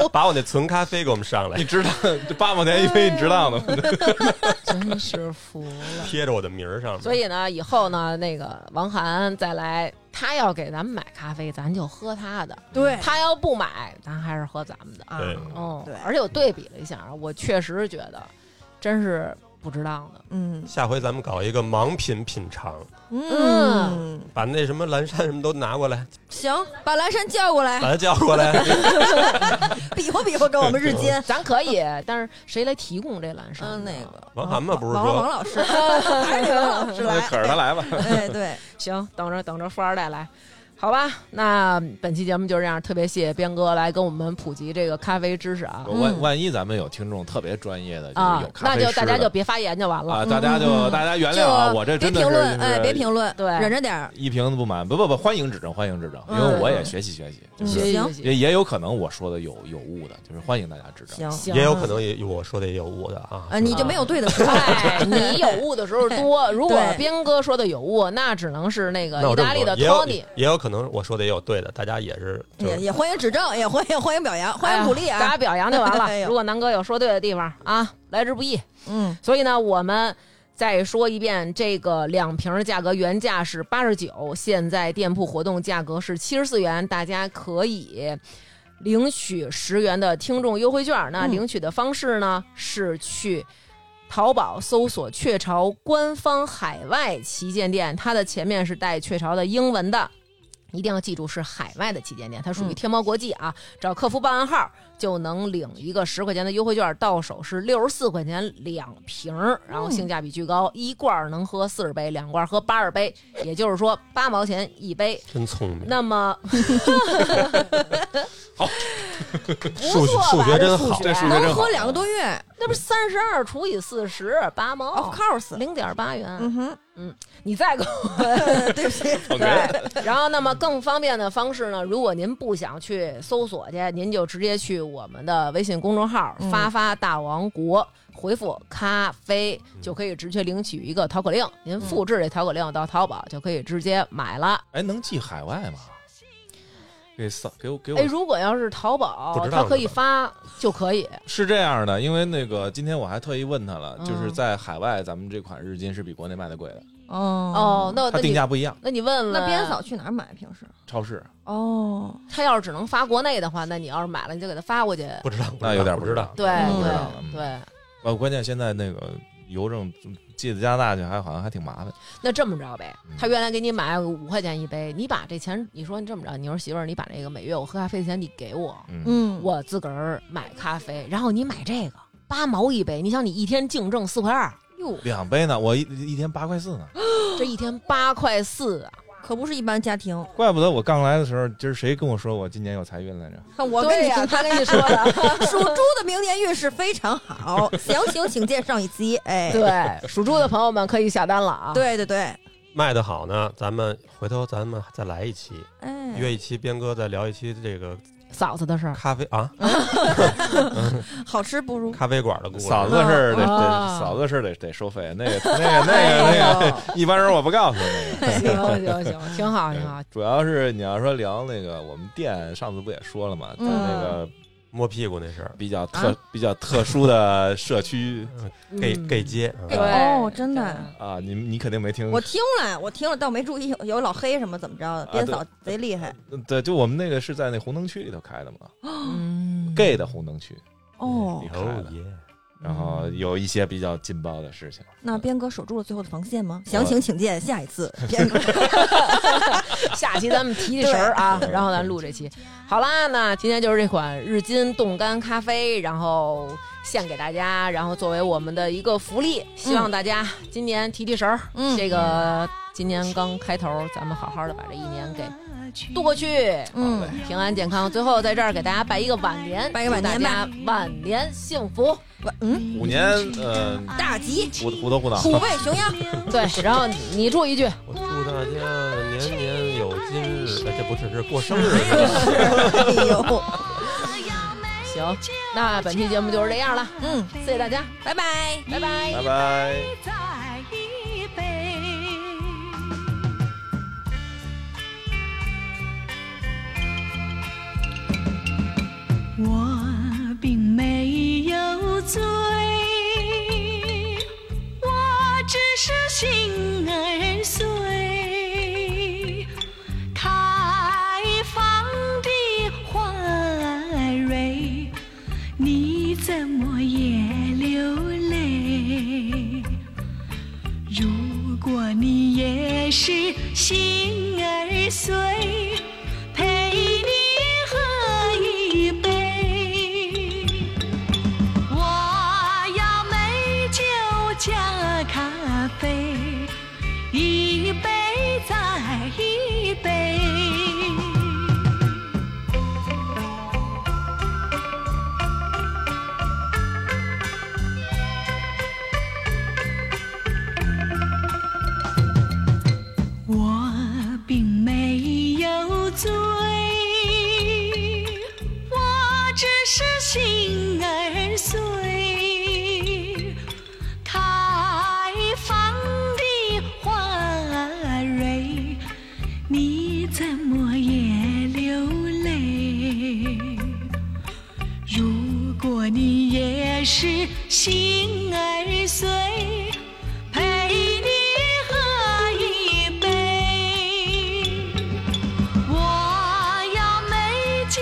Speaker 4: 呦，
Speaker 3: 把我那存咖啡给我们上来
Speaker 5: 你，知道，这八毛钱一杯，你知
Speaker 1: <laughs>
Speaker 5: 道的吗？
Speaker 1: 真是服了。
Speaker 3: 贴着我的名儿上面。
Speaker 1: 所以呢，以后呢，那个王涵再来，他要给咱们买咖啡，咱就喝他的；
Speaker 4: 对
Speaker 1: 他要不买，咱还是喝咱们的啊。
Speaker 3: 对
Speaker 1: 嗯，
Speaker 4: 哎对
Speaker 1: 而且我对比了一下啊，我确实觉得真是不值当的。
Speaker 4: 嗯
Speaker 3: 下回咱们搞一个盲品品尝，
Speaker 1: 嗯
Speaker 4: 嗯，
Speaker 3: 把那什么蓝山什么都拿过来，
Speaker 4: 行，把蓝山叫过来
Speaker 1: 哎
Speaker 3: 把，他叫过来。
Speaker 1: <laughs>
Speaker 4: 比划比划，跟我
Speaker 3: <laughs>
Speaker 4: 们日间。
Speaker 1: 咱可
Speaker 4: <laughs>
Speaker 1: 以，但是谁来提供这蓝山？
Speaker 4: 嗯，那个
Speaker 3: 王涵嘛，不是
Speaker 4: 王王
Speaker 3: 说
Speaker 4: 老师， <laughs> 还是王老师来，
Speaker 5: 可着他来吧。
Speaker 4: 哎，对，
Speaker 1: <laughs> 行，等着等着富二代来，好吧？那本期节目就这样，特别谢谢边哥来跟我们普及这个咖啡知识啊
Speaker 3: 哦
Speaker 5: 万万一咱们有听众特别专业的，就是
Speaker 1: 啊
Speaker 5: 有，咖
Speaker 1: 那
Speaker 5: 啡
Speaker 1: 就
Speaker 5: 师
Speaker 1: 大家
Speaker 5: 的
Speaker 1: 就别发言就完了。
Speaker 5: 啊，大家就大家原谅啊，我这
Speaker 4: 就别评
Speaker 5: 真的是
Speaker 4: 论，
Speaker 5: 就是
Speaker 4: 哎，别评论，
Speaker 1: 对
Speaker 4: 忍着点儿。
Speaker 5: 一评不满，不不不，欢迎指正，欢迎指正，因为
Speaker 1: 嗯
Speaker 5: 我也学习学习，就
Speaker 1: 嗯
Speaker 5: 是
Speaker 1: 谢谢
Speaker 4: 行
Speaker 1: 谢谢
Speaker 5: 也也有可能我说的有有误的，就是欢迎大家指正。
Speaker 4: 行，
Speaker 1: 行
Speaker 3: 也有可能也我说的也有误的啊。
Speaker 4: 呃，你就没有对的时候，
Speaker 1: 哎，你有误的时候多。如果
Speaker 4: 对
Speaker 1: 边哥说的有误，那只能是那个
Speaker 3: 那
Speaker 1: 意
Speaker 3: 我这
Speaker 1: 大
Speaker 3: 么
Speaker 1: 利
Speaker 3: 说
Speaker 1: 的
Speaker 3: 也有
Speaker 1: Tony 哎
Speaker 3: 也。有可能我说的也有对的，大家也是就
Speaker 5: 嗯
Speaker 4: <laughs> 也
Speaker 3: 是
Speaker 4: 也欢迎指正，也欢迎欢迎表扬，欢迎鼓励
Speaker 1: 哎呀大
Speaker 4: 啊
Speaker 1: 家！表扬就完
Speaker 4: <laughs> 哎
Speaker 1: 了。
Speaker 4: 呦
Speaker 1: 如果南哥有说对的地方啊，来之不易。
Speaker 4: 嗯，
Speaker 1: 所以呢，我们再说一遍，这个两瓶的价格原价是八十九，现在店铺活动价格是七十四元，大家可以。领取十元的听众优惠券，那
Speaker 4: 嗯
Speaker 1: 领取的方式呢、是去淘宝搜索“雀巢官方海外旗舰店”，它的前面是带“雀巢”的英文的，一定要记住是海外的旗舰店，它属于
Speaker 4: 嗯
Speaker 1: 天猫国际啊。找客服报暗号就能领一个十块钱的优惠券，到手是六十四块钱两瓶儿，然后性价比巨高，一罐儿能喝四十杯，两罐儿喝八十杯，也就是说八毛钱一杯。
Speaker 3: 真聪明，
Speaker 1: 那么
Speaker 5: 好，
Speaker 1: 不
Speaker 3: 数学
Speaker 1: 错吧？
Speaker 3: 数学真
Speaker 1: 数
Speaker 3: 好，
Speaker 5: 这数学
Speaker 4: 能
Speaker 5: 真好
Speaker 4: 喝。两个多月
Speaker 1: 那不是三十二除以四十，八毛
Speaker 4: ，of，course。
Speaker 1: 零点八元。
Speaker 4: 嗯哼，
Speaker 1: 你再给我。
Speaker 4: <laughs> 对不起，
Speaker 1: 对，然后那么更方便的方式呢，如果您不想去搜索去，您就直接去我们的微信公众号“
Speaker 4: 嗯
Speaker 1: 发发大王国”，回复“咖啡”
Speaker 5: 嗯
Speaker 1: 就可以直接领取一个淘口令，
Speaker 4: 嗯
Speaker 1: 您复制这淘口令到淘宝就可以直接买了。
Speaker 5: 哎，能寄海外吗？给扫给我给我
Speaker 1: 哎，如果要是淘宝
Speaker 3: 不，知道
Speaker 1: 它可以
Speaker 3: 是吧
Speaker 1: 发就可以。
Speaker 5: 是这样的，因为那个今天我还特意问他了，就是
Speaker 1: 嗯
Speaker 5: 在海外咱们这款日金是比国内卖的贵的，
Speaker 1: 哦
Speaker 4: 哦，
Speaker 1: 那
Speaker 5: 它
Speaker 1: 那
Speaker 5: 定
Speaker 1: 你
Speaker 5: 价不一样，
Speaker 1: 那你问了
Speaker 4: 那边嫂去哪儿买？平时
Speaker 5: 超市
Speaker 4: 哦，
Speaker 1: 他要是只能发国内的话，那你要是买了，你就给他发过去。
Speaker 3: 不知道
Speaker 5: 那有点
Speaker 3: 不
Speaker 5: 知
Speaker 3: 知
Speaker 5: 道
Speaker 3: 道，。
Speaker 1: 对
Speaker 5: 不知道了
Speaker 1: 对
Speaker 5: 嗯
Speaker 1: 对，
Speaker 5: 呃，关键现在那个邮政寄到加拿大去，还好像还挺麻烦。
Speaker 1: 那这么着呗
Speaker 5: 嗯，
Speaker 1: 他原来给你买五块钱一杯，你把这钱，你说你这么着，你说媳妇儿，你把这个每月我喝咖啡的钱你给我，
Speaker 5: 嗯，
Speaker 4: 嗯，
Speaker 1: 我自个儿买咖啡，然后你买这个八毛一杯，你想你一天净挣四块二，
Speaker 4: 哟，
Speaker 5: 两杯呢，我一一天八块四呢，
Speaker 1: 这一天八块四啊，
Speaker 4: 可不是一般家庭。
Speaker 5: 怪不得我刚来的时候，今儿谁跟我说我今年有财运来着？
Speaker 4: 看 <laughs> 我跟你
Speaker 1: 呀，
Speaker 4: 说，
Speaker 1: 他跟你说的，
Speaker 4: <laughs> 属猪的明年运势非常好，详情请见上一期。哎，
Speaker 1: 对，属猪的朋友们可以下单了啊，，
Speaker 4: 对对对，
Speaker 3: 卖的好呢，咱们回头咱们再来一期，
Speaker 4: 哎，
Speaker 3: 约一期边哥再聊一期这个
Speaker 1: 嫂子的事儿，
Speaker 3: <laughs> 咖啡啊
Speaker 1: 嗯
Speaker 4: 好吃不如
Speaker 3: 咖啡馆的故事。
Speaker 5: 嫂子的事儿得
Speaker 1: 啊
Speaker 5: 得，嫂子的事儿得得收费，那个那个那个那个，一般人我不告诉那个。
Speaker 1: <laughs> 行行行，挺好挺好
Speaker 5: 嗯，主要是你要说聊那个我们店，上次不也说了嘛，在
Speaker 4: 嗯
Speaker 5: 那个
Speaker 3: 摸屁股那事儿
Speaker 5: 比较特比较特殊的社区
Speaker 3: ，gay
Speaker 1: 嗯
Speaker 3: gay 街，
Speaker 1: 对
Speaker 5: 啊
Speaker 4: 哦真的
Speaker 1: 对
Speaker 5: 啊，你你肯定没听
Speaker 4: 我听了，我听了，倒没注意有有老黑什么怎么着的，
Speaker 5: 啊
Speaker 4: 边
Speaker 5: 对
Speaker 4: 嫂贼厉害
Speaker 5: 对，就我们那个是在那红灯区里头开的嘛
Speaker 1: 嗯 <laughs>
Speaker 3: 嗯
Speaker 5: ，gay 的红灯区，
Speaker 4: 哦
Speaker 5: 厉害
Speaker 3: 哦
Speaker 5: 了
Speaker 3: 耶，
Speaker 5: 然后有一些比较劲爆的事情。
Speaker 4: 嗯那边哥守住了最后的防线吗？详情请见下一次。边哥，
Speaker 1: <laughs> 下期咱们提提神儿啊，然后咱录这期。好啦，那今天就是这款日金冻干咖啡，然后献给大家，然后作为我们的一个福利，希望大家今年提提神儿。
Speaker 4: 嗯
Speaker 1: 这个今年刚开头，咱们好好的把这一年给度过去。
Speaker 4: 嗯，
Speaker 1: 平安健康，最后在这儿给大家拜一个晚年，
Speaker 4: 拜一个晚年
Speaker 1: 祝
Speaker 4: 吧
Speaker 1: 大家晚年幸福。
Speaker 4: 我嗯，
Speaker 5: 虎年，呃，
Speaker 4: 大吉，
Speaker 5: 虎虎头虎脑，
Speaker 4: 虎背熊腰，
Speaker 1: 对，然后你祝一句，
Speaker 3: 我祝大家年年有今日，哎，这不是是过生日。
Speaker 4: 哎呦，
Speaker 1: 行，那本期节目就是这样了，
Speaker 4: 嗯，
Speaker 1: 谢谢大家，
Speaker 4: 拜拜。
Speaker 1: 拜拜。
Speaker 5: 拜拜。
Speaker 2: 再一杯。我并没有醉，我只是心儿碎，开放的花儿蕊。你怎么也流泪？如果你也是心儿碎，陪你喝一杯。我要美酒加咖啡，一杯再一杯。我并没有醉，我只是心儿碎，开放的花儿蕊，你怎么也流泪？如果你也是心儿碎，陪你喝一杯。我要美酒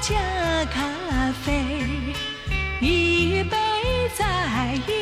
Speaker 2: 加咖啡，一杯再一杯。